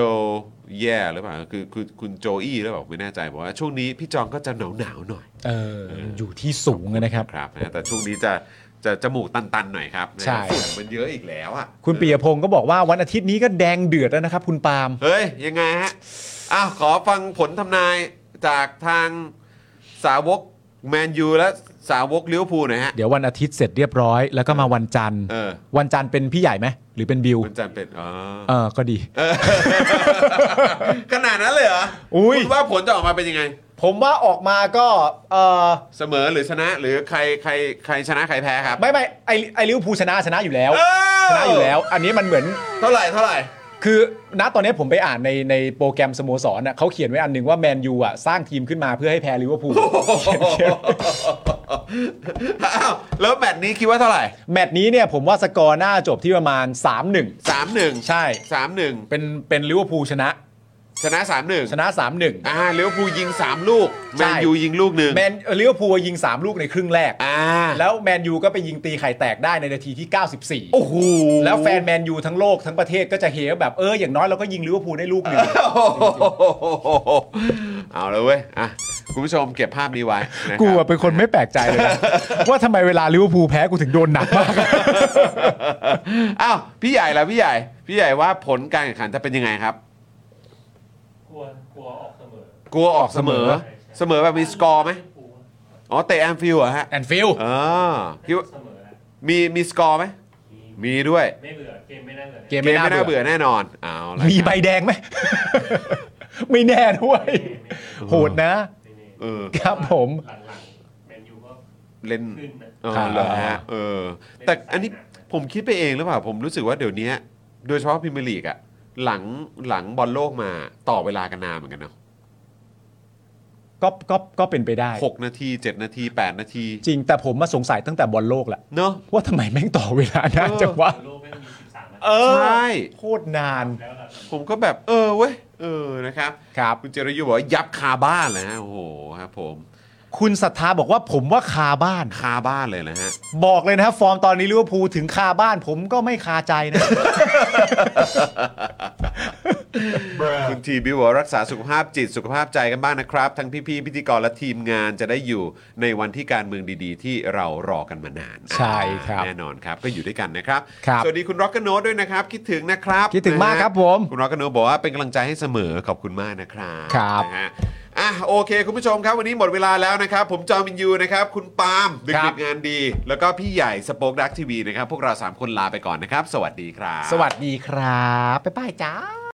Speaker 1: แย่หรือเปล่าคือคือคุณโจอี้หรือเปล่าผมไม่แน่ใจบอกว่าช่วงนี้พี่จองก็จะหนาวหนาวๆหน่อย
Speaker 3: เอออยู่ที่สูงอะนะครับ
Speaker 1: ครับนะแต่ช่วงนี้จะจะจมูกตันๆหน่อยครับ
Speaker 3: ใช่
Speaker 1: ฝุ่นมันเยอะอีกแล้วอ่ะ
Speaker 3: คุณปิยพงศ์ก็บอกว่าวันอาทิตย์นี้ก็แดงเดือดแล้วนะครับคุณปาล์ม
Speaker 1: เฮ้ย ยังไงฮะอ้าวขอฟังผลทำนายจากทางสาวกแมนยูและสาวกลิเวอร์พูลหน่อยฮะ
Speaker 3: เดี๋ยววันอาทิตย์เสร็จเรียบร้อย แล้วก็มาวันจันทร์
Speaker 1: เออ
Speaker 3: วันจันทร์เป็นพี่ใหญ่ไหมหรือเป็นบิว
Speaker 1: คุณจันเป็นอ๋อ
Speaker 3: เออก็ดี
Speaker 1: ขนาดนั้นเลยเหรอ
Speaker 3: อุ๊ย
Speaker 1: คุณว่าผลจะออกมาเป็นยังไง
Speaker 3: ผมว่าออกมาก็เออ
Speaker 1: เสมอหรือชนะหรือใครใครใครชนะใครแพ้ครับ
Speaker 3: ไม่ไม่ไอไอลิเวอร์พูลชนะชนะอยู่แล้ว
Speaker 1: เอ้า
Speaker 3: ชนะอยู่แล้ว อันนี้มันเหมือน
Speaker 1: เท่าไหร่เท่าไหร่
Speaker 3: คือณตอนนี้ผมไปอ่านในในโปรแกรมสโมสรน่ะเขาเขียนไว้อันหนึ่งว่าแมนยูอ่ะสร้างทีมขึ้นมาเพื่อให้แพ้ลิเวอร์พูลเขียนเขียน
Speaker 1: อ้าวแล้วแมตช์นี้คิดว่าเท่าไหร่
Speaker 3: แมตช์นี้เนี่ยผมว่าสกอร์น่าจบที่ประมาณ 3-1
Speaker 1: สามหนึ่ง
Speaker 3: ใช่
Speaker 1: สามหนึ่ง
Speaker 3: เป็นเป็นลิเวอร์พูลชนะ
Speaker 1: ชนะสามหนึ่ง
Speaker 3: ชนะ 3-1
Speaker 1: อ่าลิเวอร์พูลยิง 3 ลูก แม
Speaker 3: ใช่
Speaker 1: นยูยิงลูกหนึ่ง
Speaker 3: แมนลิเวอร์พูลยิง 3 ลูกในครึ่งแรก
Speaker 1: อ่า
Speaker 3: แล้วแมนยูก็ไปยิงตีไข่แตกได้ในนาทีที่ 94
Speaker 1: โอ้โห
Speaker 3: แล้วแฟนแมนยูทั้งโลกทั้งประเทศก็จะเฮว่าแบบเอออย่างน้อยเราก็ยิงลิเวอร์พูลได้ลูกหนึ่ง
Speaker 1: โอ้โหเอาเลยเว้ย อ่ะ คุณผู้ชมเก็บภาพนี้ไว้นะครับ
Speaker 3: กูอะเป็นคนไม่แปลกใจเลย นะว่าทำไมเวลาลิเวอร์พูลแพ้กูถึงโดนหนักมาก
Speaker 1: อ้าว พี่ใหญ่แล้วพี่ใหญ่ พี่ใหญ่ว่าผลการแข่งขันจะเป็นยังไงครับ
Speaker 4: กลัวกลัวออกเสมอก
Speaker 1: ลัวออกเสมอ เสมอแบบมีสกอร์ไหม
Speaker 4: กลัว
Speaker 1: อ๋อ เตะ แอมฟิลด์เหรอฮะ
Speaker 3: แอนฟิลด์
Speaker 1: อ๋อคิดว่า
Speaker 4: เสมอนะ
Speaker 1: มีมีสกอร์ไหม
Speaker 4: มี
Speaker 1: มีด้วย
Speaker 4: ไม่เบื่อเกมไม่น่าเบื่อนะ
Speaker 3: เก
Speaker 1: เกมไม่น่าเบื่อแน่นอน เอาละ
Speaker 3: มีใบแดงไหม ไม่แน่ด้วย
Speaker 4: ไม่แน่ไม่แน่
Speaker 3: โหดนะ
Speaker 4: ไม่แน่
Speaker 1: เออ
Speaker 3: ครับผม
Speaker 4: หลังๆแมนยูก็
Speaker 1: เล่น
Speaker 4: ขึ้นนะ
Speaker 1: เออ
Speaker 3: ครับ
Speaker 1: เหรอฮะเออ
Speaker 4: เป็น
Speaker 1: แต่
Speaker 4: สาย
Speaker 1: อันนี้
Speaker 4: หนัก
Speaker 1: ผมคิดไปเองหรือเปล่า ผมรู้สึกว่าเดี๋ยวนี้ โดยเฉพาะพรีเมียร์ลีกอะหลังหลังบอลโลกมาต่อเวลากันนานเหมือนกันเนาะ
Speaker 3: ก็ก็ก็เป็นไปได้
Speaker 1: หกนาทีเจ็ดนาทีแปดนาที
Speaker 3: จริงแต่ผมมาสงสัยตั้งแต่บอลโลกแหละ
Speaker 1: เนาะ
Speaker 3: ว่าทำไมแม่งต่อเวลานะจังวะ
Speaker 4: โลกแม่งมี 13นาที
Speaker 3: เออ
Speaker 1: ใช่
Speaker 3: โคตรนาน
Speaker 4: แล้วเรา
Speaker 1: ผมก็แบบเออเว้ย เออนะครับ
Speaker 3: ครับ
Speaker 1: คุณเจรยุบอกว่ายับคาบ้านเลยฮะโอ้โหครับผม
Speaker 3: คุณศรัทธาบอกว่าผมว่าคาบ้าน
Speaker 1: คาบ้านเลยนะฮะ
Speaker 3: บอกเลยนะครับฟอร์มตอนนี้ลิเวอร์พูลถึงคาบ้านผมก็ไม่คาใจ นะ
Speaker 1: คุณทีบิวบอกว่ารักษาสุขภาพจิตสุขภาพใจกันบ้างนะครับ ทั้งพี่ๆพิธีกรและทีมงานจะได้อยู่ในวันที่การเมืองดีๆ ที่เรารอกันมานาน
Speaker 3: ใช่ครับ
Speaker 1: แน่นอนครับก็อยู่ด้วยกันนะครับ
Speaker 3: ครับ
Speaker 1: สวัสดีคุณร็อกก n นโนด้วยนะครับ คิดถึงนะครับ
Speaker 3: คิดถึงมาก
Speaker 1: นะฮะ
Speaker 3: ครับผม
Speaker 1: คุณร็อกก n นโนบอกว่าเป็นกำลังใจให้เสมอขอบคุณมากนะครับ
Speaker 3: ครับ
Speaker 1: นะฮะอ่ะโอเค คุณผู้ชมครับ วันนี้หมดเวลาแล้วนะครับ ผมจอมินยูนะครับคุณปาล์มดึก
Speaker 3: ครั
Speaker 1: ด
Speaker 3: บ
Speaker 1: งานดี แล้วก็พี่ใหญ่สป็อคดักทีวีนะครับพวกเราสามคนลาไปก่อนนะครับ สวัสดีครับ
Speaker 3: สวัสดีครับบ๊ายบายจ้า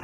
Speaker 2: ถ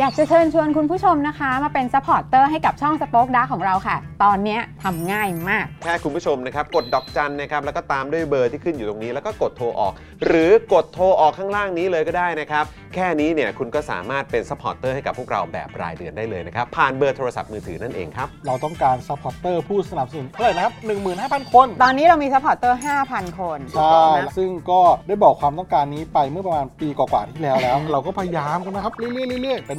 Speaker 5: อยากจะเชิญชวนคุณผู้ชมนะคะ มาเป็นซัพพอร์ตเตอร์ให้กับช่องสป็อคดาของเราค่ะ ตอนเนี้ยทำง่ายมาก
Speaker 1: แค่คุณผู้ชมนะครับ กดดอกจันนะครับ แล้วก็ตามด้วยเบอร์ที่ขึ้นอยู่ตรงนี้ แล้วก็กดโทรออก หรือกดโทรออกข้างล่างนี้เลยก็ได้นะครับ แค่นี้เนี่ยคุณก็สามารถเป็นซัพพอร์ตเตอร์ให้กับพวกเราแบบรายเดือนได้เลยนะครับ ผ่านเบอร์โทรศัพท์มือถือนั่นเองครับ
Speaker 2: เราต้องการซัพพอร์ตเตอร์ผู้สนับสนุนเท่าไหร่นะครับ 15,000 คน
Speaker 5: ตอนนี้เรามีซัพพอร์ตเตอร์ 5,000 คน
Speaker 2: ใช่
Speaker 5: นะ
Speaker 2: ซึ่งก็ได้บอกความต้องการนี้ไปเมื่อประมาณปีกว่าๆที่แล้วแล้ว เราก็พยายามกันนะครับ เรื่อยๆเรื่อยๆเป็น